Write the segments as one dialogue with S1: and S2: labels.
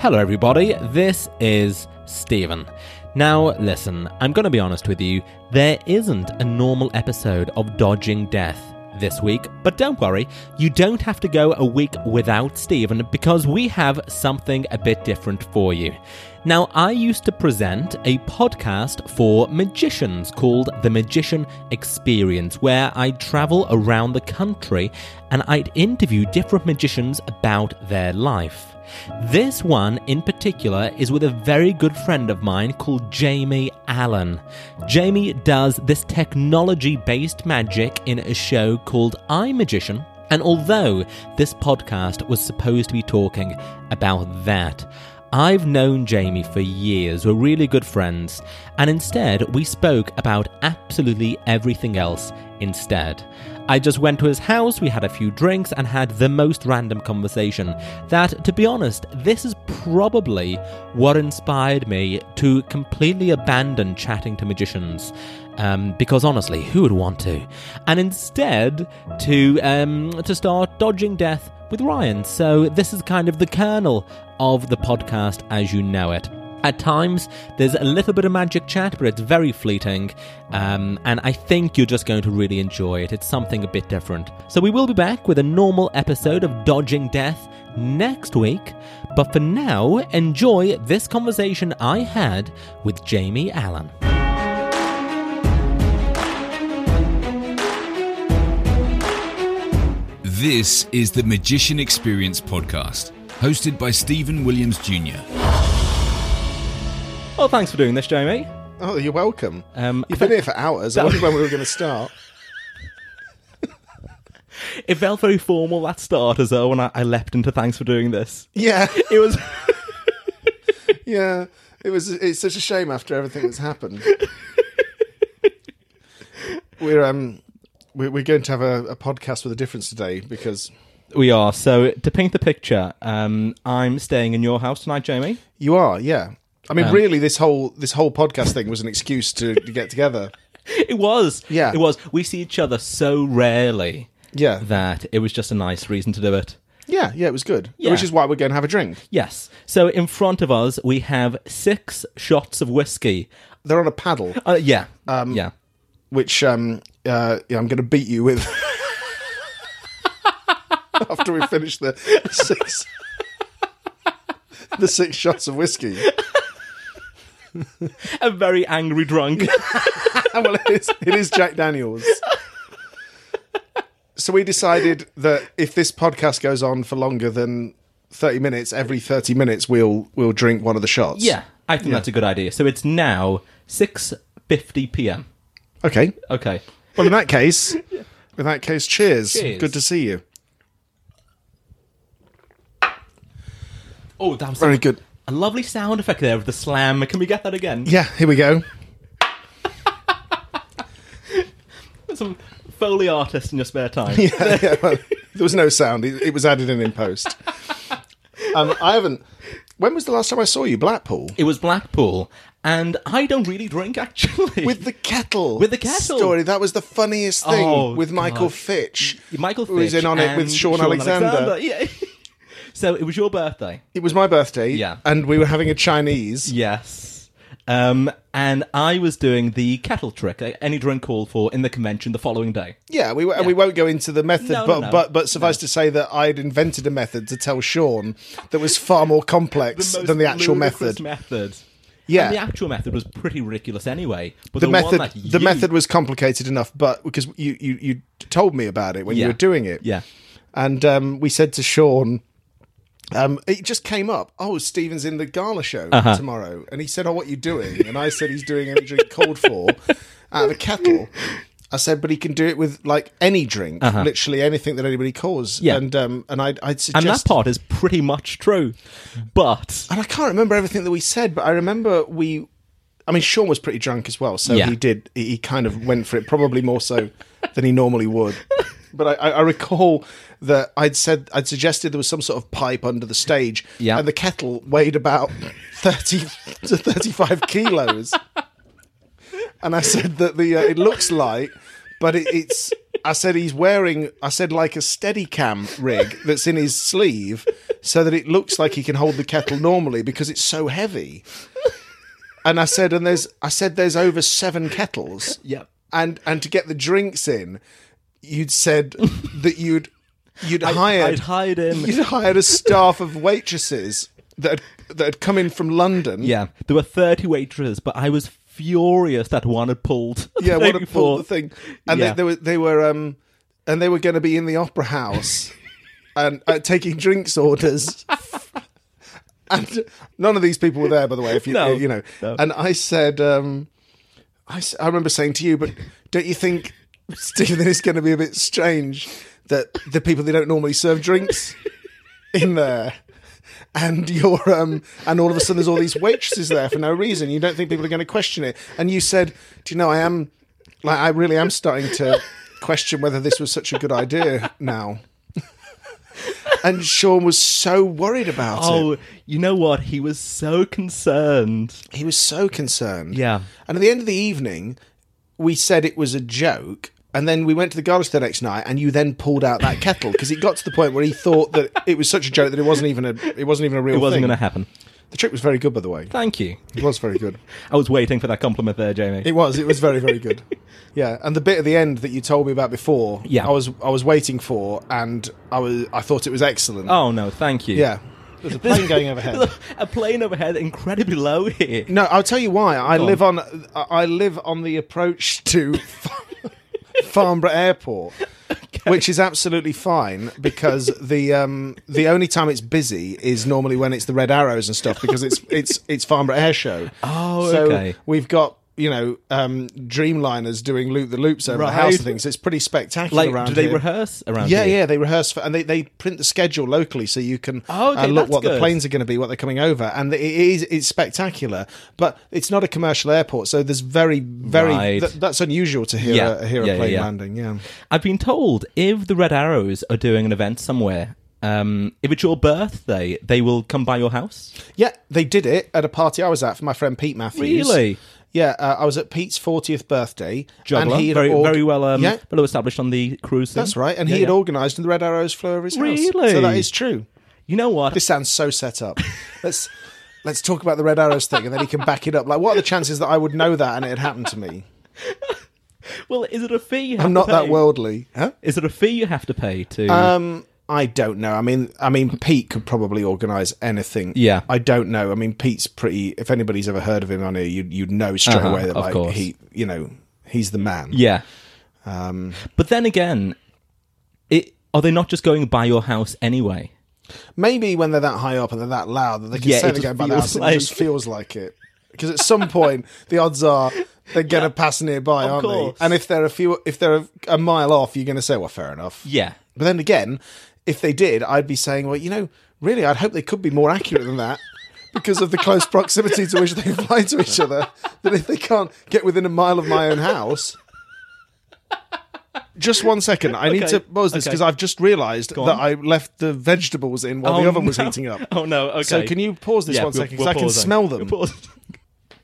S1: Hello, everybody. This is Stephen. Now, listen, I'm going to be honest with you. There isn't a normal episode of Dodging Death this week, but don't worry, you don't have to go a week without Stephen because we have something a bit different for you. Now, I used to present a podcast for magicians called The Magician Experience, where I'd travel around the country and I'd interview different magicians about their life. This one in particular is with a very good friend of mine called Jamie Allen. Jamie does this technology based magic in a show called I Magician. And although this podcast was supposed to be talking about that, I've known Jamie for years, we're really good friends, and instead we spoke about absolutely everything else instead. I just went to his house, we had a few drinks, and had the most random conversation. That, to be honest, this is probably what inspired me to completely abandon chatting to magicians. Um, because honestly, who would want to? And instead, to um, to start dodging death with Ryan. So this is kind of the kernel of the podcast as you know it. At times, there's a little bit of magic chat, but it's very fleeting, um, and I think you're just going to really enjoy it. It's something a bit different. So, we will be back with a normal episode of Dodging Death next week, but for now, enjoy this conversation I had with Jamie Allen.
S2: This is the Magician Experience podcast, hosted by Stephen Williams Jr.
S1: Well, thanks for doing this, Jamie.
S3: Oh, you're welcome.
S1: Um,
S3: You've been here for hours. I wondered when we were going to start.
S1: It felt very formal that start as though when I, I leapt into thanks for doing this.
S3: Yeah,
S1: It was.
S3: yeah. It was. It's such a shame after everything that's happened. we're um, we're, we're going to have a, a podcast with a difference today because
S1: We are. So to paint the picture, um, I'm staying in your house tonight, Jamie.
S3: you are. Yeah. I
S1: Um,
S3: mean, really, this whole this whole podcast thing was an excuse to, to get together.
S1: It was.
S3: Yeah.
S1: It was. We see each other so rarely
S3: Yeah.
S1: that it was just a nice reason to do it.
S3: Yeah. Yeah. It was good.
S1: Yeah.
S3: Which is why we're going to have a drink.
S1: Yes. So in front of us, we have six shots of whiskey.
S3: They're on a paddle,
S1: Uh, yeah. yeah.
S3: which um, uh, yeah, I'm going to beat you with after we finish the six the six shots of whiskey.
S1: A very angry drunk.
S3: well, it is, it is Jack Daniels. So we decided that if this podcast goes on for longer than thirty minutes, every thirty minutes we'll we'll drink one of the shots.
S1: yeah. I think that's a good idea. So it's now 6.50 p.m.
S3: Okay.
S1: Okay.
S3: Well, in that case, in that case, cheers.
S1: Cheers.
S3: Good to see you.
S1: Oh, that was
S3: Very good.
S1: a lovely sound effect there of the slam. Can we get that again?
S3: Yeah. Here we go.
S1: Some Foley artist in your spare time.
S3: yeah, yeah, well, there was no sound. It, it was added in in post. Um, I haven't. When was the last time I saw you? Blackpool
S1: It was Blackpool, and I don't really drink actually.
S3: with the kettle.
S1: With the kettle.
S3: story. That was the funniest thing
S1: Oh,
S3: with Michael
S1: God.
S3: Fitch.
S1: Michael Fitch
S3: who was in on it with
S1: and
S3: Sean, Alexander.
S1: Yeah. so it was your birthday.
S3: It was my birthday.
S1: Yeah.
S3: and we were having a Chinese.
S1: Yes. Um, and I was doing the kettle trick, uh, any drink called for in the convention the following day.
S3: Yeah, we and we won't go into the method,
S1: No, no,
S3: but
S1: no.
S3: but but suffice to say that I had invented a method to tell Sean that was far more complex
S1: most
S3: than the actual
S1: ludicrous
S3: method.
S1: method.
S3: Yeah.
S1: And the actual method was pretty ridiculous anyway. But
S3: the,
S1: the, one
S3: method
S1: that
S3: the
S1: you-
S3: method was complicated enough but because you you, you told me about it when
S1: Yeah.
S3: you were doing it
S1: Yeah.
S3: and um, we said to sean um, it just came up oh steven's in the gala show
S1: Uh-huh.
S3: tomorrow and he said oh what are you doing and i said he's doing any drink called for out of the kettle I said, but he can do it with like any drink, literally anything that anybody calls.
S1: Uh-huh. Yeah.
S3: And um, and I'd, I'd suggest
S1: And that part is pretty much true. But
S3: and I can't remember everything that we said, but I remember we. I mean, Sean was pretty drunk as well, so
S1: Yeah.
S3: he did. He he kind of went for it, probably more so than he normally would. But I, I I recall that I'd said I'd suggested there was some sort of pipe under the stage,
S1: Yeah.
S3: and the kettle weighed about thirty to thirty-five kilos. And I said that the uh, it looks light, but it, it's. I said he's wearing, I said like a Steadicam rig that's in his sleeve, so that it looks like he can hold the kettle normally because it's so heavy. And I said, and there's, I said there's over seven kettles.
S1: Yep.
S3: And and to get the drinks in, you'd said that you'd you'd hired
S1: I'd hired him.
S3: you'd hired a staff of waitresses that had, that had come in from London.
S1: Yeah, there were 30 waitresses, but I was furious that one had pulled. the
S3: yeah,
S1: thing
S3: what a pull
S1: before.
S3: the thing. And
S1: Yeah.
S3: they, they were they were um, and they were going to be in the opera house, and uh, taking drinks orders. and none of these people were there, by the way. If you
S1: No,
S3: you know,
S1: no.
S3: and I said, um, I s- I remember saying to you, but don't you think Stephen is going to be a bit strange that the people they don't normally serve drinks in there. And you're, um, and all of a sudden there's all these waitresses there for no reason. You don't think people are going to question it. And you said, "Do you know I am, like, I really am starting to question whether this was such a good idea now." and Sean was so worried about it.
S1: Oh, you know what? He was so concerned.
S3: He was so concerned.
S1: Yeah.
S3: And at the end of the evening, we said it was a joke. And then we went to the garage the next night, and you then pulled out that kettle because it got to the point where he thought that it was such a joke that it wasn't even a it wasn't even a real.
S1: It wasn't
S3: thing.
S1: going to happen.
S3: The trick was very good, by the way.
S1: Thank you.
S3: It was very good.
S1: I was waiting for that compliment there, Jamie.
S3: It was. It was very, very good. Yeah, and the bit at the end that you told me about before,
S1: Yeah.
S3: I was I was waiting for, and I was I thought it was excellent.
S1: oh, no, thank you.
S3: yeah. There's a plane going overhead.
S1: a plane overhead incredibly low here.
S3: No, I'll tell you why. I live on. I I live on the approach to Far- Farnborough Airport, which is absolutely fine because the um, the only time it's busy is normally when it's the Red Arrows and stuff because it's it's it's Farnborough Air Show.
S1: Oh,
S3: so
S1: okay.
S3: We've got. You know, um, Dreamliners doing loop the loops over
S1: Right.
S3: the house and things. It's pretty spectacular
S1: Like,
S3: around
S1: do they
S3: here.
S1: rehearse around
S3: Yeah,
S1: here?
S3: yeah, they rehearse for, and they, they print the schedule locally so you can
S1: Oh, okay,
S3: uh, look
S1: that's
S3: what
S1: good.
S3: the planes are going to be, what they're coming over, and it is it's spectacular. But it's not a commercial airport, so there's very very
S1: Right.
S3: th- that's unusual to hear
S1: Yeah,
S3: a, hear
S1: yeah,
S3: a
S1: yeah,
S3: plane
S1: yeah.
S3: landing. Yeah,
S1: I've been told if the Red Arrows are doing an event somewhere, um, if it's your birthday, they will come by your house.
S3: yeah, they did it at a party I was at for my friend Pete Matthews.
S1: Really?
S3: Yeah, uh, I was at Pete's fortieth birthday,
S1: Juggler,
S3: and he had
S1: very,
S3: org-
S1: very well, um,
S3: yeah,
S1: well established on the cruise. scene.
S3: that's right, and
S1: Yeah,
S3: he had
S1: yeah.
S3: organised in the Red Arrows floor of his house.
S1: Really?
S3: So that is true.
S1: You know what?
S3: This sounds so set up. Let's let's talk about the red arrows thing, and then he can back it up. Like, what are the chances that I would know that and it had happened to me?
S1: Well, is it a fee? You have
S3: I'm
S1: to
S3: not that
S1: pay?
S3: worldly, huh?
S1: Is it a fee you have to pay to?
S3: Um, I don't know. I mean, I mean, Pete could probably organise anything.
S1: Yeah.
S3: I don't know. I mean, Pete's pretty. If anybody's ever heard of him on here, you'd you'd know straight
S1: Uh-huh,
S3: away that
S1: of
S3: like
S1: course.
S3: he, you know, he's the man.
S1: yeah.
S3: um,
S1: but then again, it, are they not just going by your house anyway?
S3: Maybe when they're that high up and they're that loud that they can
S1: Yeah,
S3: say
S1: it
S3: they're
S1: just
S3: going by the
S1: feels
S3: house,
S1: like-
S3: it just feels like it. Because at some point, the odds are they're going to pass nearby, aren't
S1: course.
S3: they? And if they're a few, if they're a, a mile off, you're going to say, "Well, fair enough."
S1: Yeah.
S3: But then again, if they did, I'd be saying, "Well, you know, really, I'd hope they could be more accurate than that." Because of the close proximity to which they fly to each other, that if they can't get within a mile of my own house, just one second, I need
S1: Okay.
S3: to pause this
S1: Okay.
S3: because I've just realised that
S1: on.
S3: I left the vegetables in while the oven was
S1: Oh, no.
S3: heating up.
S1: Oh no. Okay.
S3: So can you pause this
S1: Yeah,
S3: one
S1: we'll-
S3: second?
S1: we'll
S3: 'Cause I can
S1: pause then.
S3: smell them.
S1: We'll pause.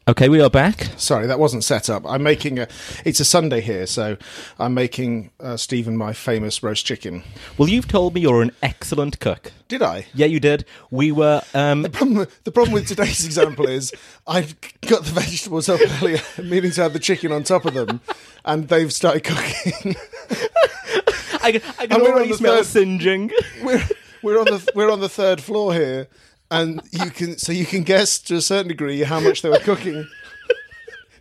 S1: Okay, we are back.
S3: Sorry, that wasn't set up. I'm making a. It's a Sunday here, so I'm making uh, Stephen my famous roast chicken.
S1: Well, you've told me you're an excellent cook.
S3: Did I?
S1: Yeah, you did. We were. Um,
S3: Problem, the problem with today's example is I've got the vegetables up earlier, meaning to have the chicken on top of them, and they've started cooking.
S1: I, I can
S3: And we're on
S1: already
S3: the
S1: smell
S3: third-
S1: singeing.
S3: we're we're on the we're on the third floor here, and you can so you can guess to a certain degree how much they were cooking.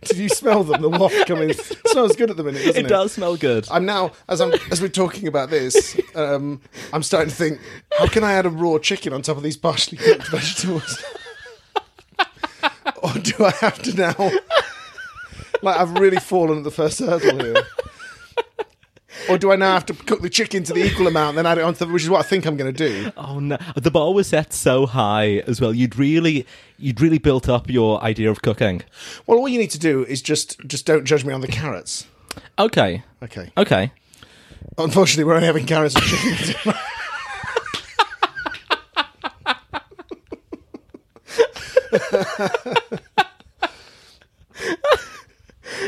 S3: Did you smell them? The waft coming it smells good at the minute, doesn't it?
S1: It does smell good.
S3: I'm now as I'm as we're talking about this, um, I'm starting to think, how can I add a raw chicken on top of these partially cooked vegetables? or do I have to now? Like I've really fallen at the first hurdle here. Or do I now have to cook the chicken to the equal amount, and then add it onto, the, which is what I think I'm going to do?
S1: Oh no! The bar was set so high as well. You'd really, you'd really built up your idea of cooking.
S3: Well, all you need to do is just just don't judge me on the carrots.
S1: Okay.
S3: Okay.
S1: Okay.
S3: Unfortunately, we're only having carrots and chicken.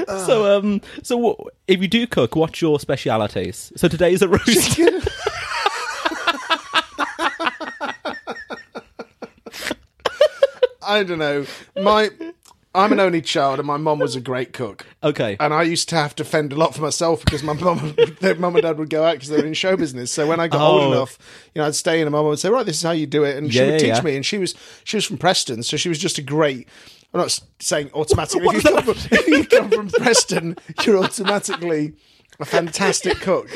S1: Ah. so um, so what? if you do cook, what's your specialities? So today's a roast.
S3: I don't know. My, I'm an only child, and my mum was a great cook.
S1: okay.
S3: And I used to have to fend a lot for myself because my mum, their mum and dad would go out because they were in show business. So when I got
S1: Oh.
S3: old enough, you know, I'd stay in and my mum would say, "Right, this is how you do it," and she
S1: Yeah,
S3: would
S1: yeah,
S3: teach
S1: yeah.
S3: me. And she was she was from Preston, so she was just a great. I'm not s- saying automatically
S1: What
S3: if
S1: was
S3: you, come from, if you come from Preston, you're automatically a fantastic cook.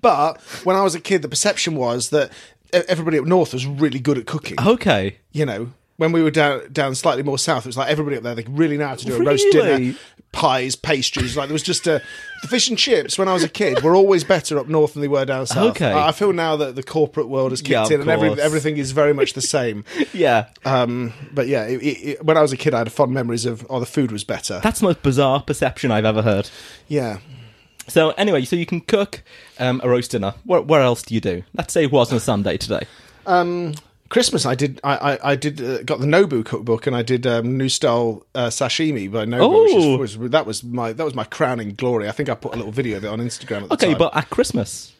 S3: But when I was a kid, the perception was that e- everybody up north was really good at cooking
S1: okay.
S3: you know, when we were down down slightly more south, it was like everybody up there they really know how to do a roast dinner,
S1: Really?
S3: pies, pastries. Like there was just a the fish and chips when I was a kid were always better up north than they were down south.
S1: Okay.
S3: I I feel now that the corporate world has kicked
S1: Yeah, of
S3: in and
S1: course.
S3: every, everything is very much the same.
S1: Yeah.
S3: um, but yeah, it, it, it- when I was a kid, I had fond memories of oh the food was better.
S1: That's the most bizarre perception I've ever heard.
S3: yeah.
S1: So anyway, so you can cook um, a roast dinner. What, what else do you do? Let's say it wasn't a Sunday today.
S3: Um, Christmas, I did. I I, I did uh, got the Nobu cookbook, and I did um, new style uh, sashimi by Nobu. Which
S1: Oh.
S3: is, was, that was my that was my crowning glory. I think I put a little video of it on Instagram at the
S1: Okay,
S3: time.
S1: but at Christmas.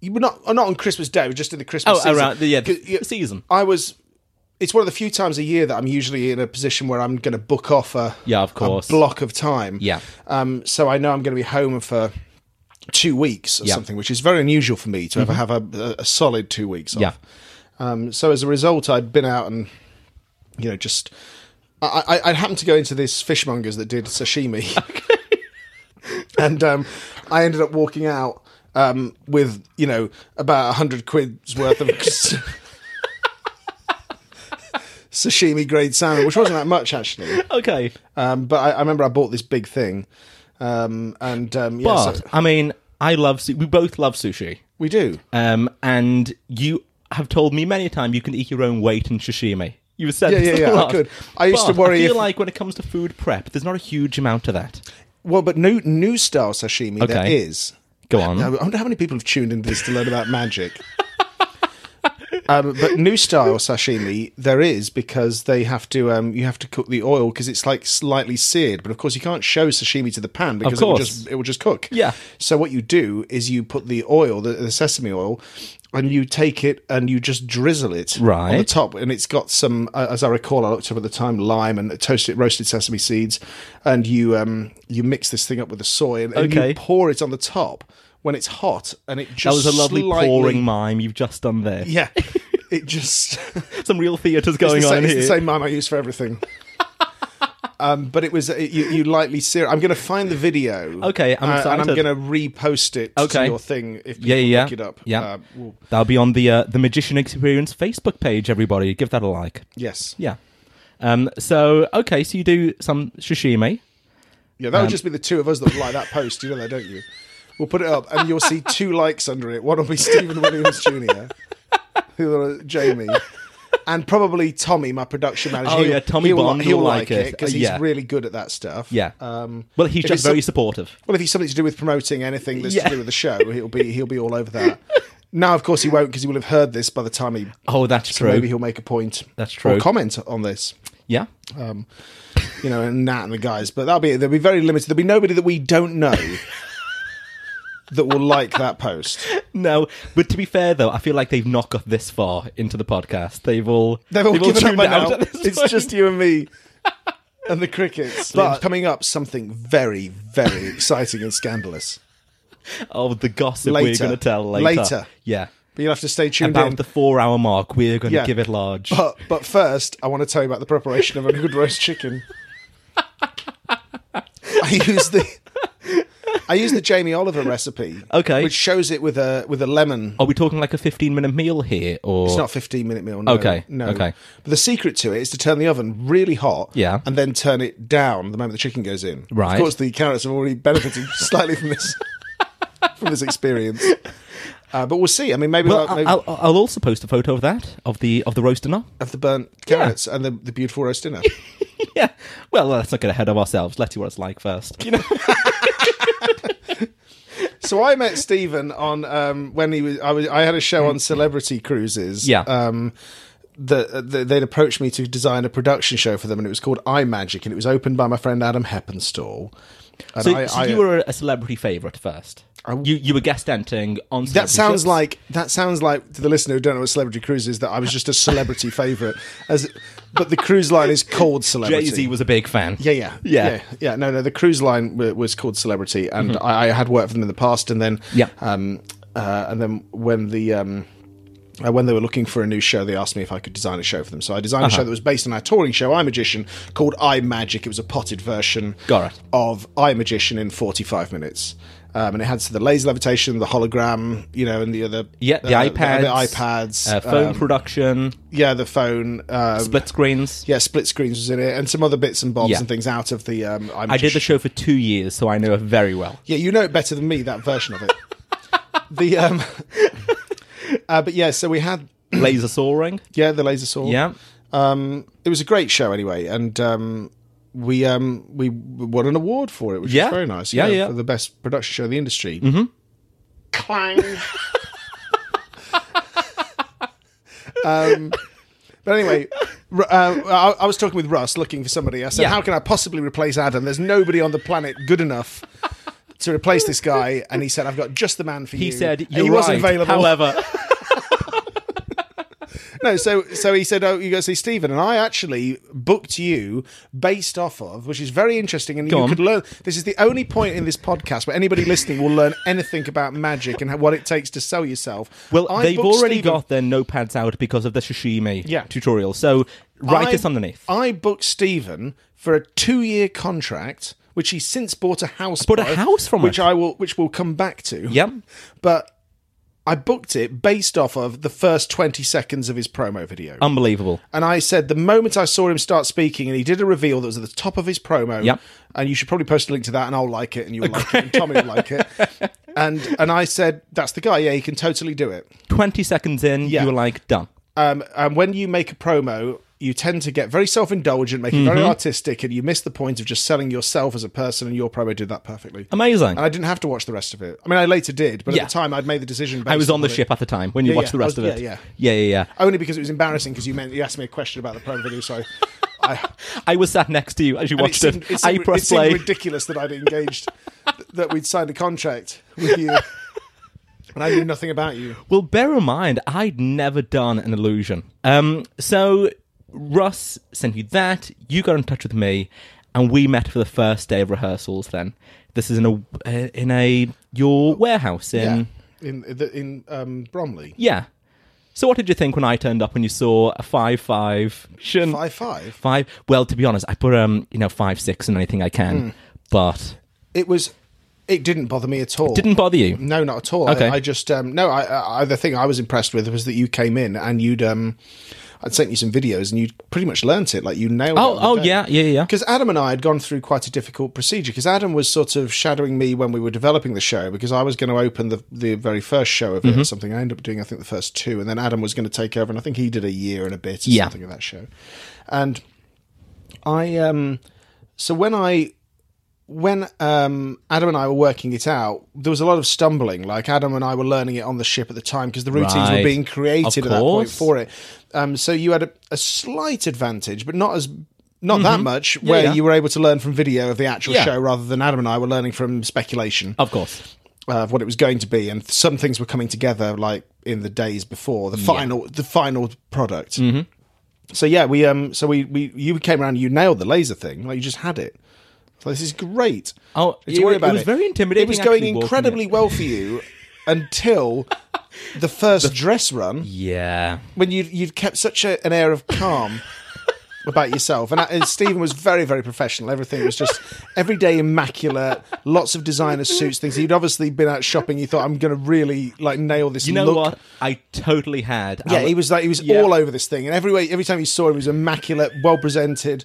S3: you were not uh, not on Christmas Day, but just in the Christmas.
S1: Oh,
S3: season.
S1: around the, yeah,
S3: 'Cause
S1: the
S3: you-
S1: season.
S3: I was. It's one of the few times a year that I'm usually in a position where I'm going to book off a
S1: Yeah, of
S3: a
S1: course.
S3: block of time.
S1: Yeah.
S3: Um. So I know I'm going to be home for. Two weeks or
S1: Yeah. Mm-hmm.
S3: something, which is very unusual for me to ever have a, a, a solid two weeks off.
S1: Yeah.
S3: Um, so as a result, I'd been out and you know just I, I, I happened to go into this fishmonger's that did sashimi, and um, I ended up walking out um, with you know about a hundred quid's worth of. s- Sashimi grade salmon, which wasn't that much actually,
S1: Okay.
S3: um, but I, I remember I bought this big thing, um, and um, yeah,
S1: But
S3: so
S1: I mean, I love su- we both love sushi.
S3: we do.
S1: Um, and you have told me many a time you can eat your own weight in sashimi. You said
S3: Yeah,
S1: this
S3: yeah,
S1: a
S3: yeah, I
S1: lot.
S3: could. I used to
S1: But
S3: worry
S1: I feel
S3: if-
S1: like when it comes to food prep, there's not a huge amount of that.
S3: Well, but new new style sashimi there
S1: Okay.
S3: is.
S1: Go on.
S3: I wonder how many people have tuned into this to learn about magic. um, but new style sashimi there is because they have to um, you have to cook the oil because it's like slightly seared. But of course you can't show sashimi to the pan because it will
S1: course.
S3: just it will just cook.
S1: Yeah.
S3: So what you do is you put the oil, the, the sesame oil, and you take it and you just drizzle it on the
S1: Right.
S3: top, and it's got some, uh, as I recall, I looked up at the time, lime and toasted roasted sesame seeds, and you um you mix this thing up with the soy, and, and
S1: Okay.
S3: you pour it on the top when it's hot, and it just
S1: That was a lovely
S3: slightly-
S1: pouring mime you've just done there.
S3: Yeah, it just
S1: Some real theatre's going
S3: it's the
S1: on
S3: same,
S1: here.
S3: It's the same mime I use for everything. um, but it was it, you, you lightly sear. I'm going to find the video.
S1: Okay, I'm
S3: uh, and I'm
S1: excited.
S3: going to repost it
S1: Okay.
S3: to your thing if people
S1: Yeah, yeah,
S3: pick it up.
S1: yeah.
S3: Uh, well,
S1: That'll be on the uh, the Magician Experience Facebook page. Everybody, give that a like.
S3: yes.
S1: Yeah. Um. So okay, so you do some sashimi.
S3: Yeah,
S1: Um,
S3: that would just be the two of us that would like that post. You know that, don't you? We'll put it up, and you'll see two likes under it. One will be Stephen Williams Jr., the other will be Jamie, and probably Tommy, my production manager.
S1: Oh, yeah, Tommy
S3: he'll,
S1: Bond
S3: li- he'll
S1: will like
S3: like it
S1: it.
S3: because
S1: Uh,
S3: he's
S1: yeah.
S3: really good at that stuff.
S1: Yeah.
S3: Um,
S1: Well, he's
S3: if
S1: just
S3: it's
S1: very
S3: some-
S1: supportive.
S3: well, if he's something to do with promoting anything that's
S1: Yeah.
S3: to do with the show, he'll be he'll be all over that. now, of course, he won't because he will have heard this by the time he.
S1: Oh, that's
S3: So
S1: true.
S3: maybe he'll make a point.
S1: That's
S3: Or
S1: true.
S3: comment on this
S1: yeah.
S3: um, you know, and Nat and the guys. But that'll be there'll be very limited. There'll be nobody that we don't know that will like that post.
S1: No, but to be fair though, I feel like they've not got this far into the podcast. They've all
S3: They've all given up
S1: tuned
S3: by
S1: out
S3: now.
S1: at this
S3: It's
S1: point.
S3: just you and me and the crickets. But coming up, something very, very exciting and scandalous.
S1: oh the gossip we're
S3: Later.
S1: going to tell later.
S3: Later.
S1: Yeah.
S3: But you'll have to stay tuned
S1: About
S3: in.
S1: the four hour mark, we're going to
S3: Yeah. Uh,
S1: give it large.
S3: but but first, I want to tell you about the preparation of a good roast chicken. I use the I use the Jamie Oliver recipe.
S1: Okay.
S3: which shows it with a with a lemon
S1: Are we talking like a fifteen minute meal here, or
S3: It's not a 15 minute meal. No,
S1: Okay,
S3: No.
S1: okay.
S3: But the secret to it is to turn the oven really hot.
S1: Yeah.
S3: And then turn it down the moment the chicken goes in.
S1: Right.
S3: Of course, the carrots have already benefited slightly from this from this experience. Uh, but we'll see. I mean, maybe
S1: Well,
S3: like, maybe
S1: I'll, I'll, I'll also post a photo of that of the of the roast dinner.
S3: of the burnt carrots and the, the beautiful roast dinner.
S1: yeah. Well, let's not get ahead of ourselves. Let's see what it's like first. You know.
S3: so I met Stephen on um, when he was I, was I had a show on celebrity cruises.
S1: Mm. Yeah.
S3: Um, that that they'd approached me to design a production show for them, and it was called Eye Magic, and it was opened by my friend Adam Heppenstall. And
S1: so,
S3: I-
S1: so
S3: I-
S1: you were a celebrity favorite first. you you were guest enting on.
S3: That
S1: celebrity
S3: sounds
S1: ships.
S3: like that sounds like to the listener who don't know what Celebrity Cruise is that I was just a celebrity favorite. As but the cruise line is called Celebrity.
S1: Jay Z was a big fan.
S3: Yeah, yeah,
S1: Yeah. Mm-hmm.
S3: yeah, yeah. No, no. The cruise line w- was called Celebrity, and I, I had worked for them in the past, and then
S1: Yeah.
S3: um, uh, and then when the um, uh, when they were looking for a new show, they asked me if I could design a show for them. So I designed
S1: Uh-huh.
S3: a show that was based on our touring show, I Magician, called I Magic. It was a potted version
S1: Got it.
S3: of I Magician in forty five minutes. Um, and it had so the laser levitation, the hologram, you know, and the other
S1: Yeah, the
S3: uh,
S1: iPads,
S3: the iPads,
S1: uh, phone
S3: um,
S1: production,
S3: yeah, the phone, um,
S1: split screens.
S3: yeah, split screens was in it, and some other bits and bobs
S1: Yeah.
S3: and things out of the. Um, I'm
S1: I did the show for two years, so I know it very well.
S3: Yeah, you know it better than me. That version of it. the um, uh, but yeah, so we had
S1: Laser soaring.
S3: yeah the laser saw.
S1: Yeah.
S3: um, it was a great show anyway, and um, we um, we won an award for it, which
S1: Yeah.
S3: was very nice.
S1: Yeah,
S3: you know,
S1: yeah.
S3: for the best production show in the industry. Mm-hmm. Clang. um, but anyway, Ru- uh, I, I was talking with Russ, looking for somebody. I said,
S1: Yeah.
S3: "How can I possibly replace Adam? There's nobody on the planet good enough." To replace this guy, and he said, "I've got just the man for
S1: He
S3: you."
S1: said
S3: And
S1: you're
S3: he
S1: right.
S3: wasn't available.
S1: However,
S3: No, so so he said, "Oh, you go see Stephen," and I actually booked you based off of, which is very interesting, and
S1: Go
S3: you
S1: on.
S3: could learn. This is the only point in this podcast where anybody listening will learn anything about magic and how- what it takes to sell yourself.
S1: well,
S3: I
S1: they've
S3: booked
S1: already
S3: Stephen-
S1: got their notepads out because of the sashimi
S3: Yeah.
S1: tutorial. So write
S3: I-
S1: this underneath.
S3: I booked Stephen for a two-year contract, which he since bought a house.
S1: Bought a
S3: by,
S1: house from
S3: which
S1: us.
S3: I will, which we'll come back to.
S1: Yep.
S3: but. I booked it based off of the first 20 seconds of his promo video.
S1: Unbelievable.
S3: And I said the moment I saw him start speaking and he did a reveal that was at the top of his promo.
S1: Yep.
S3: And you should probably post a link to that and I'll like it and you'll like it and Tommy will like it. And and I said, That's the guy, yeah, he can totally do it.
S1: Twenty seconds in,
S3: Yeah.
S1: you were like done.
S3: Um, and when you make a promo, you tend to get very self indulgent, make it very
S1: Mm-hmm.
S3: artistic, and you miss the point of just selling yourself as a person and your promo did that perfectly.
S1: Amazing.
S3: and I didn't have to watch the rest of it. I mean I later did, but
S1: Yeah.
S3: at the time I'd made the decision based
S1: I was on the
S3: it.
S1: ship at the time when you
S3: Yeah,
S1: watched
S3: yeah.
S1: the rest
S3: I was-
S1: of it.
S3: yeah,
S1: yeah, yeah, yeah.
S3: Only because it was embarrassing because you meant you asked me a question about the promo video, so I, I
S1: I was sat next to you as you
S3: And
S1: watched it.
S3: seemed-
S1: I
S3: seemed-
S1: pressed
S3: it seemed
S1: play.
S3: ridiculous that I'd engaged, th- that we'd signed a contract with you, and I knew nothing about you.
S1: Well, bear in mind, I'd never done an illusion. Um, so Russ sent you that. You got in touch with me, and we met for the first day of rehearsals. Then this is in a uh, in a your warehouse in yeah.
S3: in the, in um, Bromley,
S1: So what did you think when I turned up and you saw a five five shin
S3: five five.
S1: five? Well, to be honest, I put um you know five six and anything I
S3: Hmm.
S1: can, but
S3: It was. It didn't bother me at all.
S1: didn't bother you.
S3: No, not at all.
S1: Okay.
S3: I, I just um, no. I, I I- the thing I was impressed with was that you came in and you'd um, I'd sent you some videos and you'd pretty much learnt it. Like you nailed. it
S1: Oh,
S3: on the
S1: oh
S3: day.
S1: yeah, yeah, yeah.
S3: because Adam and I had gone through quite a difficult procedure. Because Adam was sort of shadowing me when we were developing the show, because I was going to open the the very first show of
S1: Mm-hmm.
S3: it or something. I ended up doing, I think, the first two, and then Adam was going to take over, and I think he did a year and a bit or
S1: Yeah.
S3: something of that show. And I um, so when I when um, Adam and I were working it out, there was a lot of stumbling. Like Adam and I were learning it on the ship at the time because the routines
S1: Right.
S3: were being created
S1: Of
S3: at that point
S1: course.
S3: for it. Um, so you had a, a slight advantage, but not as not that much. where
S1: Mm-hmm. yeah.
S3: you were able to learn from video of the actual
S1: Yeah. Oh.
S3: show rather than Adam and I were learning from speculation
S1: Of course.
S3: uh, of what it was going to be, and some things were coming together like in the days before the final the final product.
S1: Mm-hmm.
S3: So yeah, we um, so we we you came around, you nailed the laser thing, like you just had it. So this is great.
S1: Oh,
S3: Don't
S1: it-
S3: worry
S1: it
S3: about
S1: was very intimidating
S3: It was
S1: actually
S3: going
S1: walking
S3: incredibly well for you until the first dress run
S1: Yeah.
S3: when you you'd kept such a, an air of calm. About yourself, and, I- and Stephen was very, very professional. Everything was just every day immaculate. Lots of designer suits, things. He'd obviously been out shopping. You thought, I'm going to really like nail this.
S1: You know
S3: look.
S1: what? I totally had.
S3: Yeah,
S1: I-
S3: he was like he was
S1: Yeah.
S3: all over this thing, and every way, every time you saw him, he was immaculate, well presented.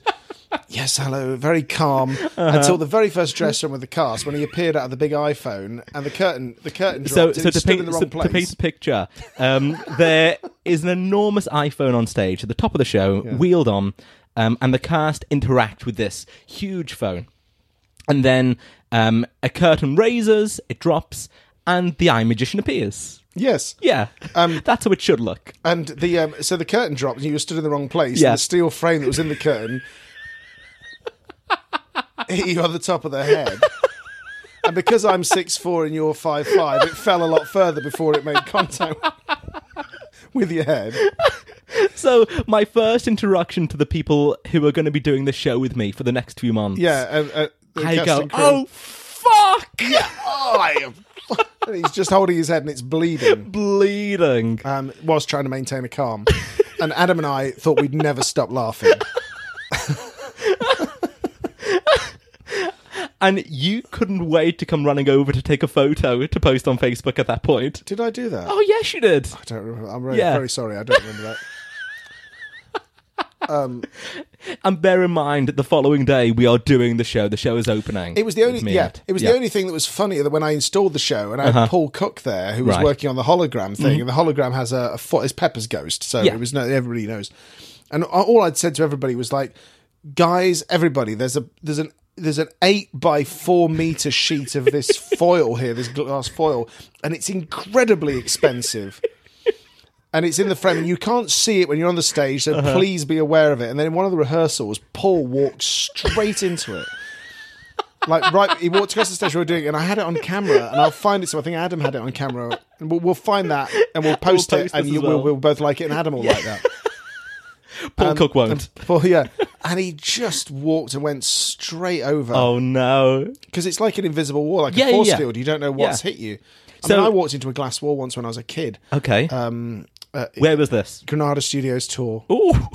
S3: yes, hello, very calm.
S1: Uh-huh.
S3: Until the very first dress run with the cast, when he appeared out of the big iPhone, and the curtain, the curtain dropped,
S1: so,
S3: and
S1: so
S3: he
S1: to,
S3: stood
S1: paint,
S3: in the
S1: so
S3: wrong
S1: to
S3: place.
S1: paint the picture, um, there is an enormous iPhone on stage at the top of the show, wheeled on, um, and the cast interact with this huge phone. And then um, a curtain raises, it drops, and the Eye Magician appears.
S3: yes,
S1: Yeah,
S3: Um,
S1: that's how it should look.
S3: And the um, so the curtain dropped, and you were stood in the wrong place.
S1: Yeah.
S3: And the steel frame that was in the curtain hit you on the top of the head. and because I'm six four and you're five five, it fell a lot further before it made contact with your head.
S1: So my first introduction to the people who are going to be doing the show with me for the next few months.
S3: Yeah, and, uh, the
S1: I
S3: cast
S1: go,
S3: and crew.
S1: oh fuck,
S3: oh, I am.
S1: "Oh!"
S3: and he's just holding his head and it's bleeding.
S1: bleeding.
S3: Um, was trying to maintain a calm, and Adam and I thought we'd never stop laughing.
S1: And you couldn't wait to come running over to take a photo to post on Facebook at that point.
S3: Did I do that?
S1: Oh yes, you did.
S3: I don't remember. I'm really,
S1: Yeah.
S3: very sorry. I don't remember that.
S1: And bear in mind, the following day we are doing the show. The show is opening.
S3: It was the only
S1: It's me
S3: yeah.
S1: and-
S3: It was
S1: yeah. Uh-huh.
S3: the only thing that was funny that when I installed the show and I had Paul Cook there who was
S1: Right. Mm-hmm.
S3: working on the hologram thing and the hologram has a, a foot is Pepper's ghost so
S1: Yeah.
S3: it was no everybody knows and a- all I'd said to everybody was like guys everybody there's a there's an there's an eight by four meter sheet of this foil here this glass foil and it's incredibly expensive and it's in the frame and you can't see it when you're on the stage so
S1: Uh-huh.
S3: please be aware of it and then in one of the rehearsals paul walked straight into it like right he walked across the stage we were doing it and i had it on camera and i'll find it so i think adam had it on camera and we'll, we'll find that and we'll post,
S1: post
S3: it and
S1: this
S3: you,
S1: as
S3: we'll,
S1: well.
S3: we'll both like it and adam will like that
S1: Paul
S3: um,
S1: Cook won't.
S3: and paul yeah and he just walked and went straight over
S1: oh no.
S3: because it's like an invisible wall like
S1: Yeah,
S3: a
S1: yeah,
S3: force
S1: yeah.
S3: field you don't know what's
S1: Yeah.
S3: hit you I
S1: So-
S3: mean, I walked into a glass wall once when I was a kid.
S1: Okay.
S3: Um, uh,
S1: Where was this?
S3: Granada Studios tour.
S1: Oh.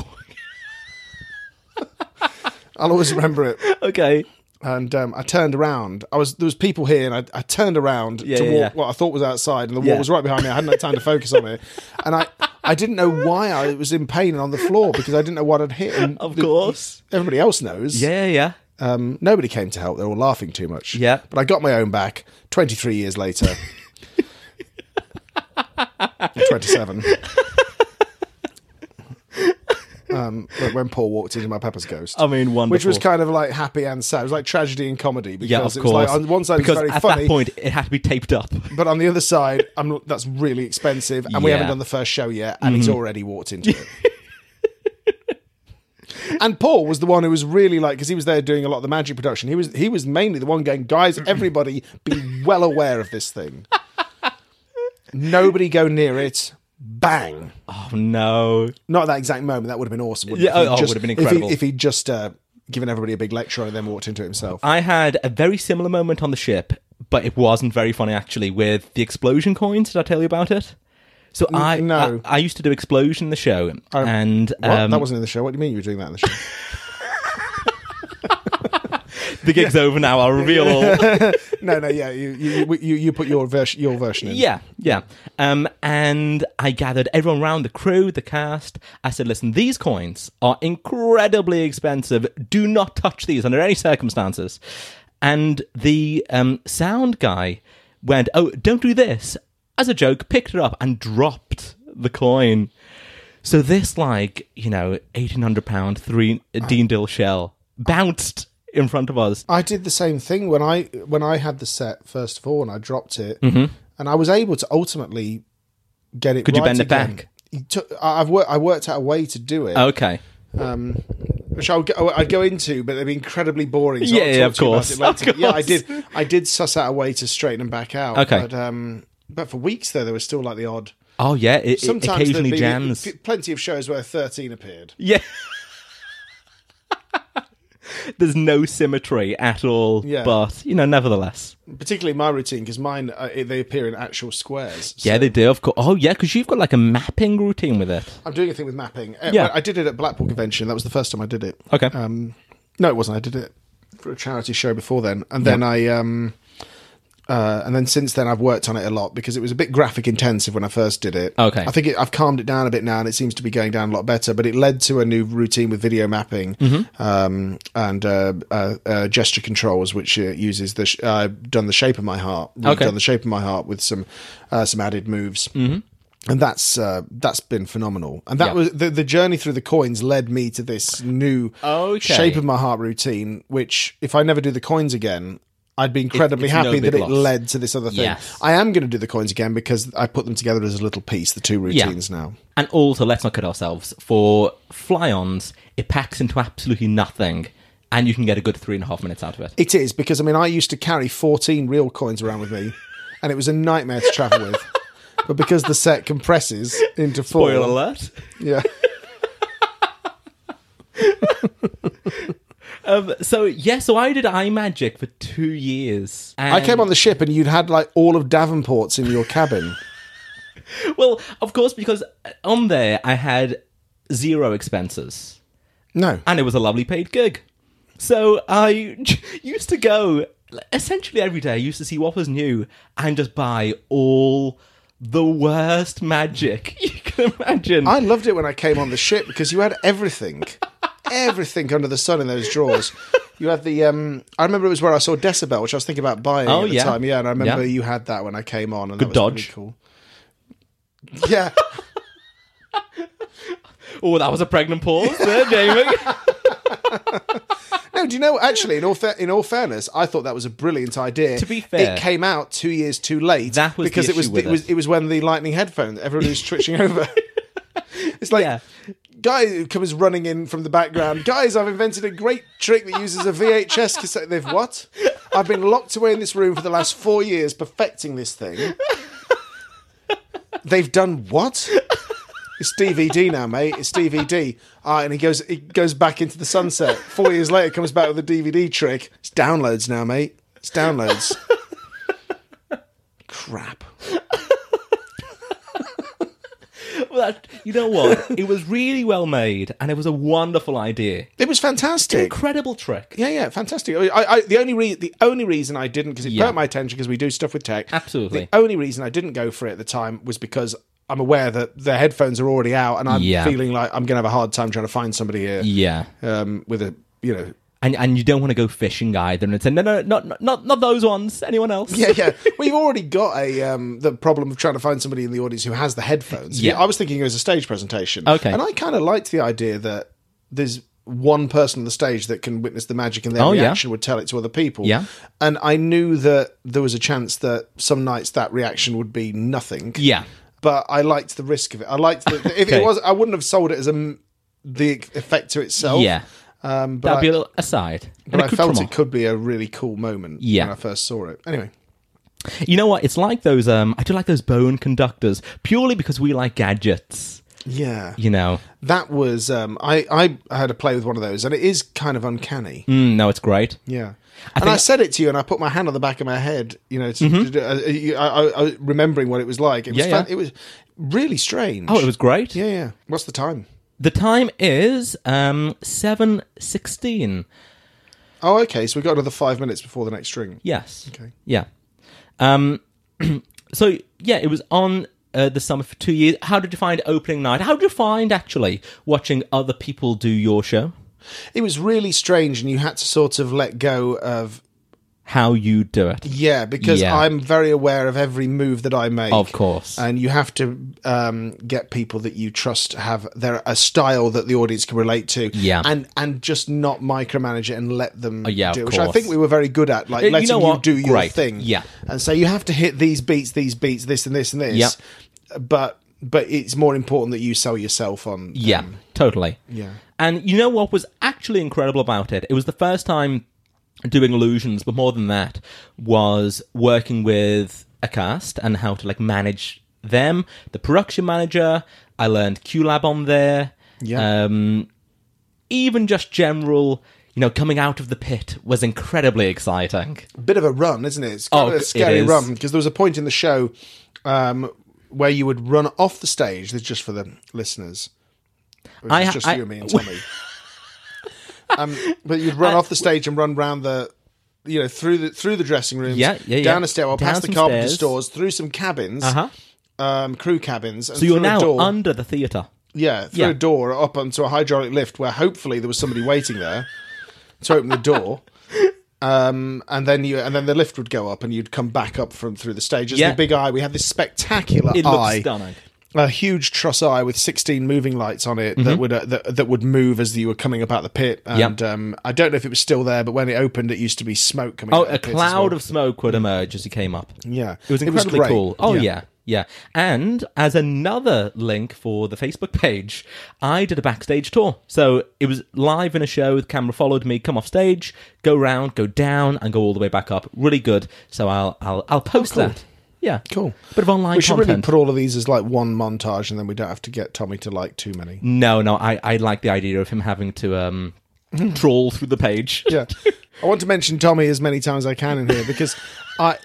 S3: I'll always remember it.
S1: Okay.
S3: and um, I turned around. I was there was people here, and I, I turned around
S1: Yeah,
S3: to
S1: yeah,
S3: walk
S1: yeah.
S3: what I thought was outside, and the wall
S1: Yeah.
S3: was right behind me. I hadn't had time to focus on it, and I I didn't know why I was in pain and on the floor because I didn't know what I'd hit. And
S1: Of
S3: the-
S1: course.
S3: everybody else knows.
S1: Yeah, yeah.
S3: Um, nobody came to help. They were all laughing too much.
S1: Yeah.
S3: But I got my own back. Twenty three years later. Twenty seven. Um, but when Paul walked into my Pepper's ghost,
S1: I mean, wonderful.
S3: which was kind of like happy and sad. It was like tragedy and comedy because
S1: yeah, of
S3: it
S1: course.
S3: was like on one side
S1: because
S3: it's very
S1: at
S3: funny,
S1: that point it had to be taped up.
S3: but on the other side, I'm, that's really expensive, and we
S1: Yeah. Mm-hmm.
S3: haven't done the first show yet, and he's already walked into it. and Paul was the one who was really like because he was there doing a lot of the magic production. He was he was mainly the one going, guys, everybody, be well aware of this thing. Nobody go near it. Bang.
S1: Oh no.
S3: Not at that exact moment. That would have been awesome. wouldn't it?
S1: Yeah,
S3: If he'd
S1: oh, it
S3: just-
S1: would have been
S3: if he'd-
S1: incredible.
S3: If he'd, just uh, given everybody a big lecture and then walked into it himself.
S1: I had a very similar moment on the ship, but it wasn't very funny actually with the explosion coins. Did I tell you about it? So I,
S3: no.
S1: I I used to do explosion in the show, and
S3: What?
S1: um,
S3: that wasn't in the show. What do you mean you were doing that in the show?
S1: the gig's over now. I'll reveal all.
S3: no, no, yeah, you you you, you put your version your version in.
S1: Yeah, yeah. Um, and I gathered everyone around the crew, the cast. I said, listen, these coins are incredibly expensive. Do not touch these under any circumstances. And the um, sound guy went, oh, don't do this, as a joke, picked it up and dropped the coin. So this, like, you know, £1,800 three uh, Dean Dill shell bounced in front of us.
S3: I did the same thing when I when I had the set first of all, and I dropped it, and I was able to ultimately get it.
S1: Mm-hmm. Could you
S3: right
S1: bend it
S3: again.
S1: back? Oh.
S3: You took- I- I've worked. I worked out a way to do it,
S1: Okay.
S3: um, which I'll go, I'd go into, but they'd be incredibly boring. So
S1: Yeah,
S3: I'll
S1: yeah,
S3: talk
S1: of
S3: to you about
S1: course,
S3: it later.
S1: of
S3: Yeah, I
S1: course.
S3: did. I did suss out a way to straighten them back out.
S1: Okay.
S3: but, um, but for weeks there, there was still like the odd.
S1: Oh, yeah. It, it
S3: Sometimes there'd
S1: occasionally
S3: be
S1: jams.
S3: plenty of shows where thirteen appeared.
S1: Yeah. There's no symmetry at all,
S3: Yeah.
S1: but you know, nevertheless,
S3: particularly my routine because mine uh, it- they appear in actual squares. So
S1: yeah, they do. Of course. Oh, yeah, because you've got like a mapping routine with it.
S3: I'm doing a thing with mapping. Uh,
S1: Yeah.
S3: I- I did it at Blackpool Convention. That was the first time I did it.
S1: Okay.
S3: Um, no, it wasn't. I did it for a charity show before then, and then I um, uh, and then since then I've worked on it a lot because it was a bit graphic intensive when I first did it.
S1: Okay.
S3: I think it, I've calmed it down a bit now, and it seems to be going down a lot better. But it led to a new routine with video mapping
S1: Mm-hmm.
S3: um, and uh, uh, uh, gesture controls, which uh, uses the sh- I've done the shape of my heart. We've
S1: Okay.
S3: done the shape of my heart with some uh, some added moves. Mm-hmm. And that's uh, that's been phenomenal, and that
S1: Yeah.
S3: was the, the journey through the coins led me to this new
S1: Okay.
S3: shape of my heart routine. Which, if I never do the coins again, I'd be incredibly
S1: it's no
S3: happy
S1: big
S3: that it
S1: loss.
S3: led to this other thing.
S1: Yes.
S3: I am going to do the coins again because I put them together as a little piece, the two routines now.
S1: And also, let's not kid ourselves. For fly-ons, it packs into absolutely nothing and you can get a good three and a half minutes out of it.
S3: It is because I mean I used to carry 14 real coins around with me, and it was a nightmare to travel with. But because the set compresses into four,
S1: Spoiler alert.
S3: yeah,
S1: Um, so yeah, so I did eye magic for two years.
S3: I came on the ship and you'd had like all of Davenport's in your cabin.
S1: well, of course, because uh, on there I had zero expenses,
S3: No,
S1: and it was a lovely paid gig. So I used to go essentially every day. I used to see what was new and just buy all the worst magic you can imagine.
S3: I loved it when I came on the ship because you had everything, everything under the sun in those drawers. You had the. Um, I remember it was where I saw Decibel, which I was thinking about buying
S1: Oh,
S3: at the
S1: yeah.
S3: time. Yeah, and I remember
S1: Yeah.
S3: you had that when I came on. And
S1: Good
S3: that was pretty
S1: dodge.
S3: Cool. Yeah,
S1: oh, that was a pregnant pause there, Jamie.
S3: No, do you know? Actually, in all fa- in all fairness, I thought that was a brilliant idea.
S1: To be fair-
S3: it came out two years too late.
S1: That was the
S3: because it was
S1: issue with
S3: it was
S1: it.
S3: it was when the lightning headphones everyone was switching over. It's like
S1: Yeah.
S3: guy who comes running in from the background. Guys, I've invented a great trick that uses a VHS cassette. They've what? I've been locked away in this room for the last four years perfecting this thing. They've done what? It's DVD now, mate. It's DVD. Ah, and he goes, he goes back into the sunset. Four years later, comes back with a DVD trick. It's downloads now, mate. It's downloads. Crap.
S1: Well, that- you know what? It was really well made, and it was a wonderful idea.
S3: It was fantastic.
S1: Incredible trick.
S3: Yeah, yeah, fantastic. I, I, I- the only re- the only reason I didn't because it
S1: Yeah.
S3: burnt my attention because we do stuff with tech.
S1: Absolutely.
S3: The only reason I didn't go for it at the time was because I'm aware that the headphones are already out, and I'm
S1: Yeah.
S3: feeling like I'm going to have a hard time trying to find somebody here
S1: Yeah.
S3: um, with a you know.
S1: And and you don't want to go fishing either. And it's no, no, not not- not not those ones. Anyone else?
S3: Yeah, yeah. We've already got a um, the problem of trying to find somebody in the audience who has the headphones.
S1: Yeah.
S3: I was thinking it was a stage presentation.
S1: Okay.
S3: and I kind of liked the idea that there's one person on the stage that can witness the magic, and their
S1: Oh, yeah.
S3: reaction would tell it to other people.
S1: Yeah.
S3: and I knew that there was a chance that some nights that reaction would be nothing.
S1: Yeah.
S3: but I liked the risk of it. I liked the, if
S1: Okay.
S3: it was, I wouldn't have sold it as a m- the effect to itself.
S1: Yeah.
S3: um, but
S1: That'd
S3: I,
S1: be a little aside.
S3: Oh. but I felt
S1: come
S3: it could be a really cool moment
S1: Yeah.
S3: when I first saw it. Anyway.
S1: off. You know what? It's like those. Um, I do like those bone conductors purely because we like gadgets.
S3: Yeah.
S1: You know.
S3: That was um, I I had a play with one of those, and it is kind of uncanny.
S1: Mm, no, it's great.
S3: Yeah, and I said it to you, and I put my hand on the back of my head, you know, to, to do- uh, you- I, I, I, remembering what it was like. It was
S1: Mm-hmm. Yeah,
S3: fan-
S1: yeah.
S3: it was really strange.
S1: Oh, it was great.
S3: yeah, yeah. What's the time?
S1: The time is um seven sixteen.
S3: Oh, okay. So we got another five minutes before the next string.
S1: Yes.
S3: Okay.
S1: Yeah. Um. so yeah, it was on uh, the summer for two years. How did you find opening night? How did you find actually watching other people do your show?
S3: It was really strange, and you had to sort of let go of
S1: How you do it?
S3: Yeah, because
S1: Yeah.
S3: I'm very aware of every move that I make.
S1: Of course.
S3: And you have to um, get people that you trust have their a style that the audience can relate to.
S1: Yeah. Uh,
S3: And and just not micromanage it and let them
S1: yeah,
S3: do
S1: of
S3: it, which I
S1: course.
S3: think we were very good at, like
S1: you
S3: letting you,
S1: know what?
S3: do your
S1: Great.
S3: thing.
S1: Yeah.
S3: And so you have to hit these beats, these beats, this and this and this. But but it's more important that you sell yourself on
S1: Yeah, totally.
S3: Mm. yeah.
S1: And you know what was actually incredible about it? It was the first time doing illusions, but more than that, was working with a cast and how to like manage them. The production manager, I learned QLab on there.
S3: Yeah.
S1: Um, even just general, you know, coming out of the pit was incredibly exciting.
S3: bit of a run, isn't it? It's kind
S1: Oh,
S3: of
S1: it
S3: a scary
S1: is.
S3: run because there was a point in the show um, where you would run off the stage. This is just for the listeners. Which
S1: I-
S3: is just
S1: I-
S3: you, me, and Tommy. um, but you'd run off the stage and run round the. You know, through the through the dressing rooms,
S1: Yeah, yeah, yeah.
S3: down a stairwell,
S1: Down
S3: past the
S1: some
S3: carpenter
S1: stairs.
S3: stores, through some cabins,
S1: Uh-huh.
S3: um, crew cabins, and
S1: So you're
S3: through a
S1: now
S3: door,
S1: under the theatre.
S3: yeah, through
S1: yeah.
S3: a door up onto a hydraulic lift where hopefully there was somebody waiting there to open the door. Um, and then you, and then the lift would go up, and you'd come back up from through the stage. As
S1: Yeah.
S3: the big eye, we had this spectacular
S1: It looks
S3: eye,
S1: stunning.
S3: a huge truss eye with sixteen moving lights on it
S1: Mm-hmm.
S3: that would uh, that, that would move as you were coming up out the pit. And um, I don't know if it was still there, but when it opened, it used to be smoke coming.
S1: Oh,
S3: out of
S1: a
S3: the pit as well.
S1: cloud of smoke would emerge as he came up.
S3: Mm. yeah,
S1: It was incredibly
S3: great.
S1: cool. Oh yeah. yeah, Yeah. And as another link for the Facebook page, I did a backstage tour. So it was live in a show, the camera followed me, come off stage, go round, go down, and go all the way back up. Really good. So I'll I'll I'll post that. Yeah.
S3: Oh, Cool.
S1: Bit of online
S3: we should
S1: content.
S3: really put all of these as like one montage, and then we don't have to get Tommy to like too many.
S1: no, no, I, I like the idea of him having to um trawl through the page.
S3: Mm. Yeah, I want to mention Tommy as many times as I can in here because I.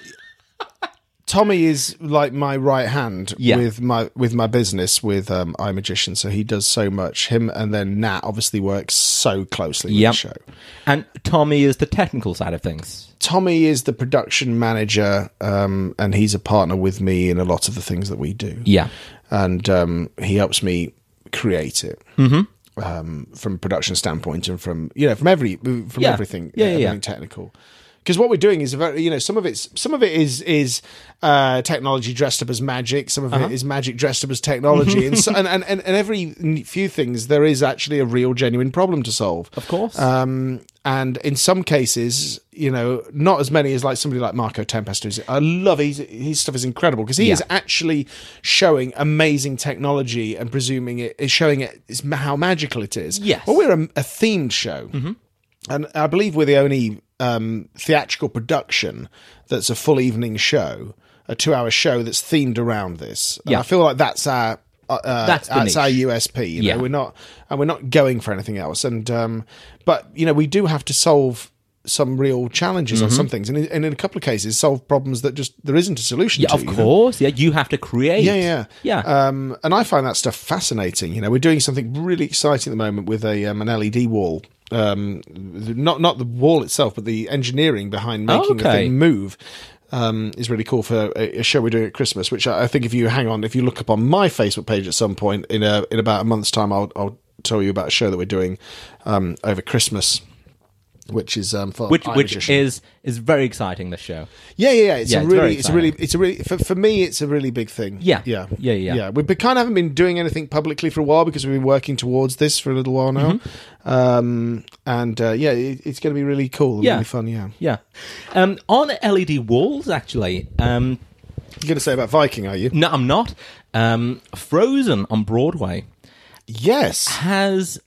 S3: Tommy is like my right hand
S1: Yeah.
S3: with my with my business with um, I Magician, so he does so much. Him and then Nat obviously works so closely with
S1: Yep.
S3: the show.
S1: And Tommy is the technical side of things.
S3: Tommy is the production manager, um, and he's a partner with me in a lot of the things that we do.
S1: Yeah.
S3: and um, he helps me create it mm-hmm. um, from a production standpoint and from you know from every from
S1: Yeah.
S3: everything uh,
S1: Yeah, yeah,
S3: everything
S1: yeah.
S3: technical. Because what we're doing is a very, you know, some of it's some of it is is uh, technology dressed up as magic. Some of
S1: Uh-huh.
S3: it is magic dressed up as technology, and, so, and, and and and every n- few things there is actually a real, genuine problem to solve.
S1: Of course.
S3: Um, and in some cases, you know, not as many as like somebody like Marco Tempest, who's I love his, his stuff is incredible because he
S1: Yeah.
S3: is actually showing amazing technology and presuming it is showing it is ma- how magical it is.
S1: Yes. Mm-hmm.
S3: Well, we're a, a themed show, and I believe we're the only um, theatrical production that's a full evening show, a two-hour show that's themed around this. And
S1: Yeah.
S3: I feel like that's our. Uh, uh,
S1: That's the
S3: that's our
S1: niche.
S3: USP. You know,
S1: Yeah.
S3: we're not and we're not going for anything else. And um, but you know, we do have to solve some real challenges
S1: Mm-hmm.
S3: on some things, and in, and in a couple of cases, solve problems that just there isn't a solution.
S1: Yeah,
S3: to,
S1: of
S3: you know?
S1: course. Yeah, you have to create.
S3: Yeah, yeah,
S1: Yeah.
S3: Um, and I find that stuff fascinating. You know, we're doing something really exciting at the moment with a um, an LED wall. Um, the- not not the wall itself, but the engineering behind
S1: Oh,
S3: making the
S1: okay.
S3: thing move. Um, is really cool for a, a show we're doing at Christmas, which I, I think if you hang on, if you look up on my Facebook page at some point in a, in about a month's time, I'll, I'll tell you about a show that we're doing um, over Christmas, which is um, for
S1: which
S3: Eye
S1: which
S3: Magician.
S1: is is very exciting this show.
S3: Yeah, yeah, yeah. It's
S1: Yeah,
S3: a
S1: it's
S3: really,
S1: very
S3: it's, a really, it's a really. For, for me, it's a really big thing.
S1: Yeah.
S3: yeah,
S1: Yeah, yeah.
S3: yeah. We kind of haven't been doing anything publicly for a while because we've been working towards this for a little while now.
S1: Mm-hmm.
S3: Um, and uh, yeah, it, it's going to be really cool,
S1: Yeah.
S3: really fun. Yeah,
S1: Yeah. Um, on LED walls actually. Um,
S3: you're going to say about Viking, are you?
S1: no, I'm not. Um, Frozen on Broadway
S3: Yes,
S1: has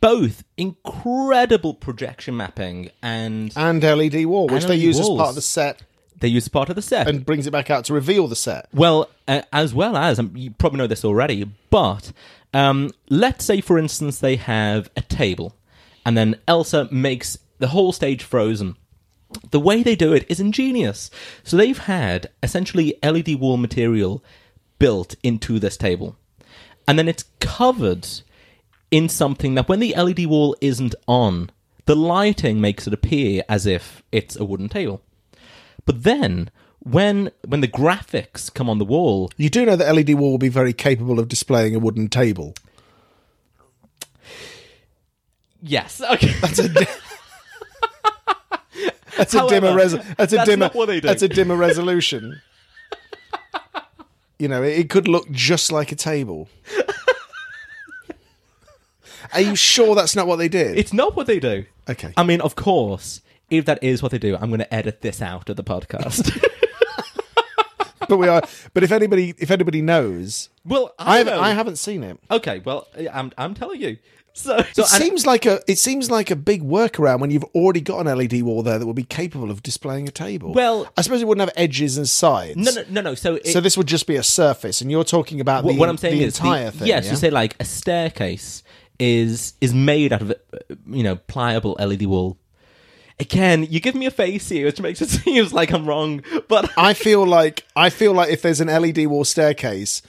S1: both incredible projection mapping and
S3: and LED wall, which they
S1: LED
S3: use as
S1: E walls.
S3: part of the set
S1: they use part of the set.
S3: and brings it back out to reveal the set.
S1: Well, uh, as well as, um, you probably know this already, but um, let's say, for instance, they have a table and then Elsa makes the whole stage frozen. The way they do it is ingenious. So they've had essentially LED wall material built into this table. And then it's covered in something that when the LED wall isn't on, the lighting makes it appear as if it's a wooden table. But then when when the graphics come on the wall,
S3: You do know that LED wall will be very capable of displaying a wooden table.
S1: yes, okay.
S3: That's a
S1: However,
S3: dimmer. Res- that's a
S1: that's
S3: dimmer.
S1: not what they do.
S3: That's a dimmer resolution. you know, it, it could look just like a table. Are you sure that's not what they did?
S1: it's not what they do.
S3: okay.
S1: I mean, of course, if that is what they do, I'm going to edit this out of the podcast.
S3: but we are. But if anybody, if anybody knows,
S1: well, I,
S3: I haven't,
S1: know.
S3: I haven't seen it.
S1: Okay, well, I'm I'm telling you. So, so
S3: It
S1: and-
S3: seems like a it seems like a big workaround when you've already got an LED wall there that would be capable of displaying a table.
S1: Well-
S3: I suppose it wouldn't have edges and sides.
S1: no, no, no, no. So, it,
S3: So this would just be a surface, and you're talking about
S1: what,
S3: the,
S1: what I'm saying
S3: the
S1: is the-
S3: entire thing.
S1: Yes,
S3: yeah?
S1: you say like a staircase is is made out of uh, you know pliable LED wall. Again, you give me a face here, which makes it seem like I'm wrong, but
S3: I feel like I feel like if there's an LED wall staircase,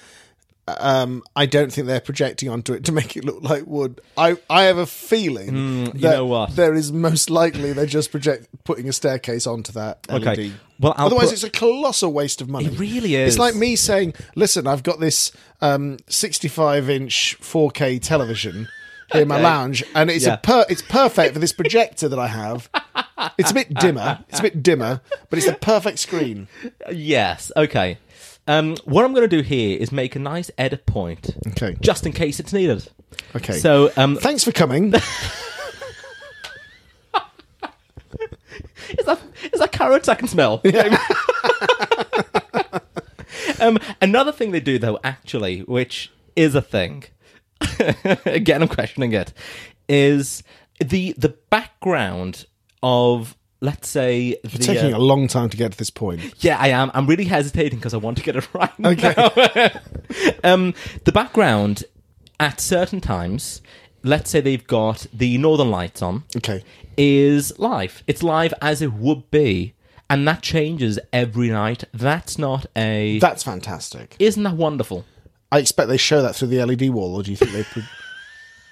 S3: um, I don't think they're projecting onto it to make it look like wood. I I have a feeling that
S1: Mm, know what?
S3: there is most likely they're just project putting a staircase onto that. LED.
S1: Okay. Well, I'll
S3: otherwise
S1: put-
S3: it's a colossal waste of money.
S1: It really is.
S3: It's like me saying, "Listen, I've got this um, 65 inch 4K television." Here in my
S1: Okay.
S3: lounge, and it's
S1: Yeah.
S3: a per- it's perfect for this projector that I have. It's a bit dimmer, it's a bit dimmer, but it's the perfect screen.
S1: Yes. Okay. Um, what I'm going to do here is make a nice edit point,
S3: Okay.
S1: just in case it's needed.
S3: Okay.
S1: So, um,
S3: thanks for coming.
S1: is that is that carrots I can smell? Um, another thing they do, though, actually, which is a thing, again, I'm questioning it, is the the background of, let's say, the,
S3: Taking
S1: uh,
S3: a long time to get to this point.
S1: yeah, I am. I'm really hesitating because I want to get it right. Okay. um, the background at certain times, let's say they've got the northern lights on.
S3: Okay.
S1: Is live. It's live as it would be, and that changes every night. That's not a.
S3: That's fantastic.
S1: Isn't that wonderful?
S3: I expect they show that through the LED wall, or do you think they. Pro-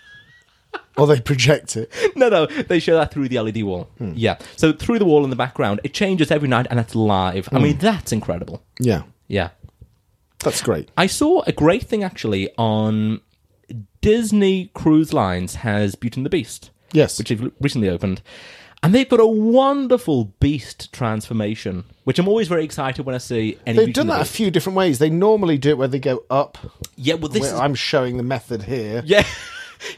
S3: or they project it?
S1: No, no, they show that through the LED wall. Yeah. So through the wall in the background, it changes every night and it's live. I mean, that's incredible.
S3: Yeah.
S1: Yeah.
S3: That's great.
S1: I saw a great thing actually on Disney Cruise Lines has Beauty and the Beast.
S3: Yes.
S1: Which they've recently opened. And they've got a wonderful beast transformation, which I'm always very excited when I see any
S3: They've
S1: Beauty
S3: done
S1: and the
S3: that a
S1: Beast.
S3: few different ways. They normally do it where they go up.
S1: Yeah, well this
S3: Where
S1: is
S3: I'm showing the method here.
S1: Yeah.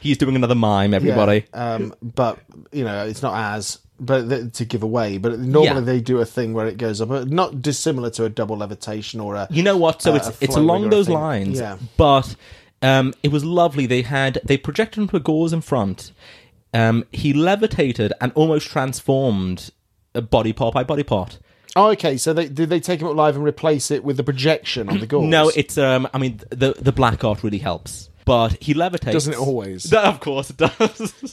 S1: He's doing another mime,
S3: Yeah,
S1: everybody.
S3: Um, but you know, it's not as but th- to give away. But normally
S1: Yeah.
S3: they do a thing where it goes up, uh, not dissimilar to a double levitation or a.
S1: You know what? So
S3: uh,
S1: it's
S3: a
S1: it's
S3: flow
S1: along
S3: rig or a
S1: those
S3: thing.
S1: lines.
S3: Yeah.
S1: But um, it was lovely. They had they projected onto a gauze in front. Um, he levitated and almost transformed a body part by body part.
S3: Oh, okay. So they did they take him up live and replace it with the projection on the gauze?
S1: No, it's um. I mean, the the black art really helps, but he levitates.
S3: Doesn't it always?
S1: No, of course it does.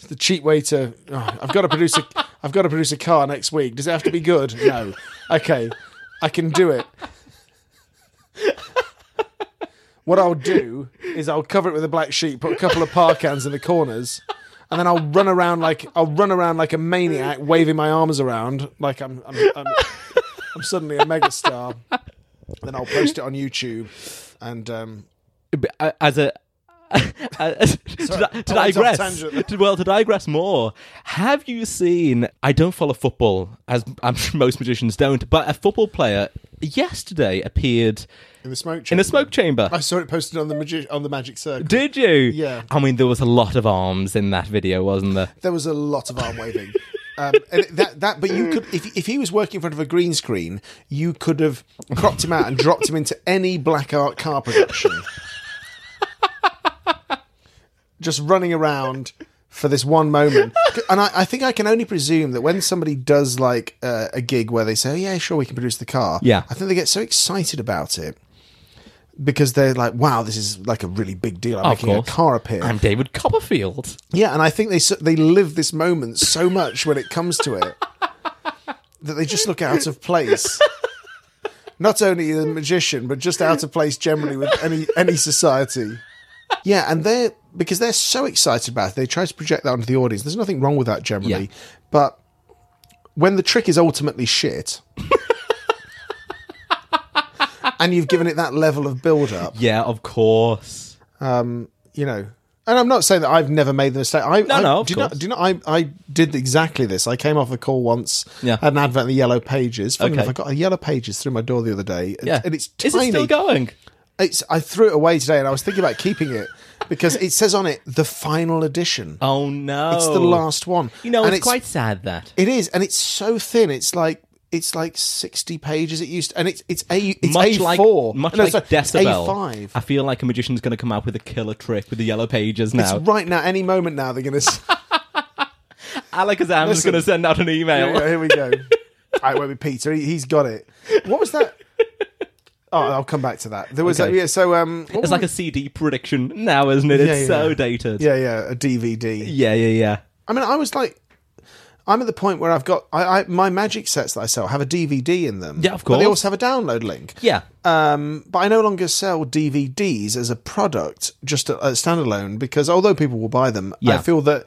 S3: the cheap way to. oh, I've got to produce a. I've got to produce a car next week. Does it have to be good? No. Okay, I can do it. What I'll do is I'll cover it with a black sheet, put a couple of parkans in the corners, and then I'll run around like I'll run around like a maniac, waving my arms around like I'm I'm, I'm, I'm suddenly a megastar. Then I'll post it on YouTube, and um,
S1: But, uh, as a. as- to, di- to
S3: I went off
S1: digress,
S3: tangent.
S1: to- well, to digress more, have you seen? I don't follow football, as I'm sure most magicians don't, but a football player yesterday appeared
S3: in the smoke
S1: in
S3: chamber.
S1: a smoke chamber.
S3: I saw it posted on the magi- on the Magic Circle.
S1: Did you?
S3: Yeah.
S1: I mean, there was a lot of arms in that video, wasn't there?
S3: There was a lot of arm waving. Um, and that, that, but you could, if, if he was working in front of a green screen, you could have cropped him out and dropped him into any black art car production. Just running around for this one moment. And I, I think I can only presume that when somebody does like uh, a gig where they say, oh, yeah, sure, we can produce the car,
S1: Yeah.
S3: I think they get so excited about it because they're like, wow, this is like a really big deal. I'm
S1: Of
S3: making a
S1: course.
S3: car appear.
S1: I'm David Copperfield.
S3: Yeah, and I think they s- they live this moment so much when it comes to it that they just look out of place. Not only the magician, but just out of place generally with any any society. Yeah, and they're because they're so excited about it, they try to project that onto the audience. There's nothing wrong with that generally,
S1: Yeah.
S3: but when the trick is ultimately shit. And you've given it that level of build up,
S1: Yeah, of course.
S3: you know. And I'm not saying that I've never made the mistake. I, no, I,
S1: no, of
S3: do you know-
S1: course.
S3: do you know, I, I did exactly this. I came off a call once,
S1: Yeah.
S3: had an advert in the Yellow Pages. Funny
S1: Okay.
S3: enough, I got a Yellow Pages through my door the other day, and,
S1: Yeah,
S3: and it's
S1: is it
S3: tiny.
S1: still going?
S3: it's, I threw it away today, and I was thinking about keeping it because it says on it the final edition.
S1: Oh no,
S3: It's the last one.
S1: You know,
S3: and
S1: it's, quite sad that
S3: It is, and it's so thin. It's like it's like sixty pages. It used, and it's it's a it's
S1: much
S3: A4.
S1: like much
S3: No,
S1: like
S3: sorry, it's
S1: Decibel,
S3: A5.
S1: I feel like a magician's going to come out with a killer trick with the yellow pages now.
S3: It's right now. Any moment now, they're going to.
S1: Alakazam's
S3: Listen.
S1: going to send out an email.
S3: Here we go. Here we go. All right, won't be Peter. He, he's got it. What was that? Oh, I'll come back to that. There was
S1: Okay.
S3: a, yeah. So um, what
S1: It's
S3: was
S1: like
S3: it?
S1: a CD prediction now, isn't it? It's
S3: Yeah, yeah,
S1: so
S3: yeah.
S1: dated.
S3: yeah, yeah, a DVD.
S1: yeah, yeah, yeah.
S3: I mean, I was like, I'm at the point where I've got I, I my magic sets that I sell have a DVD in them.
S1: Yeah, of
S3: But they
S1: course.
S3: also have a download link.
S1: Yeah.
S3: Um, but I no longer sell DVDs as a product, just a, a standalone, because although people will buy them, I
S1: Yeah.
S3: feel that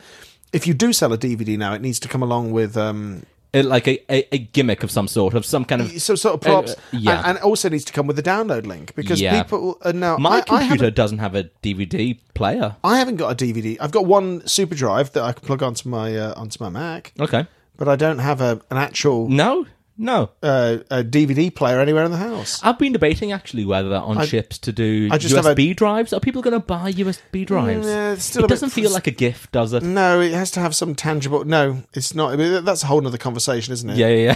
S3: if you do sell a DVD now, it needs to come along with um,
S1: It- like a, a, a gimmick of some sort, of some kind of.
S3: so sort of props,
S1: Uh, yeah.
S3: and, and it also needs to come with a download link because
S1: Yeah.
S3: people are now.
S1: My
S3: I, I
S1: computer
S3: haven't,
S1: doesn't have a DVD player.
S3: I haven't got a DVD. I've got one super drive that I can plug onto my uh, onto my Mac,
S1: Okay.
S3: but I don't have a, an actual
S1: No, no.
S3: uh, a DVD player anywhere in the house.
S1: I've been debating actually whether on ships to do
S3: I just have
S1: USB drives. Are people going to buy USB drives?
S3: Nah, it's still
S1: it
S3: a bit Mm.
S1: doesn't feel
S3: frus-
S1: like a gift, does it?
S3: No, it has to have some tangible. No, it's not. I mean, that's a whole other conversation, isn't it?
S1: Yeah, yeah,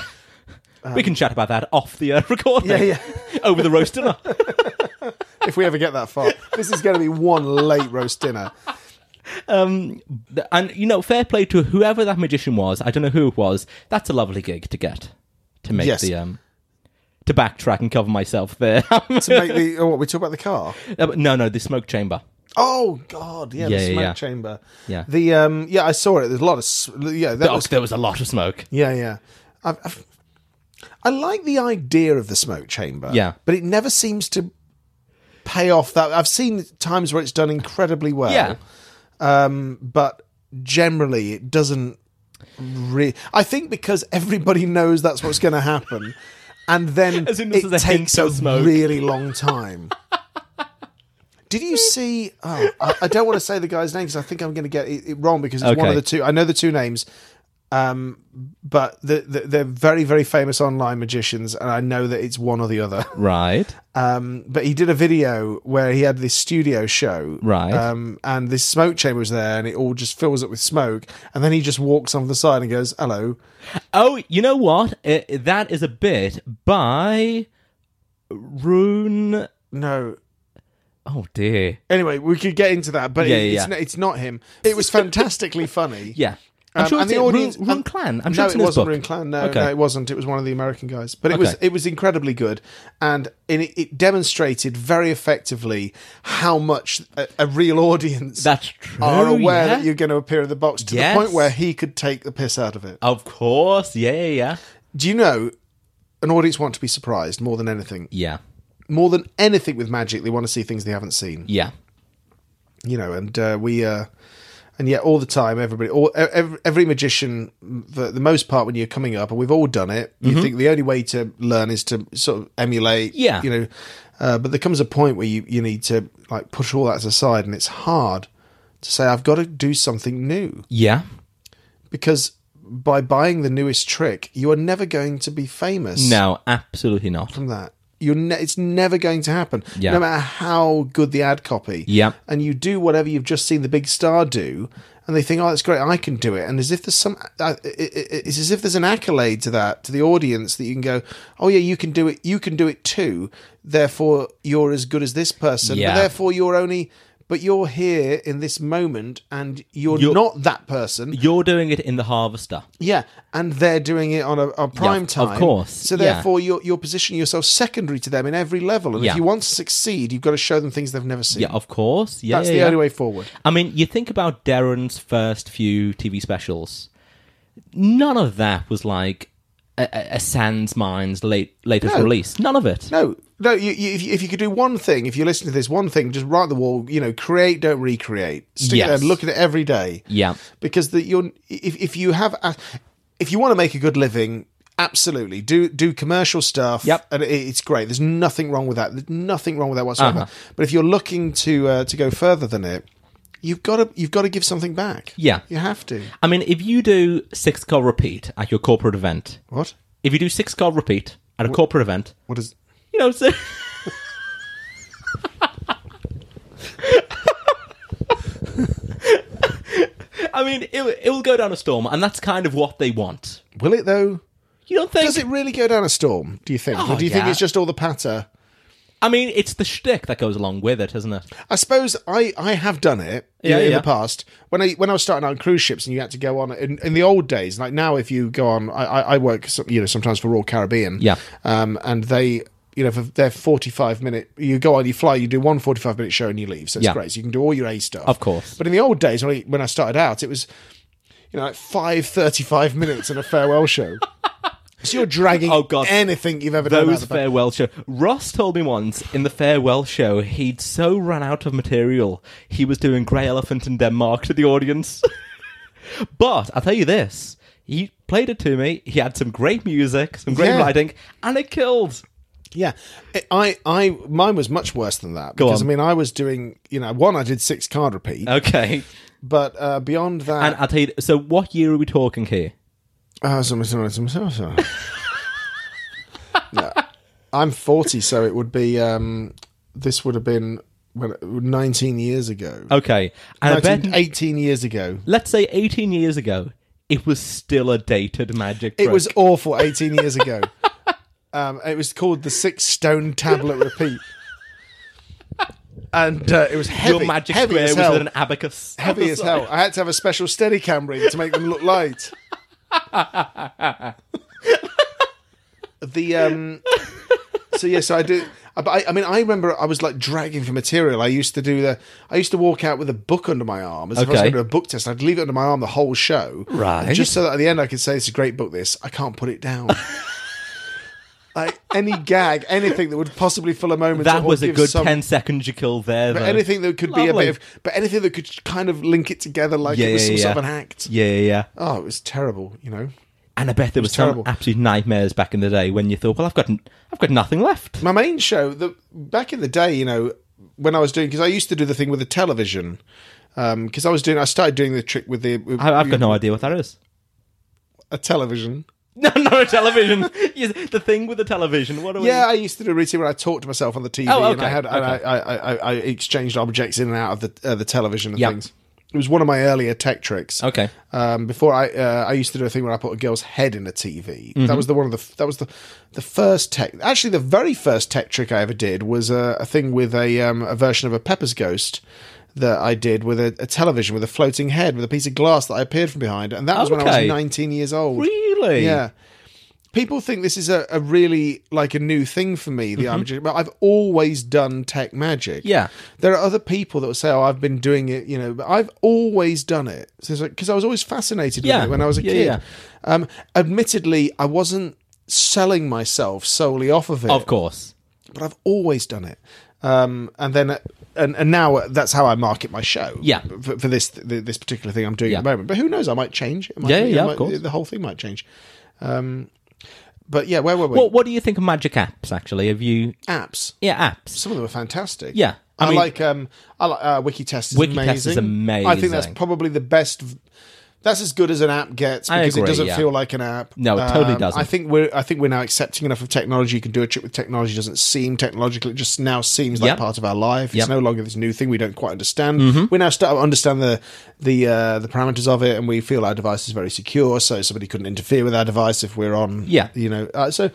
S1: yeah. we can chat about that off the uh, recording.
S3: Um, yeah, yeah.
S1: over the roast dinner.
S3: if we ever get that far. This is going to be one late roast dinner.
S1: and you know, fair play to whoever that magician was. I don't know who it was. That's a lovely gig to get to make
S3: Yes.
S1: the um to backtrack and cover myself there.
S3: To make the oh, what we talk about the car.
S1: Uh, but no, no, the smoke chamber.
S3: Oh God, yeah,
S1: Yeah,
S3: the
S1: yeah,
S3: smoke
S1: yeah.
S3: chamber.
S1: Yeah.
S3: the um, yeah, I saw it. There's a lot of s- yeah, that
S1: Oh,
S3: was
S1: there was a lot of smoke.
S3: yeah, yeah. I've, I've, I like the idea of the smoke chamber.
S1: Yeah.
S3: but it never seems to pay off. That I've seen times where it's done incredibly well.
S1: Yeah.
S3: um, but generally it doesn't. Re- I think because everybody knows that's what's going to happen, and then
S1: As soon as
S3: it
S1: there's a hint
S3: takes
S1: of
S3: a
S1: smoke.
S3: really long time. Did you see? Oh, I, I don't want to say the guy's name because I think I'm going to get it, it wrong because it's one
S1: Okay.
S3: of the two. I know the two names, um, but the, the, they're very, very famous online magicians, and I know that it's one or the other.
S1: Right.
S3: Um, but he did a video where he had this studio show,
S1: Right.
S3: Um, and this smoke chamber was there, and it all just fills up with smoke, and then he just walks on the side and goes, "Hello."
S1: Oh, you know what? Uh that is a bit by Rune.
S3: No.
S1: Oh dear.
S3: Anyway, we could get into that, but
S1: Yeah,
S3: it-
S1: yeah,
S3: it's,
S1: yeah.
S3: n- it's not him. It was fantastically funny.
S1: Yeah. I'm
S3: Um,
S1: sure
S3: and
S1: it's
S3: the
S1: in
S3: audience-
S1: Rune, Rune
S3: and-
S1: Clan. I'm sure
S3: No,
S1: it's
S3: it
S1: in his
S3: wasn't
S1: book.
S3: Rune Clan. No,
S1: Okay.
S3: no, it wasn't. It was one of the American guys, but it was
S1: Okay.
S3: it was incredibly good, and it, it demonstrated very effectively how much a, a real audience
S1: That's true.
S3: are
S1: Oh,
S3: aware
S1: yeah.
S3: that you're going to appear in the box to
S1: Yes.
S3: the point where he could take the piss out of it.
S1: Of course. Yeah, yeah, yeah.
S3: Do you know an audience want to be surprised more than anything?
S1: Yeah.
S3: More than anything with magic, they want to see things they haven't seen.
S1: Yeah.
S3: You know, and uh, we. Uh, and yet, all the time, everybody, all, every, every magician, for the most part, when you're coming up, and we've all done it, you think the only way to learn is to sort of emulate,
S1: Mm-hmm. Yeah.
S3: you know. Uh, but there comes a point where you, you need to like push all that aside, and it's hard to say I've got to do something new.
S1: Yeah.
S3: because by buying the newest trick, you are never going to be famous
S1: No, absolutely not.
S3: from that. You're ne- it's never going to happen,
S1: Yeah.
S3: no matter how good the ad copy.
S1: Yeah.
S3: and you do whatever you've just seen the big star do, and they think, "Oh, that's great, I can do it." And as if there's some, uh, i- i- it's as if there's an accolade to that to the audience that you can go, "Oh yeah, you can do it. You can do it too." Therefore, you're as good as this person.
S1: Yeah.
S3: But therefore, you're only. But you're here in this moment, and you're,
S1: You're-
S3: not that person.
S1: You're doing it in the harvester.
S3: Yeah, and they're doing it on a, a prime
S1: of
S3: time,
S1: course,
S3: So
S1: yeah.
S3: therefore, you're you're positioning yourself secondary to them in every level. And
S1: Yeah.
S3: if you want to succeed, you've got to show them things they've never seen.
S1: Yeah, of course. Yeah,
S3: That's
S1: yeah,
S3: the
S1: yeah.
S3: only way forward.
S1: I mean, you think about Darren's first few TV specials. None of that was like a, a a Sans Mines late latest
S3: No.
S1: release. None of it.
S3: No, no. You, you, if, you, if you could do one thing, if you listen to this one thing, just write the wall. You know, create, don't recreate. Stick
S1: Yes.
S3: there and look at it every day.
S1: Yeah.
S3: because the, you're if if you have a, if you want to make a good living. Absolutely, do do commercial stuff.
S1: Yep.
S3: and it, it's great. There's nothing wrong with that. There's nothing wrong with that whatsoever.
S1: Uh-huh.
S3: But if you're looking to uh, to go further than it, you've got to you've got to give something back.
S1: Yeah.
S3: you have to.
S1: I mean, if you do six car repeat at your corporate event,
S3: What?
S1: if you do six car repeat at a corporate event,
S3: What is?
S1: you know, so I mean, it will- it will go down a storm, and that's kind of what they want.
S3: Will it though?
S1: You don't think?
S3: Does it really go down a storm? Do you think?
S1: Oh,
S3: or do you think
S1: yeah.
S3: it's just all the patter?
S1: I mean, it's the shtick that goes along with it, isn't it?
S3: I suppose I, I have done it
S1: Yeah,
S3: in, in
S1: yeah.
S3: the past when I when I was starting out on cruise ships and you had to go on in, in the old days like now if you go on I, I I work some- you know sometimes for Royal Caribbean
S1: Yeah.
S3: um and they you know for their forty five minute you go on you fly you do one 45 minute show and you leave so it's
S1: Yeah.
S3: great so you can do all your A stuff
S1: Of course.
S3: but in the old days when I, when I started out it was you know like five 35 minutes and a farewell show so you're dragging
S1: Oh, God.
S3: anything you've ever done out
S1: Those
S3: of the back.
S1: farewell show. Ross told me once in the farewell show he'd so run out of material he was doing Grey Elephant in Denmark to the audience. but I'll tell you this: he played it to me. He had some great music, some great
S3: Yeah.
S1: writing, and it killed.
S3: Yeah, I, I, mine was much worse than that
S1: Go
S3: because
S1: on.
S3: I mean I was doing, you know, one I did six card repeat,
S1: Okay,
S3: but uh, beyond that,
S1: and I'll tell you. So, what year are we talking here?
S3: Oh, sorry, sorry, sorry, sorry, sorry. No, I'm forty, so it would be um, this would have been when, nineteen years ago,
S1: Okay, and Oh, I
S3: 19,
S1: bet,
S3: 18 years ago.
S1: let's say eighteen years ago, it was still a dated magic.
S3: It
S1: trick.
S3: was awful eighteen years ago. Um, it was called the Six Stone Tablet Repeat. And uh, it was heavy.
S1: Your magic
S3: heavy
S1: square
S3: as
S1: was
S3: hell.
S1: with an abacus.
S3: heavy as hell. I had to have a special steady cam ring to make them look light. the um so yeah, so I did I- but I, I mean I remember I was like dragging for material. I used to do the I used to walk out with a book under my arm as if I was
S1: Okay.
S3: going to do a book test. I'd leave it under my arm the whole show.
S1: Right.
S3: Just so that at the end I could say it's a great book this. I can't put it down. like any gag, anything that would possibly fill a moment.
S1: That
S3: or
S1: was a
S3: give
S1: good
S3: some-
S1: 10 seconds you killed there.
S3: but
S1: though.
S3: anything that could be a
S1: Lovely.
S3: bit of, but anything that could kind of link it together like
S1: yeah,
S3: it was
S1: yeah,
S3: some
S1: yeah.
S3: sort of an act.
S1: Yeah, yeah, yeah.
S3: Oh, it was terrible, you know.
S1: And I bet there was, some
S3: terrible.
S1: absolute nightmares back in the day when you thought, well, I've got, n- I've got nothing left.
S3: My main show, the back in the day, you know, when I was doing, because I used to do the thing with the television, because I was doing, I started doing the trick with the with
S1: I, I've got no idea what that is.
S3: a television.
S1: No, not a television. Yes, the thing with the television. What are we?
S3: Yeah, I used to do a routine where I talked to myself on the TV,
S1: Oh,
S3: and I
S1: okay,
S3: had and I,
S1: okay.
S3: I, I, I exchanged objects in and out of the uh, the television and
S1: Yep.
S3: things. It was one of my earlier tech tricks.
S1: Okay.
S3: Um, before I, uh, I used to do a thing where I put a girl's head in a TV.
S1: Mm-hmm.
S3: That was the one of the that was the the first tech. Actually, the very first tech trick I ever did was a, a thing with a um, a version of a Pepper's Ghost that I did with a, a television with a floating head with a piece of glass that I appeared from behind, and that was when I
S1: Okay.
S3: was 19 years old.
S1: Really?
S3: Yeah. People think this is a, a really like a new thing for me, the eye magic, but I've always done tech magic.
S1: Mm-hmm. Yeah.
S3: There are other people that will say, Oh, I've been doing it, you know, but I've always done it. Because I was always fascinated
S1: Yeah.
S3: with it when I was a
S1: Yeah,
S3: kid.
S1: yeah.
S3: Um, admittedly, I wasn't selling myself solely off of it
S1: Of course.
S3: but I've always done it. Um, and then, and, and now that's how I market my show.
S1: Yeah.
S3: For, for this th- this particular thing I'm doing
S1: Yeah.
S3: at the moment. But who knows? I might change. It might,
S1: Yeah,
S3: it
S1: yeah, of
S3: might-
S1: course.
S3: The whole thing might change. Um, but yeah, where were we?
S1: What, what do you think of magic apps, actually? Have you.
S3: apps.
S1: Yeah, apps.
S3: Some of them are fantastic.
S1: Yeah. I
S3: I,
S1: mean-
S3: like um, I like uh, WikiTest. Is
S1: WikiTest
S3: amazing.
S1: is amazing.
S3: I think that's probably the best. v- That's as good as an app gets
S1: I
S3: because
S1: agree,
S3: it doesn't
S1: yeah.
S3: feel like an app. Um,
S1: No, it totally doesn't.
S3: I think we're I think we're now accepting enough of technology. You can do a trick with technology. It doesn't seem technological. It just now seems like
S1: Yep.
S3: part of our life. It's
S1: Yep. Mm-hmm.
S3: no longer this new thing we don't quite understand. We now start to understand the the uh, the parameters of it, and we feel our device is very secure. So somebody couldn't interfere with our device if we're on.
S1: Yeah.
S3: you know. Uh, so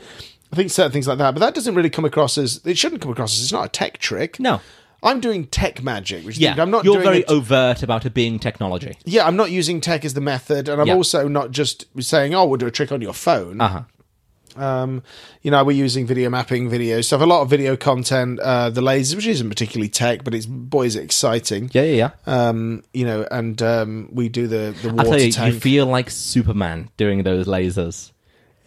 S3: I think certain things like that, but that doesn't really come across as it shouldn't come across as it's not a tech trick.
S1: No.
S3: I'm doing tech magic, which
S1: Yeah.
S3: is, I'm not.
S1: You're
S3: doing
S1: very
S3: it-
S1: overt about it being technology.
S3: yeah, I'm not using tech as the method, and I'm
S1: Yeah.
S3: also not just saying, "Oh, we'll do a trick on your phone."
S1: Uh-huh.
S3: Um, you know, we're using video mapping videos, so I have a lot of video content. Uh, the lasers, which isn't particularly tech, but it's boy, is it exciting.
S1: Yeah, yeah, yeah.
S3: Um, you know, and um, we do the the
S1: I
S3: water
S1: tell you,
S3: tank.
S1: you feel like Superman doing those lasers.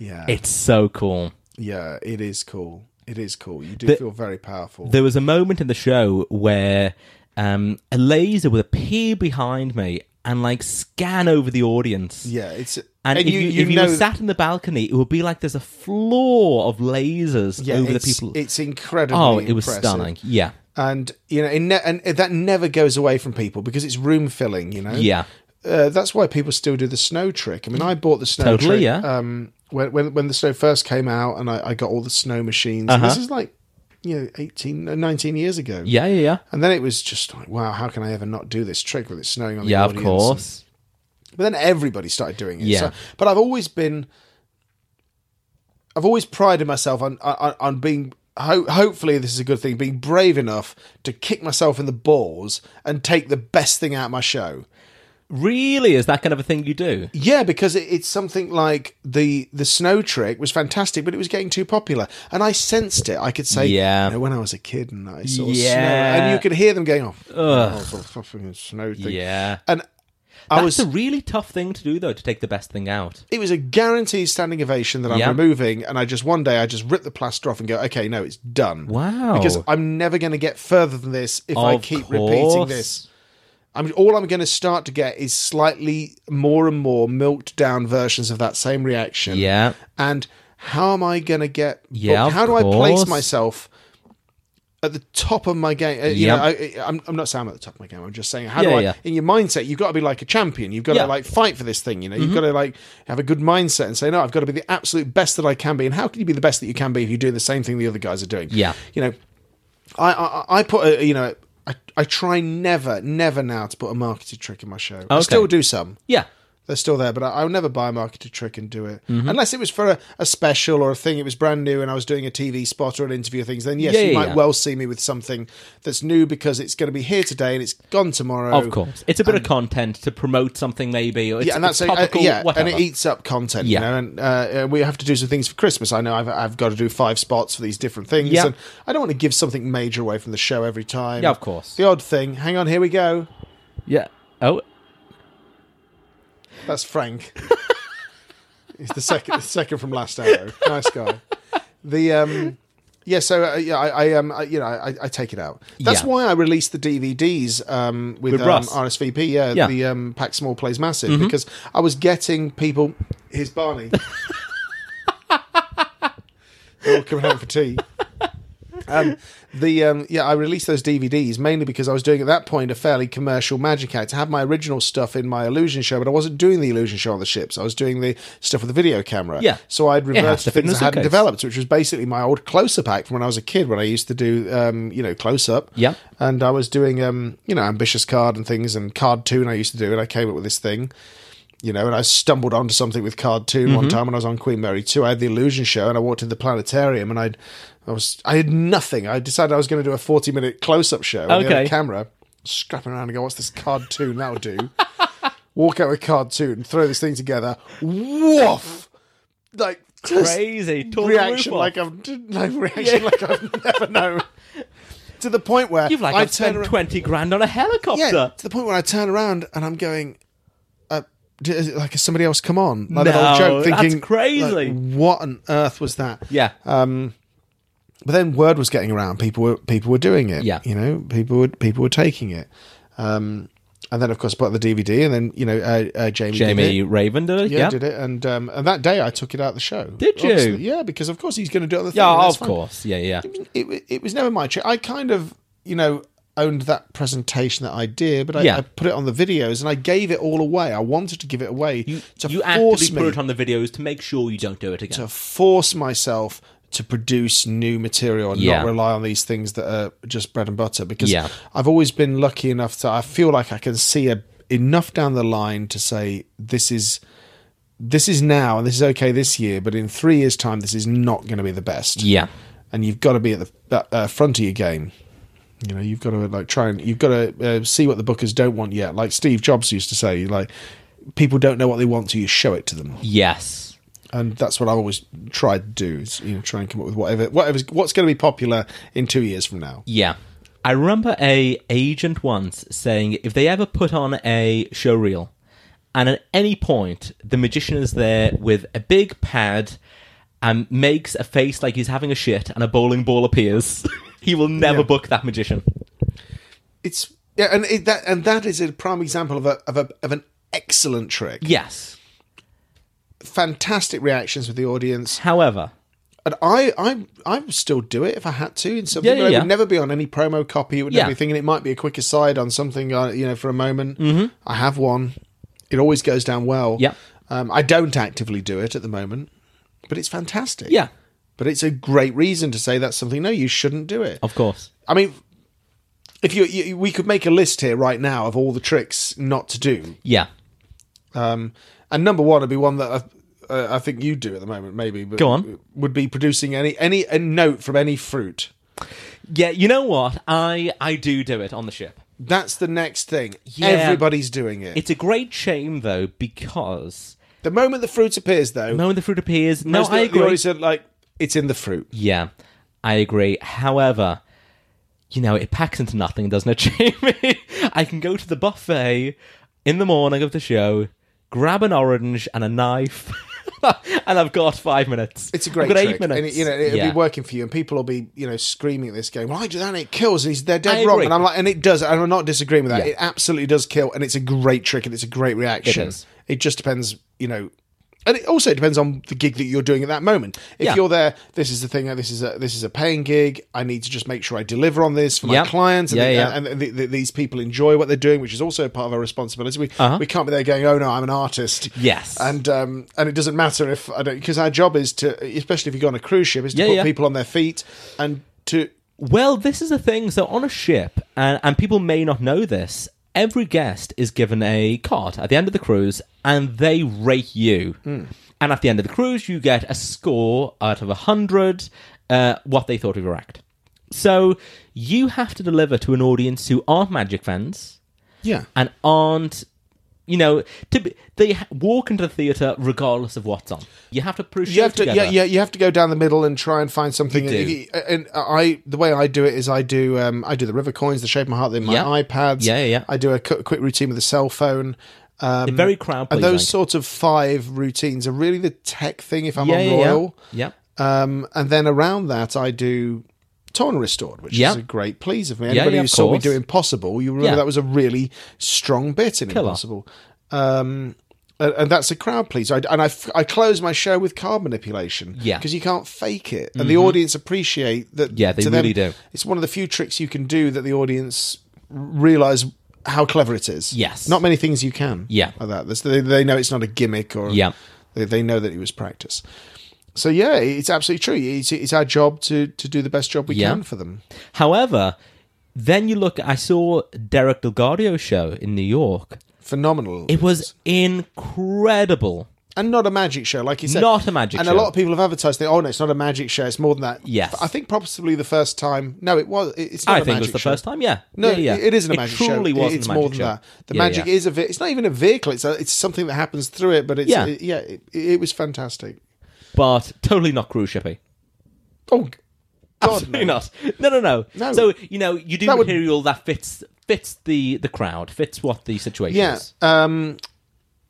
S3: yeah,
S1: It's so cool.
S3: yeah, it is cool. It is cool. You do feel very powerful.
S1: There was a moment in the show where um, a laser would appear behind me and like scan over the audience.
S3: yeah, it's
S1: And, if you, if you
S3: know
S1: were sat in the balcony, it would be like there's a floor of lasers
S3: yeah,
S1: over the
S3: it's-
S1: people.
S3: It's incredible.
S1: oh, it was stunning. Yeah.
S3: and you know, it ne- and that never goes away from people because it's room filling. You know,
S1: Yeah.
S3: Uh, that's why people still do the snow trick. I mean, I bought the snow
S1: Totally,
S3: trick
S1: yeah.
S3: um, when, when when the snow first came out, and I, I got all the snow machines. And this is like you know, 18, no, 19 years ago.
S1: Uh-huh. Yeah, yeah, yeah.
S3: And then it was just like, wow, how can I ever not do this trick with it snowing on the
S1: Yeah, of
S3: audience?
S1: course.
S3: But then everybody started doing it.
S1: Yeah.
S3: So, but I've always been, I've always prided myself on on, on being. Ho- hopefully, this is a good thing. Being brave enough to kick myself in the balls and take the best thing out of my show.
S1: Really? Is that kind of a thing you do?
S3: Yeah, because it, it's something like the the snow trick was fantastic, but it was getting too popular, and I sensed it. I could say,
S1: Yeah.
S3: you know, when I was a kid and I saw snow,
S1: Yeah.
S3: and you could hear them going, "Oh, oh for fucking snow thing,"
S1: Yeah.
S3: and I
S1: That's
S3: was
S1: a really tough thing to do, though, to take the best thing out.
S3: it was a guaranteed standing ovation that I'm
S1: Yeah.
S3: removing, and I just one day I just rip the plaster off and go, okay, no, it's done.
S1: Wow.
S3: Because I'm never going to get further than this if I
S1: Of
S3: keep repeating
S1: course.
S3: this. I'm all I'm going to start to get is slightly more and more milked down versions of that same reaction.
S1: Yeah.
S3: And how am I going to get?
S1: Yeah,
S3: booked? How
S1: of
S3: do I place
S1: course.
S3: myself? At the top of my game, Uh, you
S1: Yeah.
S3: know, I, I'm, I'm not saying I'm at the top of my game. I'm just saying, how do
S1: Yeah,
S3: I?
S1: yeah.
S3: In your mindset, you've got to be like a champion. You've got
S1: Yeah. Mm-hmm.
S3: to like fight for this thing. You know, you've got to like have a good mindset and say, no, I've got to be the absolute best that I can be. And how can you be the best that you can be if you're doing the same thing the other guys are doing?
S1: Yeah.
S3: you know, I I, I put a, you know. I, I try never, never now to put a marketed trick in my show. I
S1: Okay.
S3: still do some.
S1: Yeah.
S3: They're still there, but I, I would never buy a marketed trick and do it
S1: Mm-hmm.
S3: unless it was for a, a special or a thing. It was brand new, and I was doing a TV spot or an interview. or Things then, yes,
S1: Yeah,
S3: you
S1: yeah,
S3: might
S1: yeah.
S3: well see me with something that's new because it's going to be here today and it's gone tomorrow.
S1: Of course, it's a bit of content to promote something, maybe. Or it's,
S3: Oh, yeah, and that's
S1: it's topical,
S3: uh, yeah,
S1: whatever.
S3: and it eats up content,
S1: Yeah.
S3: you know. And uh, uh, we have to do some things for Christmas. I know I've, I've got to do five spots for these different things,
S1: Yeah.
S3: and I don't want to give something major away from the show every time.
S1: Yeah, of course.
S3: The odd thing. Hang on, here we go.
S1: yeah. Oh,
S3: That's Frank. He's the second, the second from last arrow. Nice guy. The um, yeah. So uh, yeah, I, I um, I, you know, I, I take it out. That's
S1: Yeah.
S3: why I released the DVDs um with,
S1: With
S3: um,
S1: Russ.
S3: RSVP.
S1: Yeah.
S3: Yeah,
S1: Mm-hmm.
S3: the um, Pack Small Plays Massive because I was getting people. Here's Barney. They're all coming home for tea. Um, the um, yeah, I released those DVDs mainly because I was doing at that point a fairly commercial magic act. I had my original stuff in my illusion show, but I wasn't doing the illusion show on the ships. I was doing the stuff with the video camera.
S1: Yeah.
S3: So I'd
S1: has
S3: reversed
S1: to fit in
S3: things
S1: the
S3: I hadn't
S1: suitcase.
S3: developed, which was basically my old close-up act from when I was a kid, when I used to do um, you know close-up.
S1: Yeah.
S3: And I was doing um, you know ambitious card and things and card tune I used to do, and I came up with this thing you know, and I stumbled onto something with Card 2
S1: Mm-hmm.
S3: one time when I was on Queen Mary Two. I had the Illusion Show, and I walked into the planetarium, and I'd, I was, I had nothing. I decided I was going to do a forty-minute close-up show with the
S1: Okay.
S3: other camera, scrapping around and go, "What's this Card Two now do?" Walk out with Card Two and throw this thing together. Woof! Like just
S1: crazy! Torn the
S3: reaction,
S1: roof off.
S3: like I've no reaction, like I've never known. To the point where
S1: you've like
S3: I
S1: I've spent
S3: turn around-
S1: twenty grand on a helicopter.
S3: yeah, to the point where I turn around and I'm going, uh, d- is it like, has somebody else come on? Like that
S1: No,
S3: old joke,
S1: that's
S3: thinking,
S1: crazy.
S3: like, what on earth was that?
S1: Yeah.
S3: But then word was getting around. People were people were doing it.
S1: Yeah.
S3: you know, people were people were taking it. Um, and then of course, bought the DVD, and then you know, uh, uh, Jamie, did
S1: Jamie
S3: it.
S1: Raven did it.
S3: Yeah,
S1: Yeah.
S3: did it, and um, and that day I took it out of the show.
S1: Did you?
S3: Obviously. Yeah, because of course he's going to do other things.
S1: Yeah,
S3: and that's
S1: of
S3: fine.
S1: course. Yeah, yeah.
S3: It, wa- it was never my trick. I kind of, you know, owned that presentation, that idea, but I,
S1: Yeah.
S3: I put it on the videos and I gave it all away. I wanted to give it away to
S1: you
S3: force
S1: actively
S3: me
S1: put it on the videos to make sure you don't do it again.
S3: to force myself to produce new material and
S1: Yeah.
S3: not rely on these things that are just bread and butter because
S1: Yeah.
S3: I've always been lucky enough to I feel like I can see a, enough down the line to say this is this is now and this is okay this year but in 3 years time this is not going to be the best.
S1: Yeah.
S3: And you've got to be at the uh, front of your game. You know, you've got to like try and you've got to uh, see what the bookers don't want yet. Like Steve Jobs used to say like people don't know what they want till you show it to them
S1: Yes.
S3: and that's what I've always tried to do is you know try and come up with whatever whatever's what's going to be popular in two years from now.
S1: Yeah. I remember a agent once saying if they ever put on a show reel and at any point the magician is there with a big pad and makes a face like he's having a shit and a bowling ball appears, he will never book that magician.
S3: It's yeah, and it, that and that is a prime example of a of a of an excellent trick.
S1: Yes.
S3: Fantastic reactions with the audience,
S1: However,
S3: and I I I would still do it if I had to in something.
S1: Yeah, yeah,
S3: but it
S1: yeah.
S3: would never be on any promo copy. It would
S1: Yeah.
S3: never be thinking it might be a quick aside on something uh, you know for a moment. Mm-hmm. I have one. It always goes down well.
S1: Yeah.
S3: Um, I don't actively do it at the moment, but it's fantastic.
S1: yeah,
S3: But it's a great reason to say that's something. No, you shouldn't do it.
S1: of course.
S3: I mean, if you, you we could make a list here right now of all the tricks not to do.
S1: Yeah.
S3: Um, and number one would be one that I, uh, I think you do at the moment, maybe. But
S1: Go on.
S3: Would be producing any any a note from any fruit.
S1: Yeah, you know what? I I do do it on the ship.
S3: That's the next thing.
S1: Yeah.
S3: Everybody's doing it.
S1: It's a great shame though because
S3: The moment the fruit appears, though,
S1: the moment the fruit appears, no,
S3: most
S1: I
S3: of the
S1: agree.
S3: audience are like, it's in the fruit.
S1: Yeah, I agree. However, you know, it packs into nothing, doesn't it, Jamie? I can go to the buffet in the morning of the show, grab an orange and a knife, and I've got five minutes.
S3: It's a great
S1: I've got
S3: trick.
S1: eight minutes.
S3: And, it- you know, it'll
S1: Yeah.
S3: be working for you, and people will be, you know, screaming at this game. Well, I do that, and it kills. And he's they're
S1: I
S3: dead wrong.
S1: agree.
S3: And I'm like, and it does. And I'm not disagreeing with that.
S1: Yeah.
S3: It absolutely does kill, and it's a great trick, and it's a great reaction.
S1: It is.
S3: It just depends, you know. And it also depends on the gig that you're doing at that moment. If
S1: Yeah.
S3: you're there, this is the thing. uh, This is a this is a paying gig. I need to just make sure I deliver on this for my
S1: Yeah.
S3: clients, and,
S1: Yeah,
S3: the-
S1: yeah.
S3: and, and the, the, these people enjoy what they're doing, which is also part of our responsibility. We,
S1: Uh-huh.
S3: we can't be there going, "Oh no, I'm an artist."
S1: Yes.
S3: and um, and it doesn't matter if I don't because our job is to, especially if you go on a cruise ship, is to
S1: Yeah,
S3: put
S1: yeah.
S3: people on their feet and to
S1: Well, this is the thing. So on a ship, and, and people may not know this, every guest is given a card at the end of the cruise and they rate you.
S3: Hmm.
S1: And at the end of the cruise, you get a score out of 100 uh, what they thought of your act. So you have to deliver to an audience who aren't magic fans
S3: Yeah.
S1: and aren't. You know, to be, they ha- walk into the theater regardless of what's on. You have to push.
S3: you have to
S1: together.
S3: yeah, yeah you have to go down the middle and try and find something
S1: You do.
S3: If you- and i the way i do it is i do um i do the river coins the shape of my heart in my
S1: Yeah.
S3: ipads
S1: Yeah, yeah, yeah.
S3: i do a cu- quick routine with a cell phone um
S1: very crowd
S3: and those
S1: pleasing.
S3: sort of five routines are really the tech thing if i'm
S1: Yeah,
S3: on
S1: yeah, yeah.
S3: royal
S1: Yeah.
S3: um and then around that i do Torn Restored, which
S1: Yeah.
S3: is a great please of me.
S1: yeah,
S3: Anybody who
S1: of
S3: saw me
S1: course.
S3: do Impossible, you remember
S1: Yeah.
S3: that was a really strong bit in
S1: Killer.
S3: Impossible. Um, and, and that's a crowd please. I, and I, f- I close my show with card manipulation.
S1: Yeah. Mm-hmm.
S3: Because you can't fake it. And the audience appreciate that.
S1: Yeah, they
S3: to them,
S1: really do.
S3: It's one of the few tricks you can do that the audience realize how clever it is.
S1: Yes.
S3: Not many things you can.
S1: Yeah.
S3: Like that. That's- They, they know it's not a gimmick or.
S1: Yeah.
S3: They, they know that it was practice. So yeah, it's absolutely true. It's, it's our job to, to do the best job we
S1: Yeah.
S3: can for them.
S1: However, then you look. I saw Derek Delgadio's show in New York.
S3: Phenomenal.
S1: It was incredible.
S3: and not a magic show, like you said.
S1: Not a magic
S3: and
S1: show.
S3: a lot of people have advertised, they, oh no, it's not a magic show, it's more than that.
S1: Yes.
S3: But I think possibly the first time, no, it was, it- it's not
S1: I
S3: a
S1: think it
S3: magic
S1: was the
S3: show.
S1: first time. Yeah.
S3: No,
S1: yeah, yeah.
S3: it isn't a magic
S1: truly
S3: show.
S1: wasn't
S3: it's
S1: a magic
S3: more than
S1: show.
S3: that. The
S1: Yeah,
S3: magic
S1: yeah.
S3: is a, ve- it's not even a vehicle, it's a, it's something that happens through it, but it's,
S1: Yeah.
S3: yeah, it, yeah it, it was fantastic.
S1: but totally not cruise shippy.
S3: Oh, God,
S1: Absolutely not. No, no, no,
S3: No.
S1: So you know, you do
S3: That would-
S1: material that fits fits the the crowd, fits what the situation
S3: Yeah.
S1: is.
S3: Um,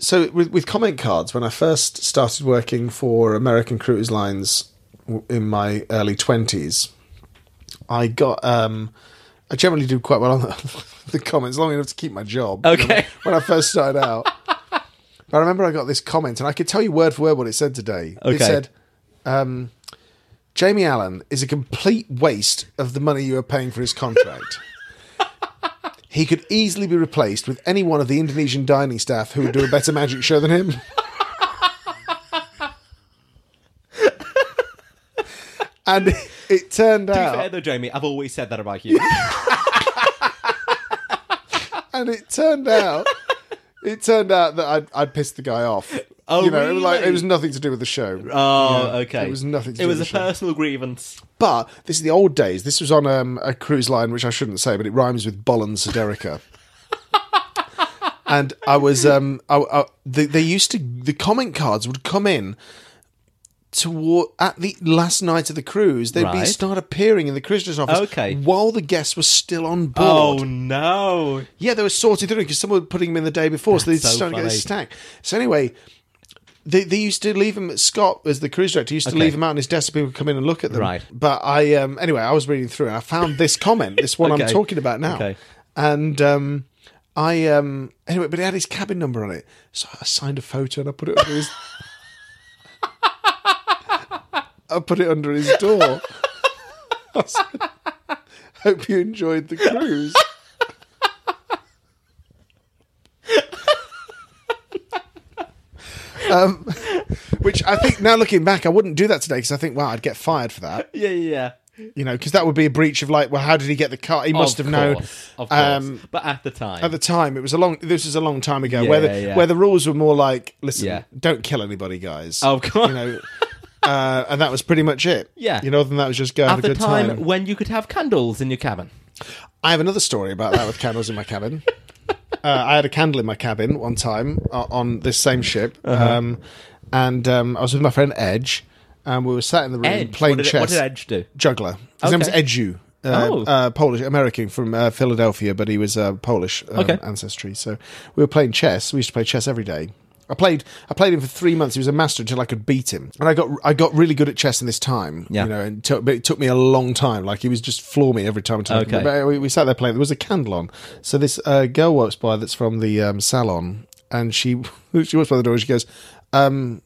S3: so with, with comment cards, when I first started working for American Cruise Lines w- in my early twenties, I got. Um, I generally do quite well on the, the comments, long enough to keep my job.
S1: Okay.
S3: When I first started out, but I remember I got this comment, and I could tell you word for word what it said today.
S1: Okay.
S3: It said. Um, Jamie Allen is a complete waste of the money you are paying for his contract. he could easily be replaced with any one of the Indonesian dining staff who would do a better magic show than him. and it, it turned
S1: To be fair
S3: out
S1: though, Jamie, I've always said that about you.
S3: and it turned out it turned out that I'd, I'd pissed the guy off.
S1: Oh,
S3: you know, it was like
S1: really?
S3: it was nothing to do with the show.
S1: Oh,
S3: Yeah,
S1: okay.
S3: It was nothing. To
S1: it
S3: do
S1: was a
S3: with the show.
S1: personal grievance.
S3: But this is the old days. This was on um, a cruise line, which I shouldn't say, but it rhymes with Bolland Sederica. and I was, um, I, I, they, they used to, the comment cards would come in toward at the last night of the cruise. They'd
S1: Right.
S3: be start appearing in the cruiser's office,
S1: Okay.
S3: while the guests were still on board.
S1: Oh no!
S3: Yeah, they were sorted through because someone was putting them in the day before, so they
S1: That's so
S3: started getting
S1: funny.
S3: stacked. So anyway, they, they used to leave him. Scott, as the cruise director, used to
S1: Okay.
S3: leave him out on his desk, so people would come in and look at them.
S1: Right.
S3: But I, um, anyway, I was reading through and I found this comment, this one
S1: Okay.
S3: I'm talking about now,
S1: Okay.
S3: and um, I, um, anyway, but it had his cabin number on it, so I signed a photo and I put it under his. I put it under his door. I said, Hope you enjoyed the cruise. um, which I think now looking back, I wouldn't do that today because I think, wow, I'd get fired for that.
S1: Yeah, yeah. yeah.
S3: You know, because that would be a breach of like, well, how did he get the car? He must
S1: Of
S3: have known.
S1: course, Of course.
S3: Um,
S1: but at the time,
S3: at the time, it was a long. This was a long time ago, where the
S1: Yeah, yeah.
S3: where the rules were more like, listen,
S1: Yeah.
S3: don't kill anybody, guys.
S1: Oh, come on.
S3: you know, uh, and that was pretty much it.
S1: Yeah.
S3: you know, other than that, it was just go have
S1: at
S3: a
S1: the
S3: good
S1: time,
S3: time.
S1: when you could have candles in your cabin.
S3: I have another story about that with candles in my cabin. Uh, I had a candle in my cabin one time uh, on this same ship,
S1: Uh-huh.
S3: um, and um, I was with my friend Edge, and we were sat in the room
S1: Edge.
S3: playing
S1: what, did,
S3: chess.
S1: what did Edge do?
S3: juggler. His name was
S1: Okay.
S3: Edju. Uh,
S1: Oh.
S3: uh, Polish American from uh, Philadelphia, but he was uh, Polish um,
S1: Okay.
S3: ancestry. So we were playing chess. We used to play chess every day. I played. I played him for three months. He was a master until I could beat him, and I got I got really good at chess in this time.
S1: Yeah.
S3: you know, and took- but it took me a long time. Like he was just floor me every time. until I could-
S1: Okay.
S3: but uh, we, we sat there playing. There was a candle on, so this uh, girl walks by that's from the um, salon, and she she walks by the door. and She goes, um,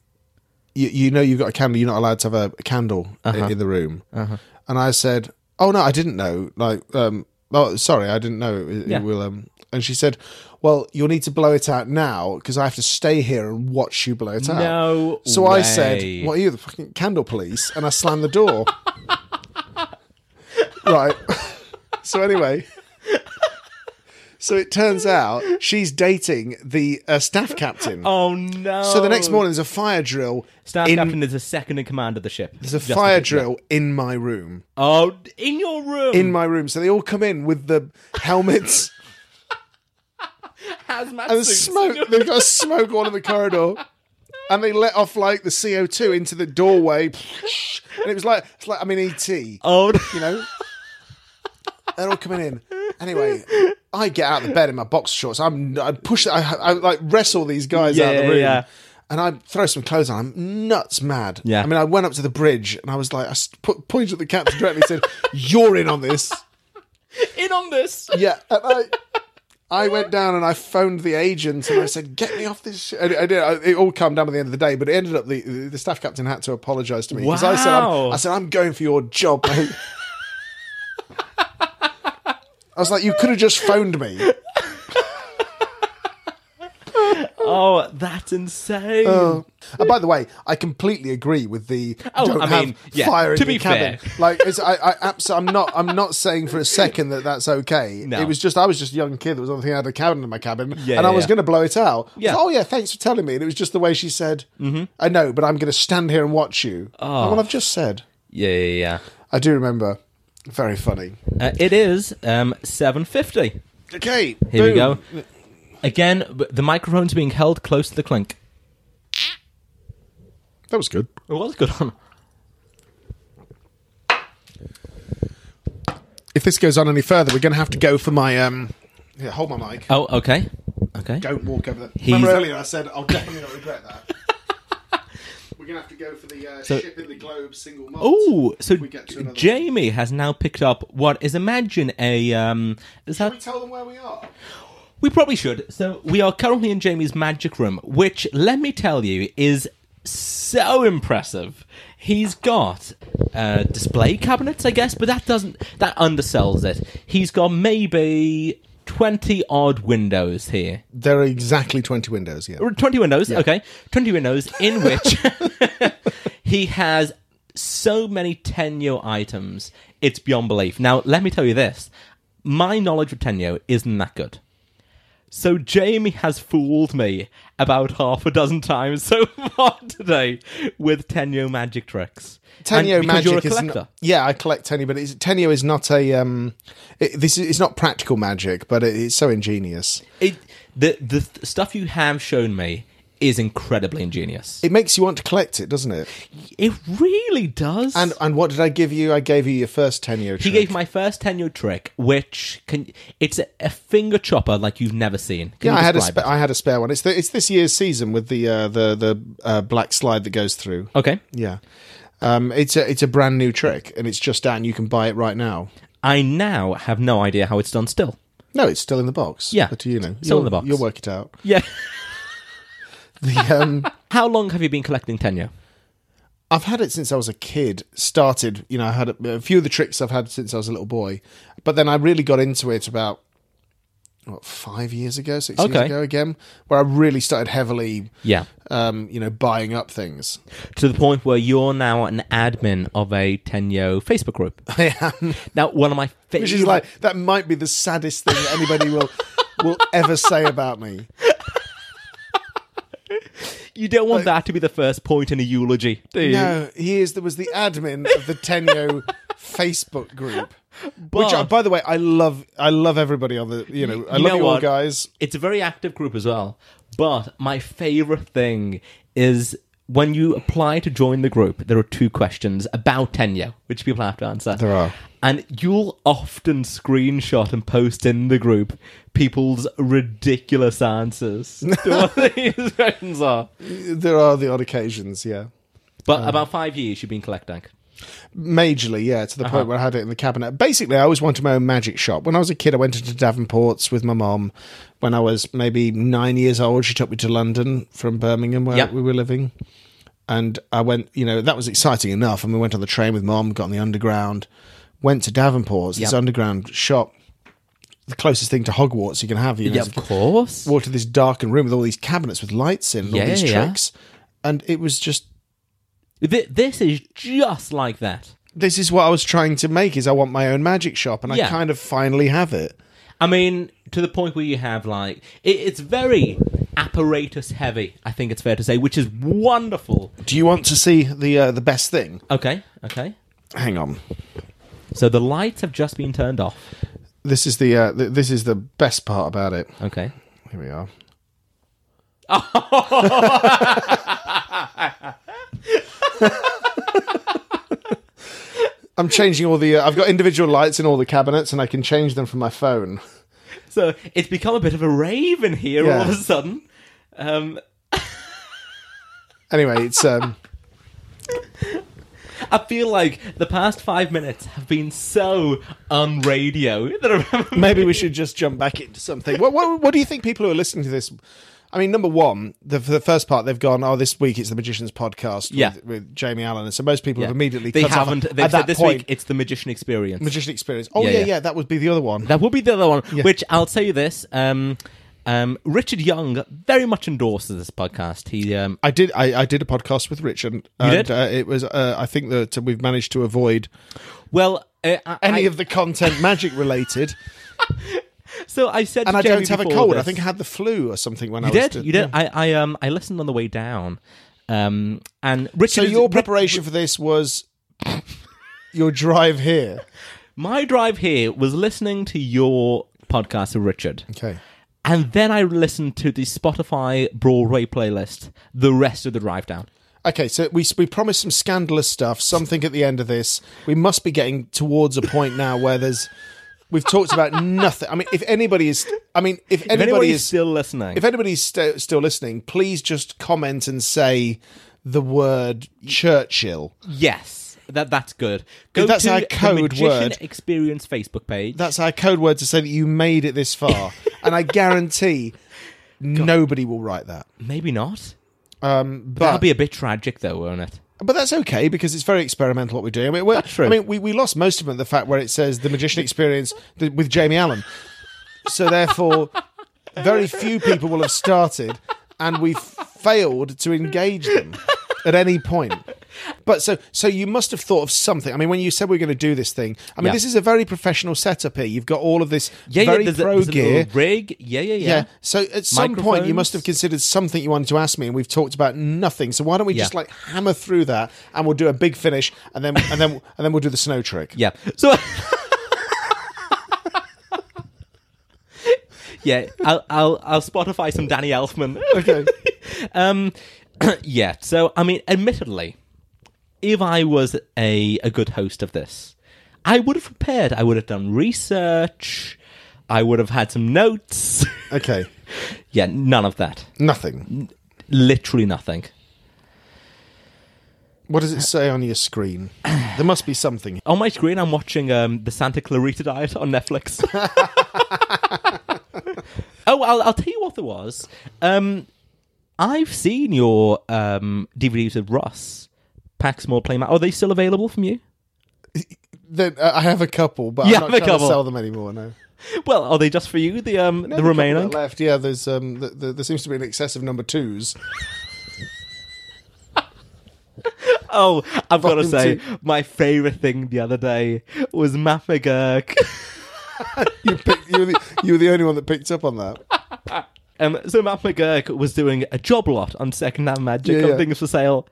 S3: you, you know you've got a candle. You're not allowed to have a, a candle i-
S1: Uh-huh.
S3: in, the room. And I said, oh no, I didn't know. Like, um, oh sorry, I didn't know. It, it
S1: Yeah.
S3: will. Um, and she said, well, you'll need to blow it out now because I have to stay here and watch you blow it out.
S1: No
S3: So I
S1: way.
S3: said, what are you, the fucking candle police? And I slammed the door. right. so anyway. So it turns out she's dating the uh, staff captain.
S1: Oh no!
S3: So the next morning, there's a fire drill.
S1: staff
S3: in,
S1: captain is the second in command of the ship.
S3: There's a fire drill in my room.
S1: Oh, in your room.
S3: In my room. So they all come in with the helmets
S1: hazmat
S3: and the
S1: suits.
S3: smoke. They've got a smoke on in the corridor. And they let off like the CO2 into the doorway. And it was like, it's like I'm in ET.
S1: Oh,
S3: you know? They're all coming in. Anyway, I get out of the bed in my boxer shorts. I'm I push I, I like wrestle these guys out of
S1: Yeah,
S3: the room.
S1: yeah.
S3: And I throw some clothes on. I'm nuts mad.
S1: Yeah.
S3: I mean, I went up to the bridge and I was like, I st- put, pointed at the captain directly and said, "You're in on this."
S1: in on this.
S3: Yeah. And I, I went down and I phoned the agent and I said, "Get me off this." Shit. And I did. I, it all calmed down at the end of the day, but it ended up the the staff captain had to apologise to me because I said,
S1: Wow.
S3: I'm, "I said I'm going for your job." Mate. I was like, "You could have just phoned me."
S1: Oh, that's insane.
S3: Oh. And Uh, by the way, I completely agree with the
S1: Oh,
S3: don't
S1: I
S3: have
S1: mean, yeah,
S3: fire in
S1: to
S3: the
S1: be
S3: cabin.
S1: fair.
S3: Like, it's, I, I abso- I'm not, I'm not saying for a second that that's okay.
S1: No.
S3: It was just, I was just a young kid. That was the only thing I had a cabin in my cabin,
S1: Yeah,
S3: and I
S1: yeah,
S3: was
S1: yeah.
S3: going to blow it out. I was
S1: Yeah. Mm-hmm.
S3: like, oh yeah, thanks for telling me. And it was just the way she said, "I know, but I'm going to stand here and watch you."
S1: Oh.
S3: And what I've just said,
S1: yeah, yeah,
S3: I do remember. Very funny.
S1: yeah. Uh, it is um, seven fifty.
S3: Okay,
S1: Here we go. Again, b- the microphone's being held close to the clink.
S3: That was good.
S1: It was good on.
S3: If this goes on any further, we're going to have to go for my um. Yeah, hold my mic.
S1: Oh, okay, okay.
S3: Don't walk over there.
S1: He's-
S3: Remember earlier I said I'll definitely not regret that. We're gonna have to go for the uh, ship in the globe single malt.
S1: Oh, so
S3: We get to another
S1: Jamie has now picked up what is imagine a um. Is
S3: Can we
S1: that
S3: tell them where we are?
S1: we probably should. So we are currently in Jamie's magic room, which let me tell you is so impressive. He's got uh, display cabinets, I guess, but that doesn't that undersells it. He's got maybe twenty odd windows here.
S3: There are exactly twenty windows. Yeah.
S1: Or 20 windows okay 20 windows in which he has so many tenyo items it's beyond belief now let me tell you this my knowledge of tenyo isn't that good so jamie has fooled me about half a dozen times so far today with tenyo magic tricks And
S3: Tenyo
S1: because
S3: magic
S1: you're a
S3: is
S1: collector.
S3: not, yeah, I collect Tenyo, but it's, Tenyo is not a um. It, this is it's not practical magic, but it, it's so ingenious.
S1: it, the, the th- stuff you have shown me is incredibly ingenious
S3: It makes you want to collect it, doesn't it?
S1: it really does
S3: And and what did I give you? I gave you your first Tenyo.
S1: He
S3: trick.
S1: gave my first tenure trick, which can it's a, a finger chopper like you've never seen. Can
S3: Yeah,
S1: you
S3: I had a
S1: describe
S3: spa- I had a spare one. It's the, it's this year's season with the uh, the the uh, black slide that goes through.
S1: it? okay.
S3: Yeah. Um, it's a it's a brand new trick, and it's just out, and you can buy it right now.
S1: I now have no idea how it's done. Still,
S3: No, it's still in the box.
S1: Yeah.
S3: but you know,
S1: Still in
S3: you'll-
S1: the box.
S3: You'll work it out.
S1: yeah.
S3: The, um,
S1: how long have you been collecting tenure?
S3: I've had it since I was a kid. Started, you know, I had a, a few of the tricks I've had since I was a little boy, but then I really got into it about what five years ago, six
S1: Okay.
S3: years ago again, where I really started heavily,
S1: Yeah,
S3: um, you know, buying up things.
S1: to the point where you're now an admin of a tenyo Facebook group.
S3: I am
S1: Now, one of my favorite.
S3: Which is like that might be the saddest thing that anybody will will ever say about me.
S1: you don't want that to be the first point in a eulogy, do you?
S3: No, he is. There was the admin of the Tenyo Facebook group, which, uh,
S1: But-
S3: by the way, I love. I love everybody on the. You know, I
S1: you
S3: love
S1: know
S3: you all,
S1: what?
S3: guys.
S1: It's a very active group as well. But my favorite thing is when you apply to join the group, there are two questions about tenure, which people have to answer. There
S3: are.
S1: And you'll often screenshot and post in the group people's ridiculous answers to what these questions are.
S3: There are the odd occasions, yeah.
S1: But about five years you've been collecting.
S3: Majorly, yeah, to the
S1: Uh-huh.
S3: point where I had it in the cabinet. Basically, I always wanted my own magic shop. When I was a kid, I went into Davenport's with my mom. When I was maybe nine years old, she took me to London from Birmingham, where
S1: Yep.
S3: we were living. And I went, you know, that was exciting enough. And we went on the train with mom, got on the underground, went to Davenport's, this
S1: Yep.
S3: underground shop, the closest thing to Hogwarts you can have. You know,
S1: Yeah, of course.
S3: walked to this darkened room with all these cabinets with lights in and
S1: Yeah,
S3: all these
S1: yeah.
S3: tricks. And it was just
S1: Th- this is just like that.
S3: this is what I was trying to make is I want my own magic shop and
S1: Yeah.
S3: I kind of finally have it.
S1: I mean, to the point where you have like it, it's very apparatus heavy. I think it's fair to say, which is wonderful.
S3: Do you want to see the uh, the best thing?
S1: Okay, okay.
S3: Hang on.
S1: So the lights have just been turned off.
S3: This is the uh, th- this is the best part about it.
S1: Okay.
S3: Here we are. I'm changing all the. Uh, I've got individual lights in all the cabinets, and I can change them from my phone.
S1: So it's become a bit of a rave in here all of
S3: Yeah.
S1: a sudden. Um,
S3: Anyway, it's um,
S1: I feel like the past five minutes have been so on radio that I remember.
S3: maybe we should just jump back into something. What, what What do you think people who are listening to this? I mean, number one, the, for the first part, they've gone, "Oh, this week it's the Magician's podcast
S1: Yeah.
S3: with, with Jamie Allen," and so most people have immediately
S1: they
S3: cut off
S1: haven't.
S3: at
S1: They've said
S3: that
S1: this
S3: point.
S1: week it's the magician experience.
S3: Magician experience. Oh
S1: Yeah,
S3: yeah yeah,
S1: yeah.
S3: that would be the other one.
S1: That will be the other one. Which I'll tell you this. Um, um, Richard Young very much endorses this podcast. He um,
S3: I did. I, I did a podcast with Richard. And,
S1: did?
S3: Uh, it was. Uh, I think that we've managed to avoid
S1: well, uh, I,
S3: any
S1: I-
S3: of the content magic related,
S1: so I said,
S3: and
S1: to
S3: I
S1: Jamie
S3: don't have a
S1: before
S3: cold. I
S1: this-
S3: think I had the flu or something when I
S1: you
S3: was.
S1: did.
S3: to-
S1: You did. I, I um I listened on the way down. Um, and Richard.
S3: So
S1: is-
S3: your
S1: Ri-
S3: preparation for this was your drive here.
S1: my drive here was listening to your podcast with Richard.
S3: Okay.
S1: And then I listened to the Spotify Broadway playlist the rest of the drive down.
S3: Okay, so we we promised some scandalous stuff. Something at the end of this. We must be getting towards a point now where there's. We've talked about nothing. I mean, if anybody is, I mean, if
S1: If
S3: anybody
S1: anybody's
S3: is
S1: still listening,
S3: if anybody's st- still listening, please just comment and say the word Churchill.
S1: yes, that that's good. Go
S3: That's
S1: to
S3: our code
S1: the Magician
S3: word.
S1: Experience Facebook page.
S3: That's our code word to say that you made it this far. and I guarantee nobody will write that.
S1: Maybe not.
S3: Um,
S1: That'll
S3: but,
S1: be a bit tragic, though, won't it?
S3: but that's okay because it's very experimental what we're doing. I mean, we're,
S1: That's true.
S3: I mean we, we lost most of it, the fact where it says the magician experience th- with Jamie Allen. So therefore, very few people will have started and we've failed to engage them at any point. But so so you must have thought of something. I mean, when you said we are going to do this thing, I mean,
S1: Yeah.
S3: this is a very professional setup here. You've got all of this
S1: Yeah,
S3: very
S1: yeah. There's,
S3: pro
S1: a, there's a
S3: gear.
S1: little rig. Yeah, yeah, yeah.
S3: Yeah. So at some point you
S1: Microphones.
S3: must have considered something you wanted to ask me, and we've talked about nothing. So why don't we
S1: Yeah.
S3: just like hammer through that, and we'll do a big finish, and then and then and then we'll do the snow trick.
S1: Yeah. So. yeah, I'll, I'll I'll Spotify some Danny Elfman.
S3: Okay.
S1: Um, yeah. So I mean, admittedly, if I was a a good host of this, I would have prepared. I would have done research. I would have had some notes.
S3: Okay.
S1: yeah, none of that.
S3: Nothing.
S1: Literally nothing.
S3: What does it say on your screen? There must be something.
S1: On my screen, I'm watching um, the Santa Clarita Diet on Netflix. oh, I'll, I'll tell you what there was. Um, I've seen your um, DVDs with Ross Paxmore Playmat. Are they still available from you?
S3: Then uh, I have a couple, but
S1: You
S3: I'm not
S1: have a
S3: trying
S1: couple.
S3: to sell them anymore. No.
S1: Well, are they just for you? The um, the
S3: There's a couple that
S1: remaining.
S3: left. Yeah. There's um. Th- th- there seems to be an excess of number twos.
S1: Oh, I've got to
S3: Volume
S1: say,
S3: two.
S1: my favorite thing the other day was Matt McGurk.
S3: You picked, you, were the, you were the only one that picked up on that.
S1: um, so Matt McGurk was doing a job lot on Second Hand Magic
S3: Yeah,
S1: on
S3: yeah.
S1: things for sale.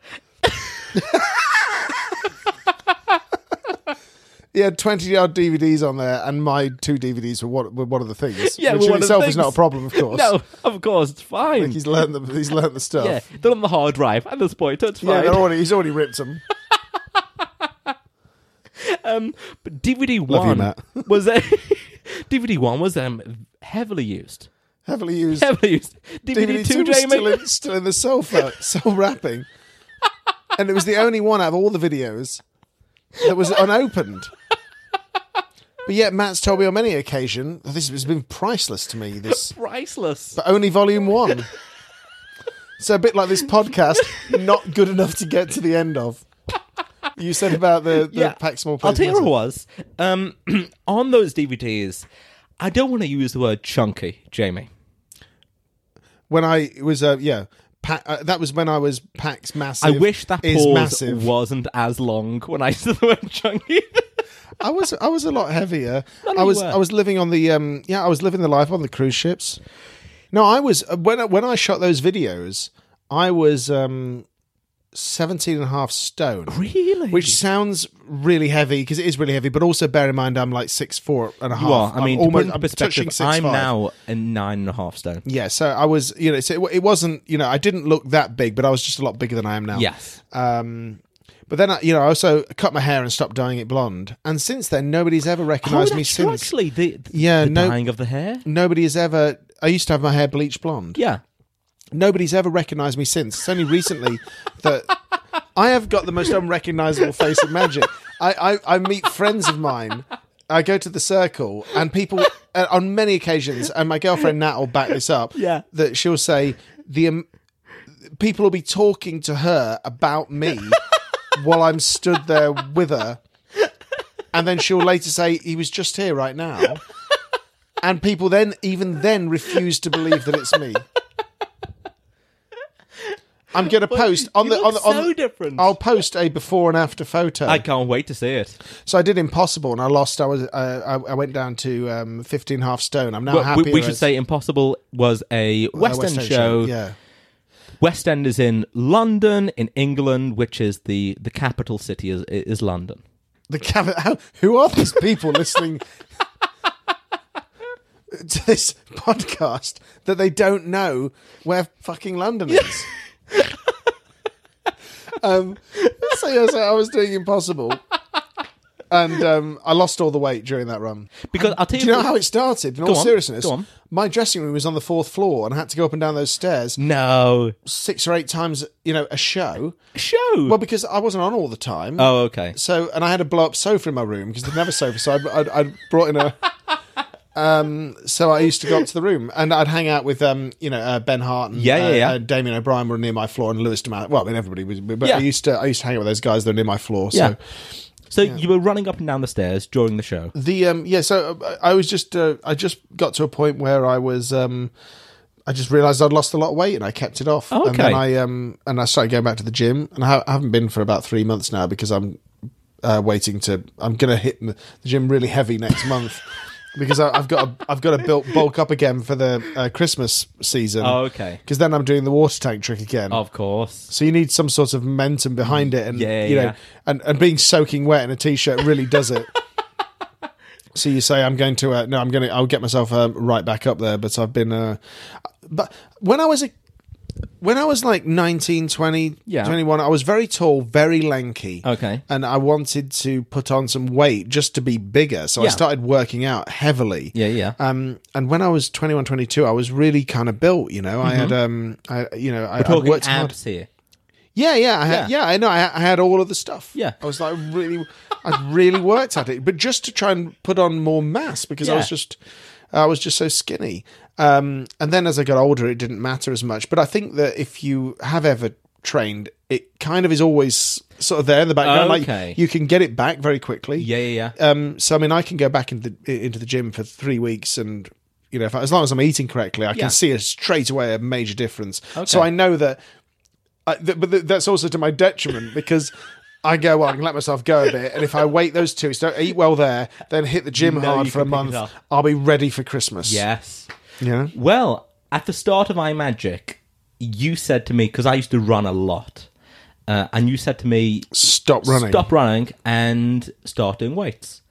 S3: He had twenty yard DVDs on there, and my two DVDs were one, were one of the things.
S1: Yeah,
S3: which
S1: were
S3: in
S1: one of the
S3: itself is
S1: things.
S3: not a problem, of course.
S1: No, of course, it's fine.
S3: He's learned the he's learned the stuff.
S1: Yeah, they're on the hard drive at this point. That's
S3: Yeah,
S1: fine.
S3: they're already, he's already ripped them.
S1: But DVD
S3: you,
S1: one
S3: Matt.
S1: was uh, a, DVD one was um heavily used.
S3: Heavily used.
S1: Heavily used. DVD,
S3: DVD
S1: two,
S3: two was still
S1: Jamie.
S3: in, still in the sofa, still wrapping, and it was the only one out of all the videos that was unopened. But yet, Matt's told me on many occasion this has been priceless to me. This
S1: Priceless.
S3: but only volume one. So a bit like this podcast, not good enough to get to the end of. You said about the, the Paxmore.
S1: I'll tell you what it
S3: Playmaster.
S1: was. Um, on those DVDs, I don't want to use the word chunky, Jamie.
S3: when I was uh, yeah. Pa- uh, that was when I was Pax
S1: I
S3: massive.
S1: wish that
S3: is
S1: pause
S3: massive.
S1: wasn't as long when I said the word chunky.
S3: I was I was a lot heavier.
S1: know
S3: I
S1: you
S3: was
S1: were.
S3: I was living on the um yeah I was living the life on the cruise ships. No, I was uh, when I, when I shot those videos, I was um 17 and a half stone.
S1: Really?
S3: Which sounds really heavy because it is really heavy, but also bear in mind I'm like six four and a half.
S1: You are. I
S3: I'm
S1: mean, to put
S3: almost
S1: in
S3: I'm touching
S1: perspective,
S3: six
S1: I'm
S3: five.
S1: now a nine and a half stone.
S3: Yeah, so I was, you know, so it, it wasn't, you know, I didn't look that big, but I was just a lot bigger than I am now.
S1: Yes.
S3: Um, but then, I, you know, I also cut my hair and stopped dyeing it blonde, and since then, nobody's ever recognised me
S1: Oh, that's true,
S3: since.
S1: actually. The, the,
S3: Yeah,
S1: the
S3: no-
S1: dyeing of the hair.
S3: Nobody has ever. I used to have my hair bleached blonde.
S1: Yeah.
S3: Nobody's ever recognised me since. It's only recently that I have got the most unrecognisable face of magic. I, I, I meet friends of mine. I go to the circle, and people uh, on many occasions, and my girlfriend Nat will back this up.
S1: Yeah.
S3: that she'll say the um, people will be talking to her about me while I'm stood there with her, and then she'll later say he was just here right now, and people then even then refuse to believe that it's me. I'm going to post on
S1: you
S3: the on the
S1: look
S3: on
S1: so
S3: the-
S1: different.
S3: I'll post a before and after photo.
S1: I can't wait to see it.
S3: so I did impossible, and I lost. I was uh, I, I went down to um, 15 half stone. I'm now
S1: Well,
S3: happy.
S1: we, we should say Impossible was a West, End, show.
S3: Yeah.
S1: West End is in London, in England, which is the, the capital city is, is London.
S3: The cab- how, who are these people listening to this podcast that they don't know where fucking London is? um, so, yeah, so I was doing impossible, and um, I lost all the weight during that run.
S1: Because I'll tell
S3: Do you know how it started? In
S1: Go
S3: all
S1: on,
S3: seriousness,
S1: go on.
S3: my dressing room was on the fourth floor, and I had to go up and down those stairs
S1: No.
S3: six or eight times, you know, a show.
S1: Show.
S3: Well, because I wasn't on all the time.
S1: oh, okay.
S3: So, and I had a blow up sofa in my room because there'd never sofa. So I'd, I'd, I'd brought in a. Um, so I used to go up to the room and I'd hang out with, um, you know, uh, Ben Hart and
S1: Yeah, yeah,
S3: uh,
S1: yeah.
S3: uh, Damien O'Brien were near my floor and Lewis DeMatt. Well, I mean, everybody was, but
S1: Yeah.
S3: I used to, I used to hang out with those guys that are near my floor. So
S1: Yeah. So you were running up and down the stairs during the show.
S3: the, um, yeah, so uh, I was just, uh, I just got to a point where I was, um, I just realized I'd lost a lot of weight and I kept it off.
S1: Okay.
S3: And then I, um, and I started going back to the gym and I, ha- I haven't been for about three months now because I'm uh, waiting to. I'm going to hit the the gym really heavy next month because I, I've got a, I've got to build, bulk up again for the uh, Christmas season.
S1: Oh, okay. Oh,
S3: Because then I'm doing the water tank trick again.
S1: Of course.
S3: So you need some sort of momentum behind it, and
S1: Yeah,
S3: you know,
S1: yeah.
S3: and, and being soaking wet in a t-shirt really does it. so you say, "I'm going to uh, no, I'm going to I'll get myself um, right back up there." But I've been, uh, but when I was a when I was like 19, 20,
S1: Yeah.
S3: 21, I was very tall, very lanky.
S1: Okay.
S3: And I wanted to put on some weight just to be bigger. So I
S1: Yeah.
S3: started working out heavily.
S1: Yeah, yeah.
S3: Um, and when I was 21, 22, I was really kind of built, you know. I had, um, I, you know, I, I
S1: Mm-hmm. Talking
S3: worked
S1: abs
S3: hard.
S1: here.
S3: Yeah, yeah, I had, yeah. I know. I, I had all of the stuff.
S1: Yeah.
S3: I was like really, I really worked at it, but just to try and put on more mass because I was
S1: Yeah.
S3: just, I was just so skinny. Um, and then as I got older, it didn't matter as much. But I think that if you have ever trained, it kind of is always sort of there in the background.
S1: Okay.
S3: Like you can get it back very quickly.
S1: Yeah, yeah, yeah.
S3: Um, so I mean, I can go back into the, into the gym for three weeks, and you know, if I, as long as I'm eating correctly, I
S1: Yeah.
S3: can see a straight away a major difference. So I know that, I, th- but th- that's also to my detriment because. I go well. I can let myself go a bit, and if I wait those two, so don't eat well there, then hit the gym
S1: know
S3: hard
S1: you
S3: for a
S1: can pick it
S3: month.
S1: up.
S3: I'll be ready for Christmas.
S1: Yes.
S3: you know?
S1: Well, at the start of iMagic, you said to me, because I used to run a lot, uh, and you said to me,
S3: Stop running.
S1: stop running and start doing weights.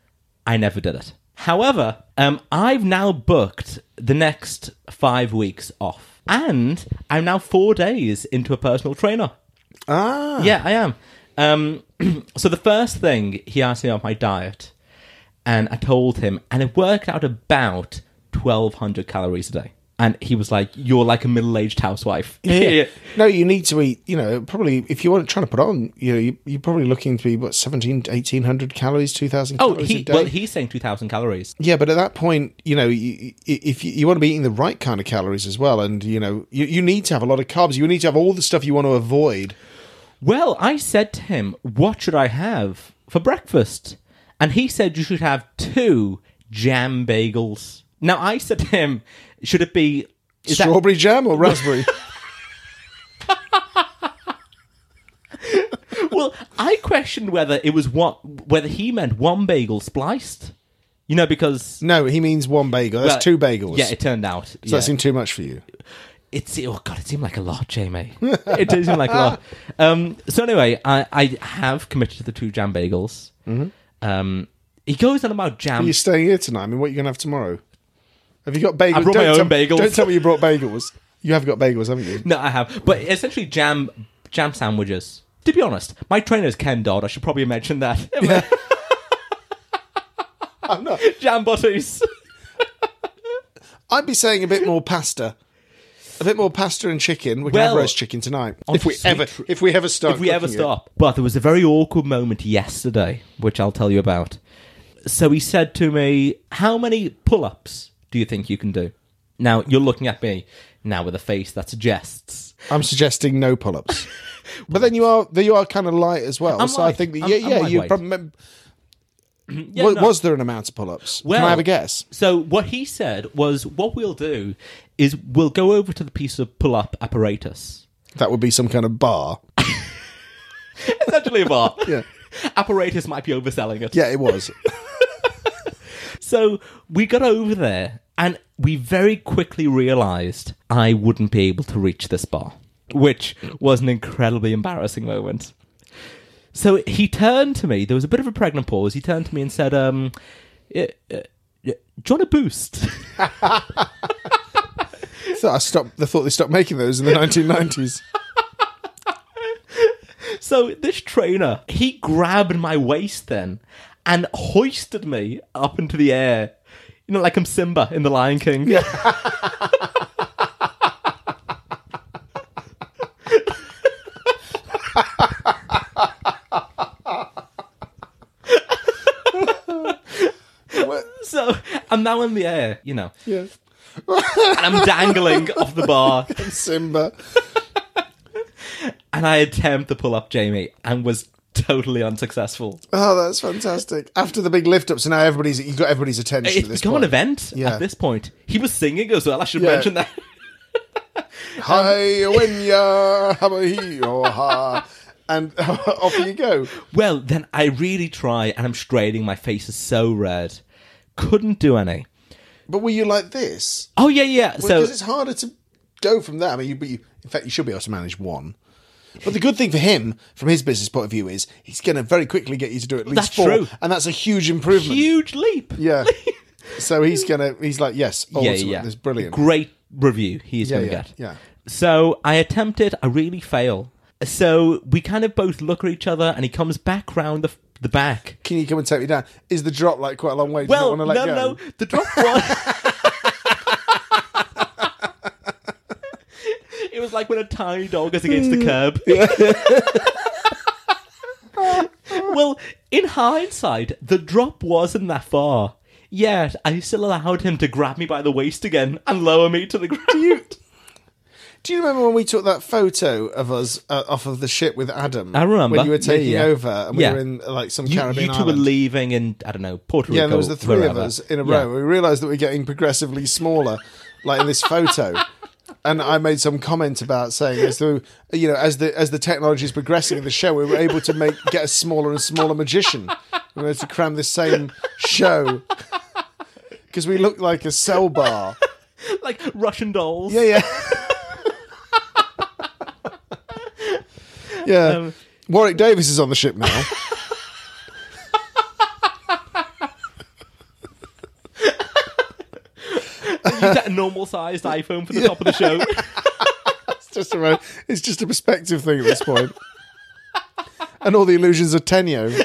S1: I never did it. However, um, I've now booked the next five weeks off, and I'm now four days into a personal trainer.
S3: Ah,
S1: Yeah, I am. Um, so the first thing he asked me about my diet, and I told him, and it worked out about twelve hundred calories a day. And he was like, "You're like a middle-aged housewife."
S3: yeah. No, you need to eat. You know, probably if you want trying to put on, you know, you, you're probably looking to be what 17, 1800 calories, two thousand.
S1: Oh,
S3: calories a
S1: he
S3: day.
S1: well, he's saying two thousand calories.
S3: Yeah, but at that point, you know, you, you- if you, you want to be eating the right kind of calories as well, and you know, you, you need to have a lot of carbs. You need to have all the stuff you want to avoid.
S1: Well, I said to him, What should I have for breakfast? And he said, You should have two jam bagels. Now, I said to him, Should it be. Is that,
S3: Strawberry jam or raspberry?
S1: well, I questioned whether it was what whether he meant one bagel spliced. You know, because
S3: No, he means one bagel. That's
S1: well,
S3: two bagels.
S1: Yeah, it turned out.
S3: Does that
S1: yeah.
S3: seem too much for you?
S1: It's oh god, it seemed like a lot, Jamie. it did seem like a lot. Um, so anyway, I, I have committed to the two jam bagels.
S3: Mm-hmm.
S1: Um, he goes on about
S3: Are
S1: jam.
S3: you staying here tonight? I mean, what are you going to have tomorrow? Have you got bagels?
S1: I brought my
S3: Don't
S1: own
S3: tell-
S1: bagels.
S3: Don't tell me you brought bagels. You have got bagels, haven't you?
S1: no, I have, but essentially jam jam sandwiches. To be honest, my trainer is Ken Dodd. I should probably mention that.
S3: I'm not.
S1: jam butties.
S3: I'd be saying a bit more pasta. A bit more pasta and chicken. We can have
S1: Well,
S3: roast chicken tonight.
S1: on
S3: If we
S1: sweet
S3: ever,
S1: tr-
S3: if we ever start,
S1: if we ever
S3: cooking it.
S1: stop. But there was a very awkward moment yesterday, which I'll tell you about. So he said to me, How many pull ups do you think you can do? Now, you're looking at me now with a face that suggests.
S3: I'm suggesting no pull-ups. but then you are, then you are kind of light as well.
S1: I'm
S3: so I
S1: light.
S3: think that
S1: I'm-
S3: yeah,
S1: I'm
S3: yeah, you
S1: lightweight.
S3: probably.
S1: Yeah,
S3: was,
S1: no.
S3: was there an amount of pull-ups? can I have a guess?
S1: So what he said was, What we'll do is we'll go over to the piece of pull up apparatus.
S3: That would be some kind of bar.
S1: Essentially a bar.
S3: Yeah.
S1: Apparatus might be overselling it.
S3: Yeah, it was.
S1: So we got over there and we very quickly realized I wouldn't be able to reach this bar, which was an incredibly embarrassing moment. So he turned to me, there was a bit of a pregnant pause. He turned to me and said, um, eh, eh, eh, Do you want a boost?
S3: So I stopped. I thought they stopped making those in the 1990s.
S1: so this trainer, he grabbed my waist then and hoisted me up into the air. You know, like I'm Simba in The Lion King.
S3: What?
S1: So I'm now in the air, you know,
S3: yeah,
S1: and I'm dangling off the bar.
S3: Simba.
S1: and I attempt to pull up Jamie and was totally unsuccessful.
S3: Oh, that's fantastic. After the big lift up, so now everybody's you got everybody's attention
S1: It's
S3: at this
S1: become
S3: point.
S1: an event
S3: Yeah.
S1: at this point. He was singing as well. I should
S3: Yeah.
S1: mention that.
S3: Hi,
S1: Um,
S3: when ya, he or ha, and off you go.
S1: Well, then I really try, and I'm straining. My face is so red. Couldn't do any.
S3: But were you like this?
S1: Oh yeah, yeah.
S3: Because
S1: So
S3: it's harder to go from that. I mean, you, but you, in fact, you should be able to manage one. But the good thing for him, from his business point of view, is he's going to very quickly get you to do at least
S1: That's
S3: four,
S1: true.
S3: and that's a huge improvement.
S1: huge leap.
S3: Yeah. so he's gonna. He's like, yes,
S1: yeah,
S3: ultimate.
S1: yeah.
S3: This is brilliant.
S1: Great review he's
S3: Yeah,
S1: going to
S3: yeah,
S1: get.
S3: yeah.
S1: So I attempted. I really fail. So we kind of both look at each other, and he comes back round the the back.
S3: Can you come and take me down? Is the drop like quite a long way? Do
S1: Well,
S3: you
S1: no,
S3: not want to let go?
S1: no, the drop was. it was like when a tiny dog is against the curb. well, in hindsight, the drop wasn't that far. Yet, I still allowed him to grab me by the waist again and lower me to the ground.
S3: Do you remember when we took that photo of us uh, off of the ship with Adam?
S1: I remember.
S3: when you were
S1: Yeah,
S3: taking
S1: yeah.
S3: over and we
S1: Yeah.
S3: were in like some
S1: You,
S3: Caribbean
S1: you two were
S3: island.
S1: leaving in, I don't know, Puerto Rico.
S3: yeah, and there was the three of
S1: wherever.
S3: us in a
S1: Yeah.
S3: row. We realised that we we're getting progressively smaller, like in this photo. And I made some comment about saying as though you know, as the as the technology is progressing in the show, we were able to make get a smaller and smaller magician. We were able to cram this same show because we looked like a cell bar.
S1: Like Russian dolls.
S3: Yeah, yeah. yeah. Warwick Davis is on the ship now.
S1: Use that normal sized iPhone for the top of the show.
S3: it's just a ro- it's just a perspective thing at this point. And all the illusions are Tenyo.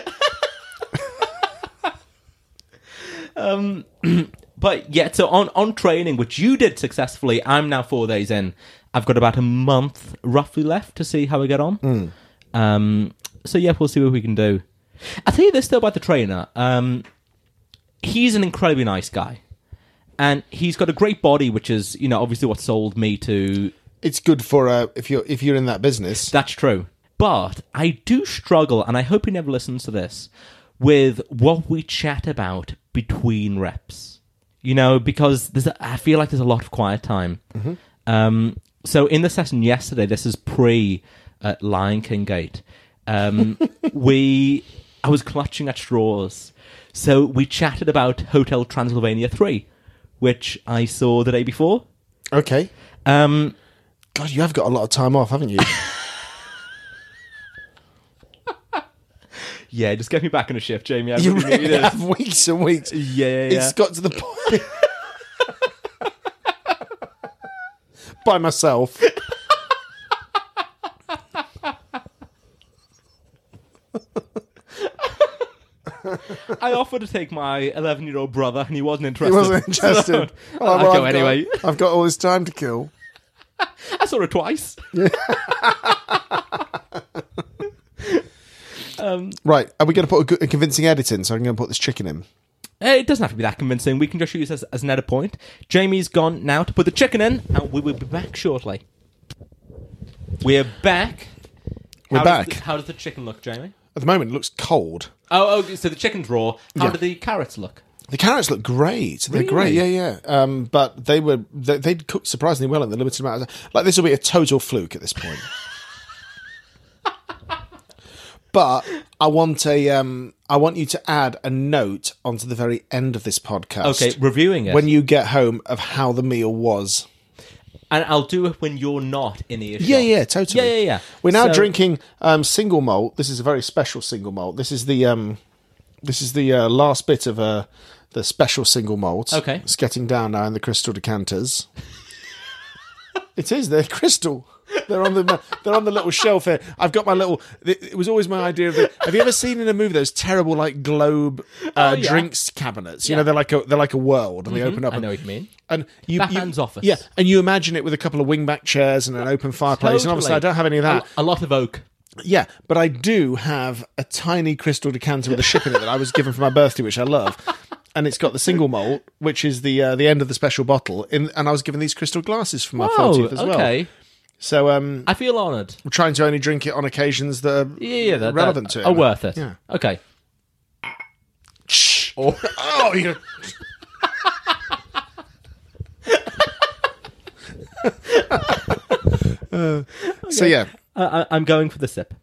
S1: But yeah, so on, on training, which you did successfully, I'm now four days in. I've got about a month roughly left to see how we get on. Um, so yeah, we'll see what we can do. I tell you this though about the trainer. Um, he's an incredibly nice guy, and he's got a great body, which is you know obviously what sold me to.
S3: It's good for uh, if you're if you're in that business.
S1: That's true. But I do struggle, and I hope he never listens to this, with what we chat about between reps. You know, because there's a, I feel like there's a lot of quiet time.
S3: Mm-hmm.
S1: Um, so in the session yesterday, this is pre uh, Lion King Gate. Um, we, I was clutching at straws. So we chatted about Hotel Transylvania 3, which I saw the day before.
S3: Okay.
S1: Um,
S3: God, you have got a lot of time off, haven't you?
S1: yeah, just get me back on a shift, Jamie. I
S3: you
S1: really need
S3: really
S1: it.
S3: have weeks and weeks.
S1: Yeah, yeah, yeah.
S3: It's got to the point. By myself.
S1: I offered to take my 11 year old brother, and he wasn't
S3: He
S1: interested.
S3: wasn't interested.
S1: So,
S3: Oh,
S1: I'll
S3: well,
S1: go
S3: I've got-
S1: anyway.
S3: I've got all this time to kill.
S1: I saw it twice.
S3: Right. Are we going to put a, good, a convincing edit in so I'm going to put this chicken in?
S1: Eh, It doesn't have to be that convincing. We can just use this as, as an edit point. Jamie's gone now to put the chicken in, and we will be back shortly. We're back.
S3: We're
S1: how
S3: back.
S1: Does the, how does the chicken look, Jamie?
S3: At the moment, it looks cold.
S1: Oh, oh so the chicken's raw. How
S3: Yeah.
S1: do the carrots look?
S3: The carrots look great. They're great. Yeah,
S1: Really?
S3: yeah. Um, but they were they, they'd cooked surprisingly well in the limited amount. of Like this will be a total fluke at this point. but I want a um, I want you to add a note onto the very end of this podcast.
S1: Okay, reviewing it.
S3: when you get home of how the meal was.
S1: and I'll do it when you're not in earshot.
S3: Yeah, yeah, totally.
S1: Yeah, yeah, yeah.
S3: We're now
S1: So-
S3: drinking um, single malt. This is a very special single malt. This is the um, this is the uh, last bit of uh, the special single malt.
S1: Okay.
S3: it's getting down now in the crystal decanters. it is. They're crystal. They're on the they're on the little shelf here. I've got my little. It it was always my idea of. The, have you ever seen in a movie those terrible like globe uh,
S1: Oh, yeah.
S3: drinks cabinets? You
S1: Yeah. Mm-hmm.
S3: know they're like a they're like a world and they open up.
S1: I
S3: and-
S1: know what you mean.
S3: and you,
S1: That
S3: you-
S1: man's office.
S3: Yeah, and you imagine it with a couple of wingback chairs and an open fireplace. And obviously,
S1: Totally.
S3: I don't have any of that.
S1: A, a lot of oak.
S3: Yeah, but I do have a tiny crystal decanter with a ship in it that I was given for my birthday, which I love. And it's got the single malt, which is the uh, the end of the special bottle. In, and I was given these crystal glasses for my
S1: Oh,
S3: fortieth as well.
S1: okay.
S3: So um,
S1: I feel honoured.
S3: I'm trying to only drink it on occasions that are
S1: Yeah, yeah, that,
S3: relevant
S1: that,
S3: to it.
S1: Oh, worth it.
S3: Yeah.
S1: Okay.
S3: Shh. oh, you. Uh, So yeah,
S1: I, I, I'm going for the sip.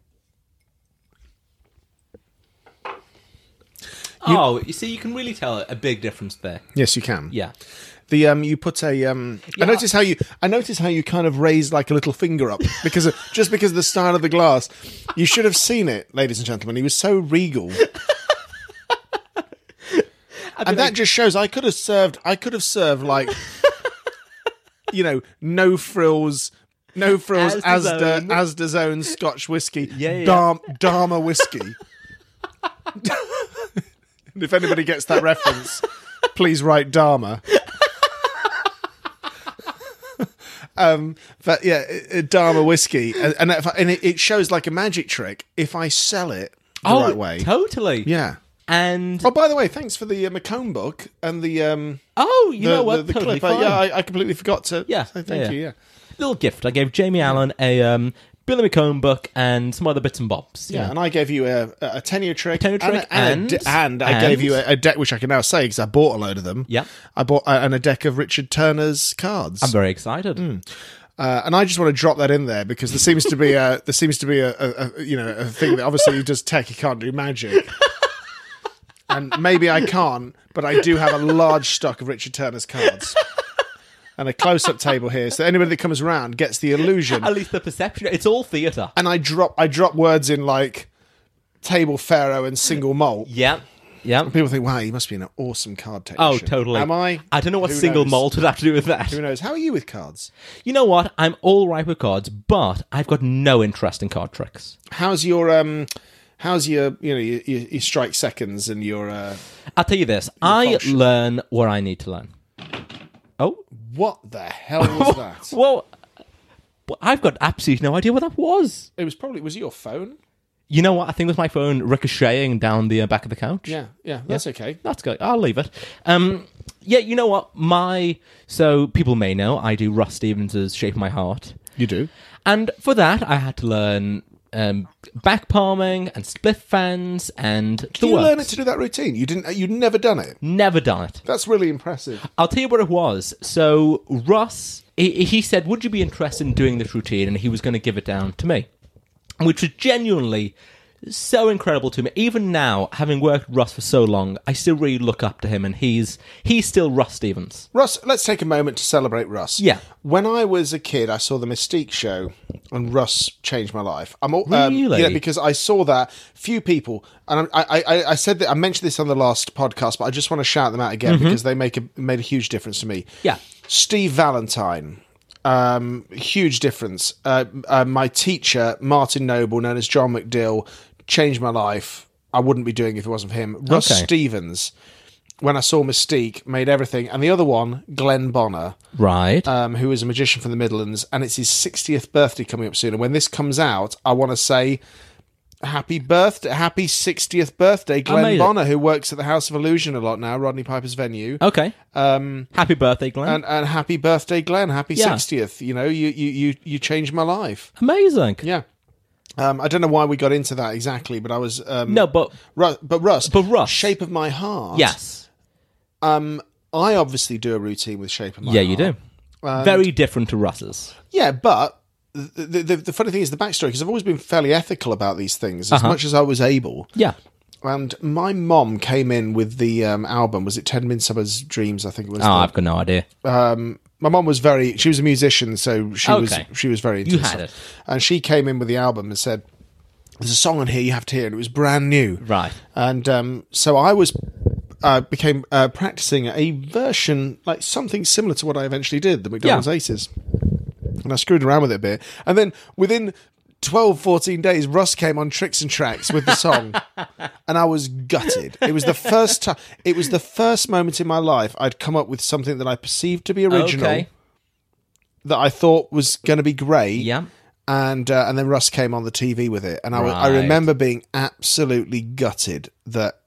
S1: oh, you see, you can really tell a big difference there.
S3: yes, you can.
S1: Yeah.
S3: The um, you put a um.
S1: Yeah.
S3: I noticed how you. I noticed how you kind of raised like a little finger up because of, just because of the style of the glass. You should have seen it, ladies and gentlemen. He was so regal, and that just shows. I could have served. I could have served like, you know, no frills. No frills,
S1: Asda's
S3: Asda,
S1: own.
S3: Asda's own Scotch whiskey,
S1: Yeah, yeah, yeah.
S3: Dharm- Dharma whiskey. And if anybody gets that reference, please write Dharma. um, but yeah, uh, uh, Dharma whiskey, and, and, if I, and it, it shows like a magic trick if I sell it the
S1: oh,
S3: right way.
S1: totally.
S3: yeah.
S1: And
S3: Oh, by the way, thanks for the uh, McComb book and the um,
S1: oh, you
S3: the,
S1: know what?
S3: the, the
S1: totally
S3: clip. I-
S1: fine.
S3: yeah, I, I completely forgot to.
S1: Yeah,
S3: say thank
S1: yeah,
S3: you.
S1: yeah.
S3: Yeah,
S1: Little gift. I gave Jamie Allen a um, Billy McComb book and some other bits and bobs.
S3: yeah. And I gave you a, a ten-year trick,
S1: Tenure
S3: and,
S1: trick
S3: a- and,
S1: and-
S3: a de- and I gave
S1: and-
S3: you a, a deck, which I can now say because I bought a load of them.
S1: Yeah.
S3: I bought uh, and a deck of Richard Turner's cards.
S1: I'm very excited.
S3: Uh, and I just want to drop that in there because there seems to be a there seems to be a, a, a you know a thing that obviously he does tech, he can't do magic, and maybe I can't, but I do have a large stock of Richard Turner's cards and a close up table here, so anybody that comes around gets the illusion.
S1: At least the perception. It's all theatre.
S3: And I drop I drop words in like table pharaoh and single malt.
S1: Yeah. Yeah.
S3: People think, wow, you must be an awesome card technician.
S1: Oh, totally.
S3: Am I?
S1: I don't know what
S3: Who
S1: single
S3: knows?
S1: malt would have to do with that.
S3: Who knows? How are you with cards?
S1: You know what? I'm all right with cards, but I've got no interest in card tricks.
S3: How's your um? How's your you know your, your, your strike seconds and your uh,
S1: I'll tell you this: I
S3: function.
S1: learn where I need to learn. Oh,
S3: what the hell was that?
S1: well, well, I've got absolutely no idea what that was.
S3: it was probably was it your phone?
S1: You know what? I think it was my phone ricocheting down the uh, back of the couch.
S3: Yeah, yeah, that's okay.
S1: That's good. I'll leave it. Um, yeah, you know what? My so people may know I do Russ Stevens's "Shape of My Heart."
S3: You do.
S1: And for that, I had to learn um, back palming and split fans and the
S3: Did you learn it
S1: works.
S3: to do that routine? You didn't. You'd never done it.
S1: Never done it.
S3: That's really impressive.
S1: I'll tell you what it was. So Russ, he, he said, "Would you be interested in doing this routine?" And he was going to give it down to me, which was genuinely so incredible to me. Even now, having worked Russ for so long, I still really look up to him, and he's he's still Russ Stevens.
S3: Russ, let's take a moment to celebrate Russ.
S1: Yeah.
S3: When I was a kid, I saw the Mystique show, and Russ changed my life. I'm all, um,
S1: Really?
S3: yeah, because I saw that few people, and I, I, I, I said that I mentioned this on the last podcast, but I just want to shout them out again because they make a made a huge difference to me.
S1: Mm-hmm. Yeah.
S3: Steve Valentine. Um, huge difference. Uh, uh, my teacher, Martin Noble, known as John McDill, changed my life. I wouldn't be doing it if it wasn't for him. Russ
S1: Okay.
S3: Stevens, when I saw Mystique, made everything. And the other one, Glenn Bonner,
S1: Right.
S3: um, who is a magician from the Midlands, and it's his 60th birthday coming up soon. And when this comes out, I want to say happy birthday, happy 60th birthday, Glenn
S1: Amazing.
S3: Bonner, who works at the House of Illusion a lot now, Rodney Piper's venue.
S1: okay. Um. Happy birthday, Glenn.
S3: And, and happy birthday, Glenn. Happy
S1: Yeah.
S3: 60th. You know, you, you, you, you changed my life.
S1: Amazing.
S3: Yeah. Um, I don't know why we got into that exactly, but I was. Um,
S1: No, but
S3: Ru- but Russ.
S1: But Russ.
S3: Shape of my heart.
S1: yes.
S3: I obviously do a routine with Shape of my
S1: Yeah,
S3: heart.
S1: you do. Very different to Russ's.
S3: Yeah, but the, the, the, the funny thing is the backstory because I've always been fairly ethical about these things
S1: Uh-huh.
S3: as much as I was able.
S1: Yeah.
S3: And my mom came in with the um, album. Was it Ten Midsummer's Dreams? I think it was.
S1: Oh, I've got no idea.
S3: my mom was very. She was a musician, so she
S1: Okay.
S3: was she was very. Into
S1: You
S3: this
S1: had
S3: stuff.
S1: it.
S3: and she came in with the album and said, "There's a song on here you have to hear," and it was brand new.
S1: Right.
S3: And um, so I was uh, became uh, practicing a version like something similar to what I eventually did, the McDonald's Aces. And I screwed around with it a bit. And then within 12, 14 days, Russ came on Tricks and Tracks with the song. and I was gutted. It was the first time it was the first moment in my life I'd come up with something that I perceived to be original
S1: Okay.
S3: that I thought was gonna be great
S1: Yeah.
S3: and uh, and then Russ came on the TV with it, and I, I
S1: Right.
S3: remember being absolutely gutted that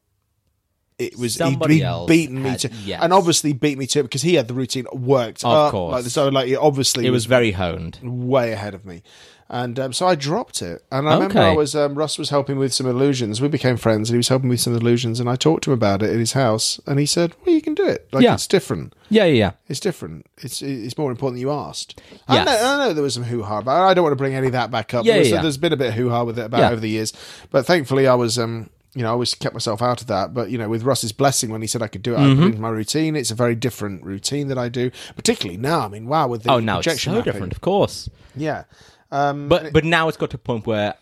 S3: it was he'd-
S1: Somebody
S3: he'd,
S1: else
S3: beaten me
S1: had-
S3: to,
S1: yes.
S3: and obviously beat me to it because he had the routine worked.
S1: Of
S3: up,
S1: course.
S3: like, so like he obviously
S1: It was very honed.
S3: way ahead of me, and um, so I dropped it. And I remember
S1: Okay.
S3: I was um, Russ was helping with some illusions. We became friends, and he was helping with some illusions, and I talked to him about it in his house, and he said, "Well, you can do it. Like
S1: Yeah.
S3: it's different."
S1: Yeah, yeah, yeah.
S3: It's different. It's it's more important that you asked. I,
S1: Yes.
S3: know, I know there was some hoo ha, but I don't want to bring any of that back up.
S1: Yeah,
S3: there's,
S1: yeah, yeah.
S3: there's been a bit of hoo ha with it about
S1: Yeah.
S3: over the years, but thankfully I was um you know I always kept myself out of that. But you know with Russ's blessing when he said I could do it,
S1: Mm-hmm.
S3: I put it into my routine. It's a very different routine that I do, particularly now. I mean, wow, with the
S1: Oh, now it's
S3: projection
S1: so
S3: mapping.
S1: different, of course.
S3: Yeah, um,
S1: But but now it's got to a point where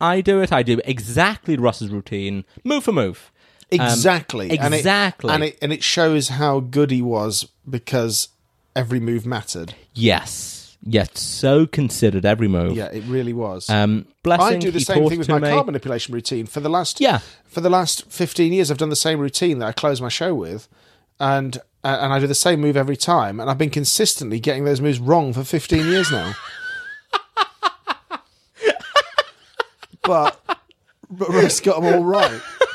S1: I do it. I do exactly Russ's routine, move for move. Um,
S3: exactly, And it-
S1: exactly.
S3: and it and it shows how good he was because every move mattered.
S1: yes, yes. So considered every move.
S3: Yeah, it really was.
S1: Um, blessing.
S3: I do the
S1: he
S3: same
S1: talked
S3: thing with
S1: to
S3: my
S1: me.
S3: car manipulation routine for the last
S1: Yeah.
S3: for the last fifteen years. I've done the same routine that I close my show with, and uh, and I do the same move every time, and I've been consistently getting those moves wrong for fifteen years now. but, but Russ got them all right.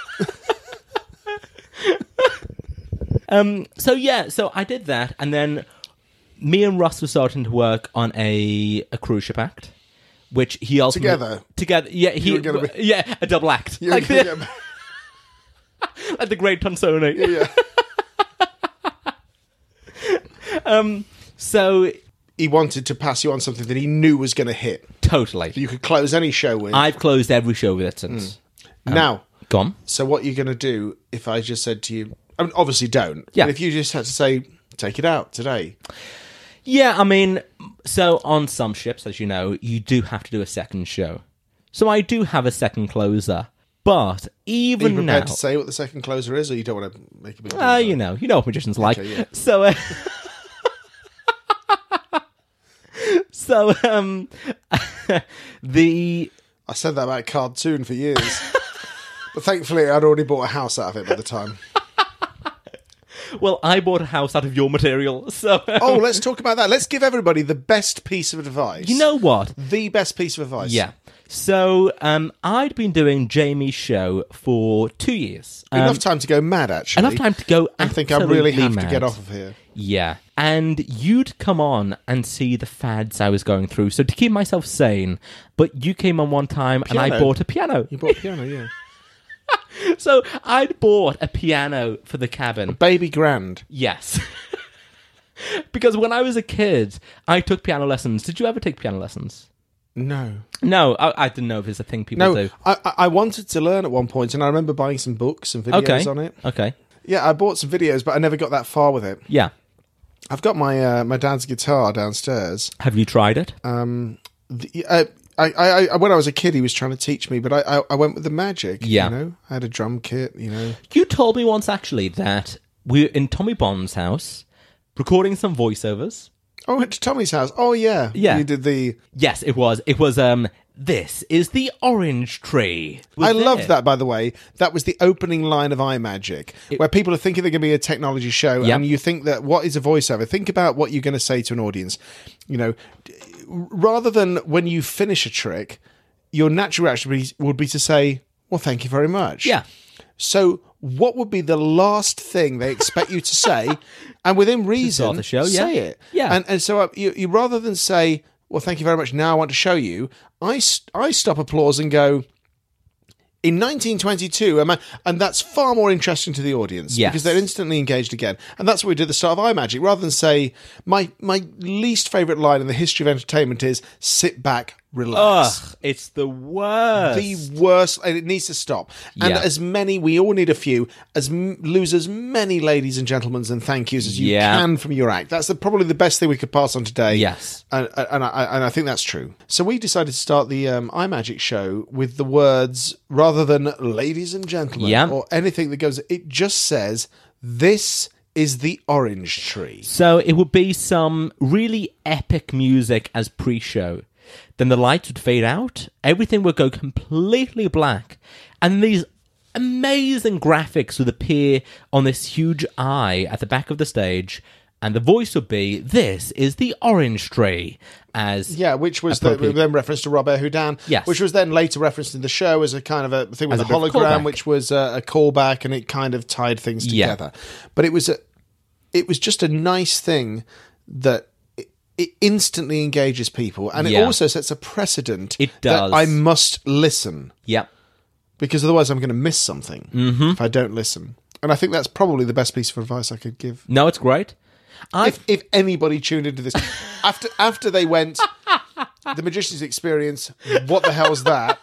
S1: So yeah, so I did that, and then me and Russ were starting to work on a a cruise ship act, which he also
S3: Together?
S1: together. Yeah, he
S3: were gonna be-
S1: yeah a double act
S3: You-
S1: like
S3: you
S1: the,
S3: get-
S1: like the Great Tonsoni.
S3: yeah.
S1: So
S3: He wanted to pass you on something that he knew was going to hit.
S1: totally,
S3: You Mm. could close any show with.
S1: I've closed every show with it since.
S3: now,
S1: Gone.
S3: So what you're going to do if I just said to you? I mean, obviously don't.
S1: Yeah.
S3: But if you just had to say, take it out today.
S1: Yeah, I mean, so on some ships, as you know, you do have to do a second show. So I do have a second closer, but
S3: Are you
S1: even now,
S3: prepared to say what the second closer is, or you don't want to make a big deal?
S1: uh,
S3: about
S1: you know, you know what magicians like.
S3: Okay, yeah.
S1: So, uh, so um, the
S3: it? I said that about cartoon for years, but thankfully I'd already bought a house out of it by the time.
S1: well, I bought a house out of your material, so
S3: Oh, let's talk about that. Let's give everybody the best piece of advice.
S1: you know what?
S3: the best piece of advice.
S1: Yeah. So um, I'd been doing Jamie's show for two years. Um,
S3: enough time to go mad. Actually,
S1: enough time to go.
S3: I think I really have to get
S1: mad.
S3: off of here.
S1: Yeah. And you'd come on and see the fads I was going through. So to keep myself sane, but you came on one time and I
S3: Piano?
S1: bought a piano.
S3: You bought a piano, yeah.
S1: So I'd bought a piano for the cabin.
S3: Baby grand.
S1: Yes. because when I was a kid, I took piano lessons. Did you ever take piano lessons?
S3: No.
S1: No, I, I didn't know if it's a thing people
S3: No,
S1: do.
S3: I, I- I wanted to learn at one point, and I remember buying some books and videos
S1: Okay.
S3: on it.
S1: Okay.
S3: Yeah, I bought some videos, but I never got that far with it.
S1: Yeah.
S3: I've got my uh, my dad's guitar downstairs.
S1: Have you tried it?
S3: Um, the, uh, I, I, I, when I was a kid, he was trying to teach me, but I, I, I went with the magic.
S1: Yeah.
S3: you know, I had a drum kit. You know,
S1: You told me once actually that we were in Tommy Bond's house recording some voiceovers.
S3: I went to Tommy's house. Oh yeah,
S1: Yeah.
S3: You did the.
S1: Yes, it was. It was um this is the orange tree. Was
S3: I
S1: there.
S3: love that, by the way. That was the opening line of iMagic, where people are thinking they're going to be a technology show,
S1: Yep.
S3: and you think that what is a voiceover? Think about what you're going to say to an audience. You know, d- rather than when you finish a trick, your natural reaction would be, would be to say, "Well, thank you very much."
S1: Yeah.
S3: So, what would be the last thing they expect you to say, and within reason,
S1: the show, yeah.
S3: say it?
S1: Yeah.
S3: And and so uh, you, you rather than say, "Well, thank you very much," now I want to show you. I s- I stop applause and go. In 1922, a man, and that's far more interesting to the audience
S1: Yes.
S3: because they're instantly engaged again. And that's what we did at the start of iMagic. Rather than say, my my least favorite line in the history of entertainment is "sit back, relax."
S1: Ugh, it's the worst.
S3: the worst and it needs to stop and
S1: Yeah.
S3: as many we all need a few as m- lose as many ladies and gentlemen and thank yous as you
S1: Yeah.
S3: can from your act that's the, probably the best thing we could pass on today
S1: Yes.
S3: and, and, and I, and I think that's true so we decided to start the um, iMagic show with the words rather than ladies and gentlemen
S1: Yeah.
S3: or anything that goes it just says this is the orange tree
S1: So it would be some really epic music as pre show. Then the lights would fade out, everything would go completely black, and these amazing graphics would appear on this huge eye at the back of the stage, and the voice would be, This is the orange tree. As
S3: Yeah, which was the,
S1: appropriate.
S3: then referenced to Robert Houdin.
S1: Yes.
S3: Which was then later referenced in the show as a kind of a thing
S1: As
S3: with a
S1: a bit of a
S3: hologram,
S1: callback.
S3: which was a, a callback, and it kind of tied things
S1: Yeah.
S3: together. But it was a, it was just a nice thing that it, it instantly engages people, and it
S1: Yeah.
S3: also sets a precedent.
S1: It does.
S3: That I must listen
S1: Yep.
S3: because otherwise I'm going to miss something
S1: Mm-hmm.
S3: if I don't listen. And I think that's probably the best piece of advice I could give
S1: No, it's great. I
S3: if if anybody tuned into this after after they went the magician's experience what the hell's that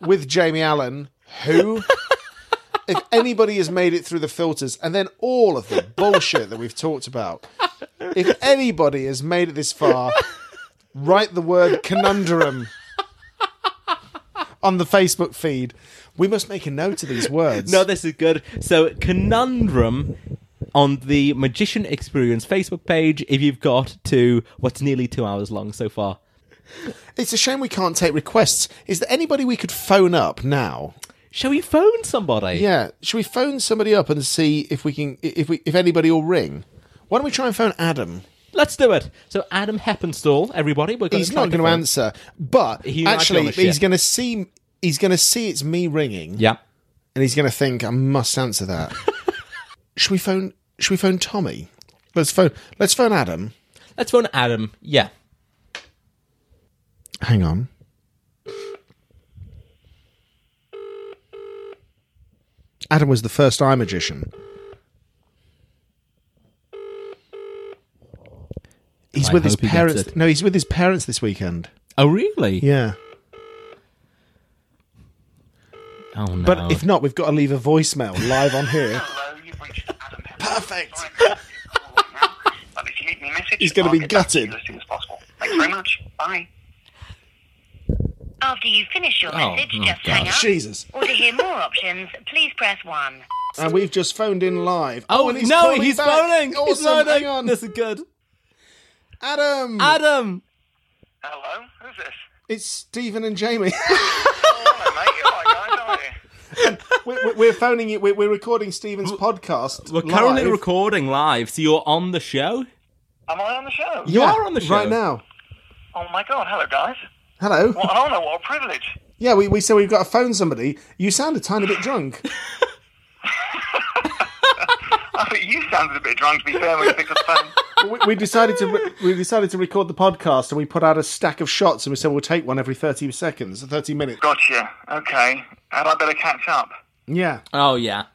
S3: with jamie allen who if anybody has made it through the filters and then all of the bullshit that we've talked about if anybody has made it this far write the word conundrum on the facebook feed we must make a note of these words
S1: No, this is good. So, conundrum on the Magician Experience Facebook page if you've got to what's nearly two hours long so far.
S3: it's a shame we can't take requests is there anybody we could phone up now
S1: Shall we phone somebody?
S3: Yeah, should we phone somebody up and see if we can if we if anybody will ring? Why don't we try and phone Adam?
S1: Let's do it. So, Adam Heppenstall, everybody, we're going
S3: He's not going to
S1: phone.
S3: answer, but
S1: He might be on
S3: actually
S1: a
S3: he's
S1: ship.
S3: going to see he's going to see it's me ringing,
S1: Yeah.
S3: and he's going to think I must answer that. should we phone? Should we phone Tommy? Let's phone. Let's phone Adam.
S1: Let's phone Adam. Yeah.
S3: Hang on. Adam was the first eye magician. He's
S1: I
S3: with his
S1: hope he gets
S3: parents.
S1: it.
S3: No, he's with his parents this weekend.
S1: Oh, really?
S3: Yeah.
S1: Oh, no.
S3: But if not, we've got to leave a voicemail live on here.
S4: Hello, you've reached Adam Hepburn.
S3: Perfect.
S4: Sorry, I can't take your call right now, But if you leave me a message,
S3: He's gonna
S4: I'll
S3: be
S4: get back to you
S3: gutted.
S4: As soon as possible. Thanks very much. Bye.
S5: After you finish your
S1: Oh,
S5: message,
S1: oh,
S5: just
S1: God.
S5: hang up.
S3: Jesus.
S5: Or to hear more options, please press 1.
S3: And we've just phoned in live.
S1: oh,
S3: and he's
S1: no,
S3: calling
S1: he's
S3: back.
S1: phoning.
S3: Awesome.
S1: He's phoning.
S3: Hang on.
S1: This is good.
S3: Adam.
S1: Adam.
S4: Hello, who's this?
S3: it's Stephen and Jamie.
S4: Oh, hello, mate. You're all right, guys, aren't you?
S3: we're, we're- we're phoning you. We're, we're recording Stephen's podcast.
S1: We're currently
S3: live.
S1: recording live, so you're on the show?
S4: Am I on the show?
S1: You are on the show.
S3: right now.
S4: Oh my God! Hello, guys.
S3: Hello.
S4: What an honour! What a privilege!
S3: Yeah, we, we said we've got to phone somebody. You sound a tiny bit drunk.
S4: I think you sounded a bit drunk. To be fair, when you picked up the phone.
S3: we, we decided to re- we decided to record the podcast, and we put out a stack of shots, and we said we'll take one every thirty seconds, thirty minutes.
S4: Gotcha. Okay. Had I better catch up?
S3: Yeah,
S1: Oh, yeah.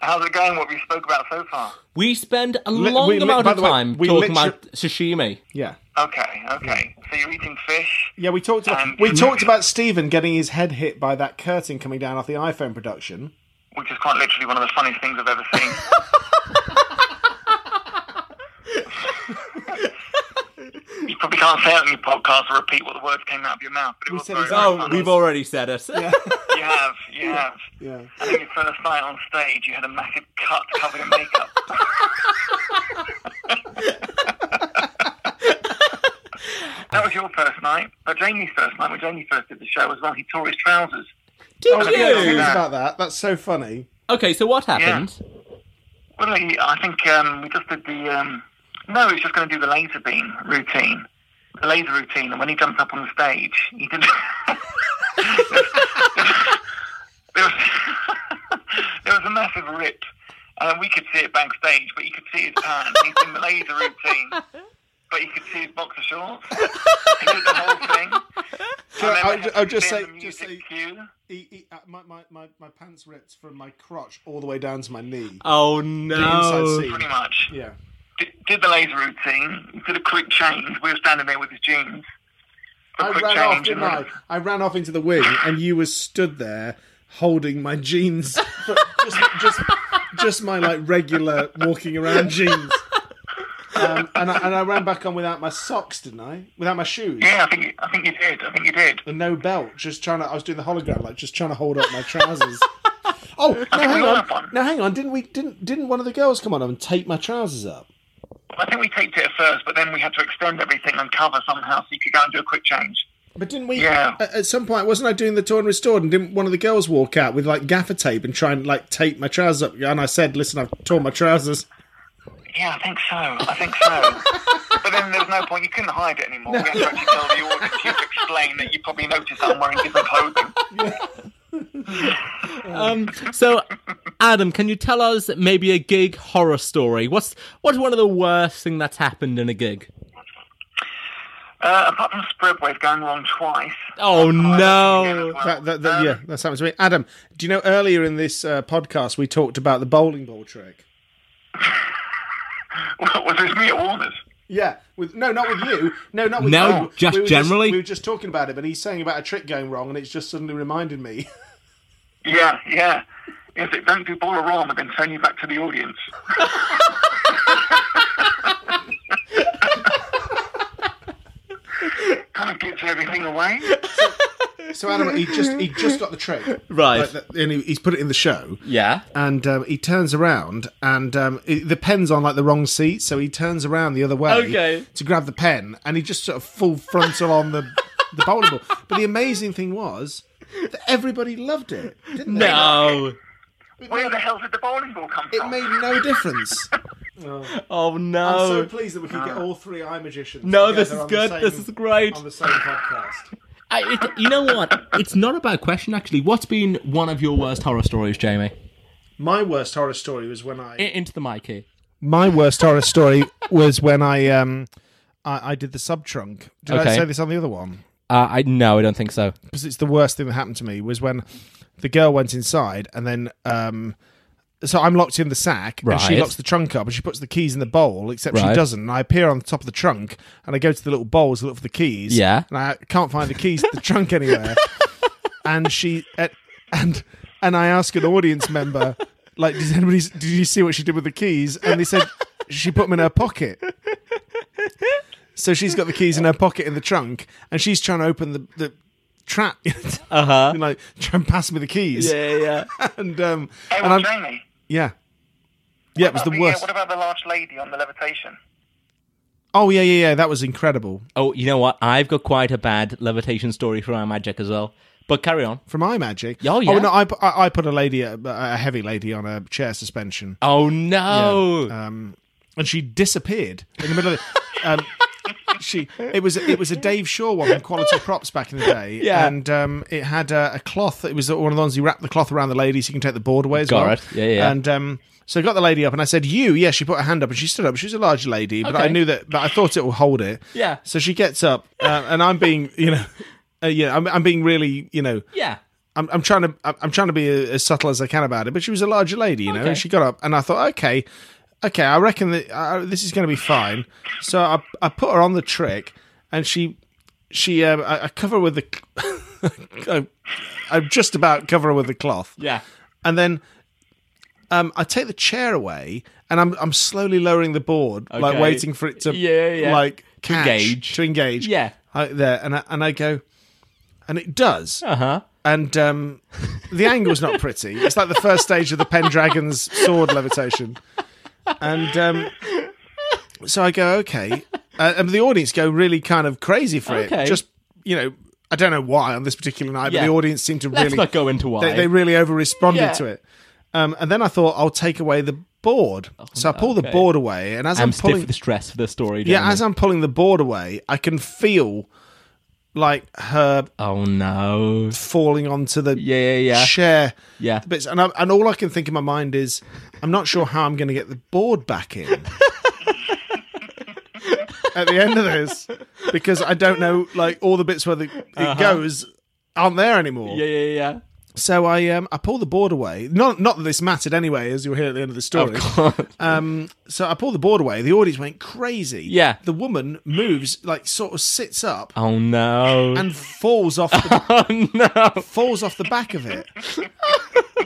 S4: How's it going? What we spoke about so far?
S1: We spend a
S3: Li-
S1: long
S3: we li-
S1: amount
S3: by
S1: of
S3: the way,
S1: time
S3: we
S1: talking
S3: literally-
S1: about sashimi.
S3: yeah.
S4: Okay, okay. So you're eating fish.
S3: Yeah, we talked about
S4: Um,
S3: we talked about Stephen getting his head hit by that curtain coming down off the iPhone production.
S4: which is quite literally one of the funniest things I've ever seen. you probably can't say it on your podcast or repeat what the words came out of your mouth, but it
S3: We
S4: was
S3: said
S4: very,
S3: it's-
S4: very
S1: Oh,
S4: funny.
S1: we've already said it.
S4: You have, you have.
S3: Yeah.
S4: I think your first night on stage, you had a massive cut covered in makeup. that was your first night, but Jamie's first night, when Jamie first did the show as well, he tore his trousers.
S1: Did
S3: Oh,
S4: you?
S3: yeah, I
S1: you?
S3: think
S4: Yeah.
S3: about that. That's so funny.
S1: Okay, so what happened?
S4: Well, I I think um, we just did the. Um, no, he was just going to do the laser beam routine, the laser routine. And when he jumped up on the stage, he did. there, was, there was a massive rip, and we could see it backstage, but you could see his pants. He's in the laser routine, but you could see his boxer shorts. He did the whole thing.
S3: Can I-
S4: And then we
S3: I'll
S4: had
S3: ju-
S4: to
S3: I'll just
S4: spin
S3: say-
S4: the
S3: just
S4: music
S3: say-
S4: cue.
S3: He, he, uh, my, my, my, my pants ripped from my crotch all the way down to my knee.
S1: Oh
S3: inside
S1: no!
S3: seat.
S4: pretty much.
S3: Yeah.
S4: did, did the laser routine, did a quick change. We were standing there with his jeans. A
S3: I
S4: quick
S3: ran off,
S4: change.
S3: didn't
S4: and
S3: I? I ran off into the wing, and you were stood there holding my jeans, just, just, just my like regular walking around jeans. Um, and, I, and I ran back on without my socks, didn't I? Without my shoes
S4: Yeah, I think you- I think you did. I think you did.
S3: and no belt, just trying to. I was doing the hologram, like just trying to hold up my trousers. oh no,
S4: think we
S3: hang
S4: all
S3: on,
S4: have one.
S3: no, hang on. Didn't we? Didn't didn't one of the girls come on and tape my trousers up?
S4: I think we taped it at first, but then we had to extend everything and cover somehow so you could go and do a quick change.
S3: But didn't we?
S4: Yeah.
S3: At, at some point, wasn't I doing the torn and restored? And didn't one of the girls walk out with like gaffer tape and try and like tape my trousers up? And I said, "Listen, I've torn my trousers."
S4: Yeah, I think so. I think so. but then there was no point. You couldn't hide it anymore. We had to actually tell the audience. You had to explain that you probably noticed I'm wearing different clothing.
S1: Um, so, Adam, can you tell us maybe a gig horror story? What's what's one of the worst thing that's happened in a gig?
S4: Uh, apart from Spreadwave going wrong twice.
S1: Oh no!
S3: That, that, that, yeah, that's happened to me. Adam, do you know earlier in this uh, podcast we talked about the bowling ball trick?
S4: Was this me at Warner's?
S3: Yeah, with no, not with you. No, not with
S1: No,
S3: you.
S1: just
S3: we were
S1: generally?
S3: we were just talking about it, but he's saying about a trick going wrong, and it's just suddenly reminded me.
S4: Yeah, yeah. If it don't do ball wrong, I can turn you back to the audience. kind of gives everything away.
S3: so Adam, he just he just got the trick,
S1: Right.
S3: Like that- and he, he's put it in the show.
S1: Yeah.
S3: and um, he turns around and um, it, the pen's on like the wrong seat, so he turns around the other way
S1: Okay.
S3: to grab the pen, and he just sort of full frontal on the the bowling ball. But the amazing thing was that everybody loved it, didn't they?
S1: No!
S4: Where the hell did the bowling ball come
S3: It
S4: from?
S3: made no difference.
S1: Oh
S3: I'm so
S1: no!
S3: pleased that we could get all three eye magicians.
S1: No,
S3: together
S1: this is
S3: on the
S1: good.
S3: same-
S1: This is great.
S3: on the same podcast.
S1: I, it, you know what? It's not a bad question actually. What's been one of your worst horror stories, Jamie?
S3: My worst horror story was when I
S1: I- into the mic here.
S3: my worst horror story was when I um I, I did the sub trunk. Did
S1: Okay.
S3: I say this on the other one?
S1: Uh, I no, I don't think so.
S3: because it's the worst thing that happened to me was when the girl went inside and then um so I'm locked in the sack and she
S1: Right.
S3: locks the trunk up and she puts the keys in the bowl except
S1: Right.
S3: she doesn't and I appear on the top of the trunk and I go to the little bowls to look for the keys
S1: Yeah.
S3: and I can't find the keys to the trunk anywhere and she and and, and I ask an audience member like did anybody did you see what she did with the keys and they said she put them in her pocket so she's got the keys in her pocket in the trunk, and she's trying to open the, the trap. uh huh. Like try and pass me the keys.
S1: Uh-huh. yeah.
S3: And um.
S4: Hey,
S3: and
S4: well,
S3: I'm,
S4: Jamie. uh,
S3: yeah. Yeah, it was the
S4: yeah,
S3: worst.
S4: what about the large lady on the levitation?
S3: Oh yeah, yeah, yeah. That was incredible
S1: Oh, you know what? I've got quite a bad levitation story for our magic as well. But carry on.
S3: from Eye Magic.
S1: Oh, yeah.
S3: no, I, pu- I I put a lady, a, a heavy lady, on a chair suspension,
S1: Oh no!
S3: Uh, and she disappeared in the middle of. The, um, She it was it was a Dave Shaw one from Quality Props back in the day,
S1: Yeah.
S3: and um, it had a, a cloth. It was one of the ones you wrap the cloth around the lady so you can take the board away as
S1: Got
S3: well.
S1: it. Yeah, yeah, yeah.
S3: And um, so I got the lady up, and I said, "You, yeah." She put her hand up, and she stood up. She was a large lady, but I
S1: Okay.
S3: knew that. But I thought it will hold it.
S1: Yeah.
S3: So she gets up, uh, and I'm being, you know, uh, yeah, I'm, I'm being really, you know,
S1: yeah.
S3: I'm, I'm trying to I'm I'm trying to be as subtle as I can about it, but she was a larger lady, you know. And she got up, and I thought, okay, okay, I reckon that uh, this is going to be fine. So I, I put her on the trick, and she, she, um, I, I cover her with the, I, I just about cover her with the cloth.
S1: Yeah.
S3: and then um, I take the chair away, and I'm I'm slowly lowering the board, like
S1: Okay.
S3: waiting for it to
S1: Yeah, yeah.
S3: like
S1: To
S3: catch,
S1: engage.
S3: to engage.
S1: Yeah.
S3: I, there, and I, and I go, and it does,
S1: Uh huh.
S3: and um, the angle's not pretty. It's like the first stage of the Pendragon's sword levitation, and um, so I go okay, uh, and the audience go really kind of crazy for
S1: Okay.
S3: it. Just you know, I don't know why on this particular night,
S1: Yeah.
S3: but the audience seemed to
S1: Let's
S3: really
S1: not go into why.
S3: They, they really over responded
S1: Yeah.
S3: to it, um, and then I thought I'll take away the board. so I pull the
S1: Oh, okay.
S3: board away, and as I'm,
S1: I'm stiff
S3: pulling,
S1: with the stress for the story.
S3: yeah,
S1: gentlemen.
S3: as I'm pulling the board away, I can feel like her
S1: oh no.
S3: falling onto the
S1: Yeah, yeah, yeah.
S3: chair.
S1: Yeah.
S3: The bits, and I, and all I can think in my mind is, I'm not sure how I'm going to get the board back in at the end of this because I don't know like all the bits where the, it goes aren't there anymore.
S1: Uh-huh. Yeah, yeah, yeah.
S3: So I um I pull the board away. Not not that this mattered anyway, as you'll hear at the end
S1: Oh,
S3: of the story. Um, so I pull the board away. The audience went crazy.
S1: Yeah.
S3: The woman moves like sort of sits up
S1: Oh no.
S3: and falls off the
S1: oh no.
S3: falls off the back of it.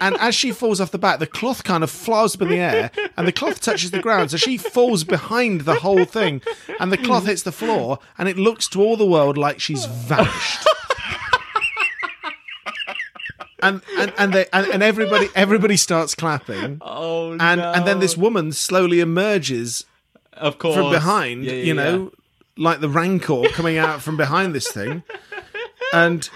S3: And as she falls off the back, the cloth kind of flies up in the air, and the cloth touches the ground. So she falls behind the whole thing, and the cloth hits the floor, and it looks to all the world like she's vanished. And and and, they, and and everybody everybody starts clapping,
S1: Oh no.
S3: and and then this woman slowly emerges
S1: of course
S3: from behind,
S1: Yeah, yeah,
S3: you know,
S1: yeah.
S3: like the rancor coming out from behind this thing, and.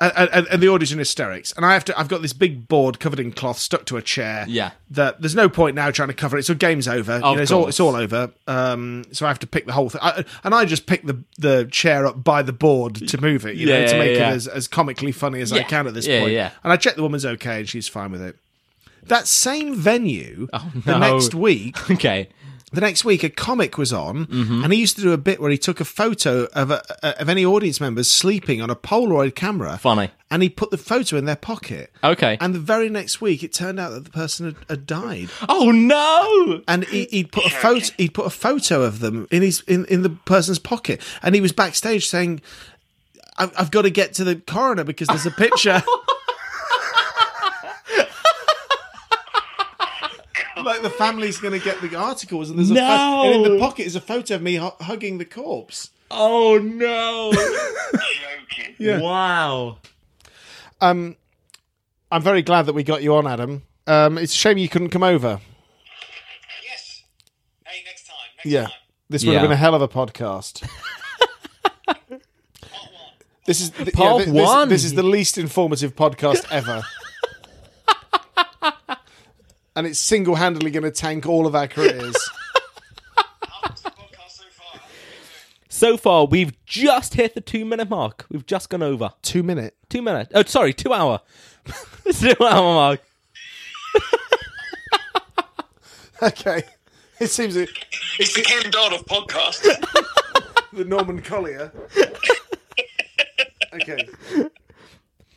S3: And, and, and the audience in hysterics, and I have to. I've got this big board covered in cloth stuck to a chair.
S1: Yeah.
S3: That there's no point now trying to cover it. So game's over. You
S1: Of
S3: know, it's all
S1: course.
S3: it's all over. Um. So I have to pick the whole thing, I, and I just pick the the chair up by the board to move it. You
S1: Yeah,
S3: know, to
S1: yeah,
S3: make
S1: yeah.
S3: it as, as comically funny as I
S1: Yeah.
S3: can at this
S1: Yeah,
S3: point.
S1: yeah.
S3: And I check the woman's okay and she's fine with it. That same venue. The
S1: Oh, no.
S3: next week,
S1: Okay.
S3: the next week a comic was on and he used to do a bit where he took a photo of a, of any audience members sleeping on a polaroid camera
S1: Funny.
S3: and he put the photo in their pocket
S1: Okay.
S3: and the very next week it turned out that the person had, had died
S1: oh no.
S3: and he, he'd put a photo he'd put a photo of them in his in, in the person's pocket and he was backstage saying I've, I've got to get to the coroner because there's a picture like the family's going to get the articles and there's a
S1: No.
S3: pho- and in the pocket is a photo of me hu- hugging the corpse
S1: Oh no.
S4: Joking.
S1: Wow.
S3: Um, i'm very glad that we got you on adam um, it's a shame you couldn't come over
S6: Yes. Hey, next time. Next
S3: yeah
S6: time.
S3: this would have
S1: Yeah.
S3: been a hell of a podcast This is the,
S1: Part
S3: yeah, thi- this-
S1: one.
S3: This, is the least informative podcast ever. and it's single-handedly going to tank all of our careers.
S6: How was the podcast so far?
S1: So far, we've just hit the two minute mark. We've just gone over
S3: Two minute.
S1: two minutes. Oh, sorry, two hour. two hour mark.
S3: Okay. It seems that
S6: It's the Ken Dodd of podcasts. Uh,
S3: the Norman Collier. Okay.
S6: uh,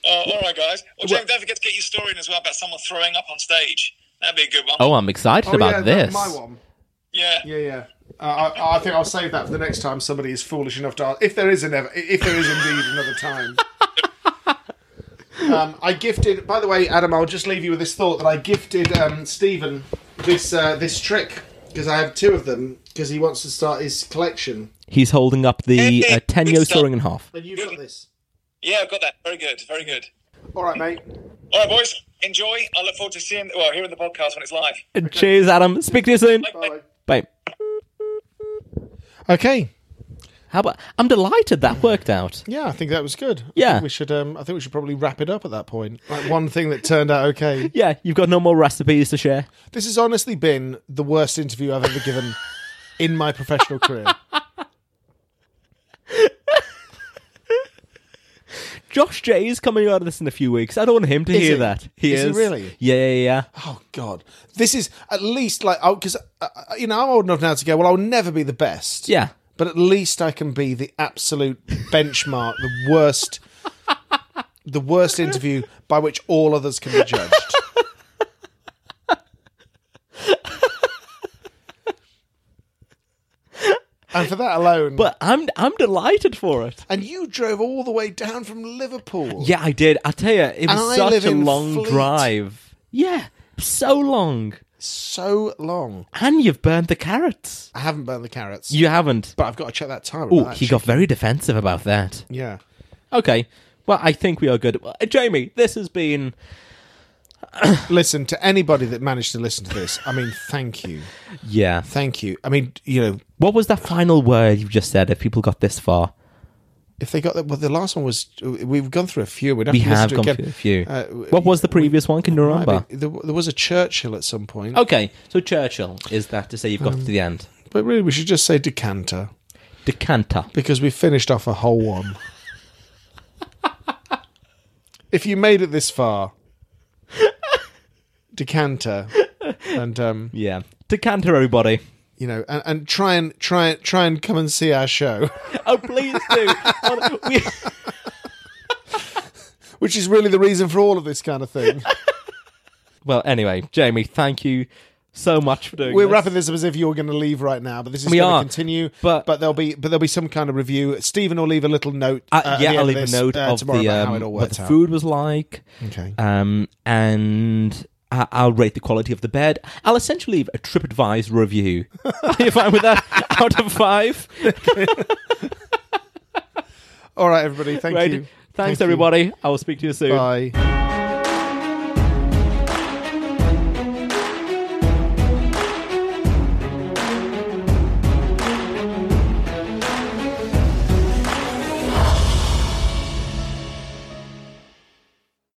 S6: all right, guys. Well, James, don't forget to get your story in as well about someone throwing up on stage. That'd be a good one.
S1: Oh, I'm excited
S3: Oh,
S1: about
S3: yeah, that-
S1: this.
S3: My one.
S6: uh, Yeah.
S3: Yeah, yeah. Uh, I, I think I'll save that for the next time somebody is foolish enough to ask. If there is another, if there is indeed another time. Um, I gifted. By the way, Adam, I'll just leave you with this thought that I gifted um, Stephen this uh, this trick because I have two of them because he wants to start his collection.
S1: He's holding up the uh, Tenyo sawing in half.
S3: And you've got this.
S6: Yeah, I've got that. Very good. Very good.
S3: All right, mate.
S6: All right, boys. Enjoy. I look forward to seeing, well, hearing the podcast when it's live.
S1: Cheers, Adam. Speak to you soon.
S3: Bye.
S1: Bye.
S3: Okay.
S1: How about? I'm delighted that worked out.
S3: Yeah, I think that was good. I
S1: Yeah.
S3: think we should. Um, I think we should probably wrap it up at that point. Like one thing that turned out okay.
S1: Yeah, you've got no more recipes to share.
S3: This has honestly been the worst interview I've ever given in my professional career.
S1: Josh J is coming out of this in a few weeks. I don't want him to
S3: Is
S1: hear
S3: he?
S1: that. He
S3: Is
S1: is,
S3: he really?
S1: Yeah, yeah, yeah.
S3: Oh God, this is at least like oh because uh, uh, you know I'm old enough now to go. Well, I'll never be the best.
S1: Yeah.
S3: but at least I can be the absolute benchmark, the worst, the worst interview by which all others can be judged. and for that alone.
S1: But I'm I'm delighted for it.
S3: and you drove all the way down from Liverpool.
S1: Yeah, I did. I tell you, it was
S3: I
S1: such
S3: live
S1: a
S3: in
S1: long
S3: Fleet.
S1: drive. Yeah, so long.
S3: So long.
S1: And you've burned the carrots.
S3: I haven't burned the carrots.
S1: You haven't.
S3: but I've got to check that time.
S1: Oh, he got very defensive about that.
S3: Yeah.
S1: Okay. Well, I think we are good. Uh, Jamie, this has been.
S3: Listen, to anybody that managed to listen to this, I mean, thank you.
S1: Yeah.
S3: Thank you. I mean, you know,
S1: What was that final word you just said if people got this far?
S3: if they got that, well, the last one was we've gone through a few. We'd have
S1: We
S3: to listen
S1: have
S3: to it
S1: gone
S3: again.
S1: through a few.
S3: Uh, w-
S1: what was the previous one? Can you
S3: might
S1: remember?
S3: be- there, there was a Churchill at some point,
S1: Okay, so Churchill is that to say you've got to the end.
S3: but really, we should just say decanter
S1: Decanter.
S3: because we finished off a whole one. if you made it this far, decanter, and um,
S1: Yeah. Decanter, everybody.
S3: you know, and, and try and try and try and come and see our show,
S1: Oh, please do. On- we-
S3: which is really the reason for all of this kind of thing.
S1: well, anyway, Jamie, thank you so much for doing
S3: We're
S1: this.
S3: wrapping this up as if you're going to leave right now, but this is
S1: We
S3: going
S1: are,
S3: to continue.
S1: but-
S3: but there'll be but there'll be some kind of review. Stephen will leave a little note.
S1: Uh,
S3: uh, at the
S1: yeah,
S3: end
S1: I'll
S3: of
S1: leave
S3: this,
S1: a note
S3: uh,
S1: of
S3: tomorrow
S1: the,
S3: about
S1: um,
S3: how it all
S1: what
S3: worked
S1: the
S3: out.
S1: food was like.
S3: Okay.
S1: Um, and I- I'll rate the quality of the bed. I'll essentially leave a TripAdvisor review. Are you fine with that? Out of five.
S3: All right, everybody. Thank
S1: Right.
S3: you.
S1: Thanks,
S3: Thank you.
S1: everybody. I will speak to you soon.
S3: Bye.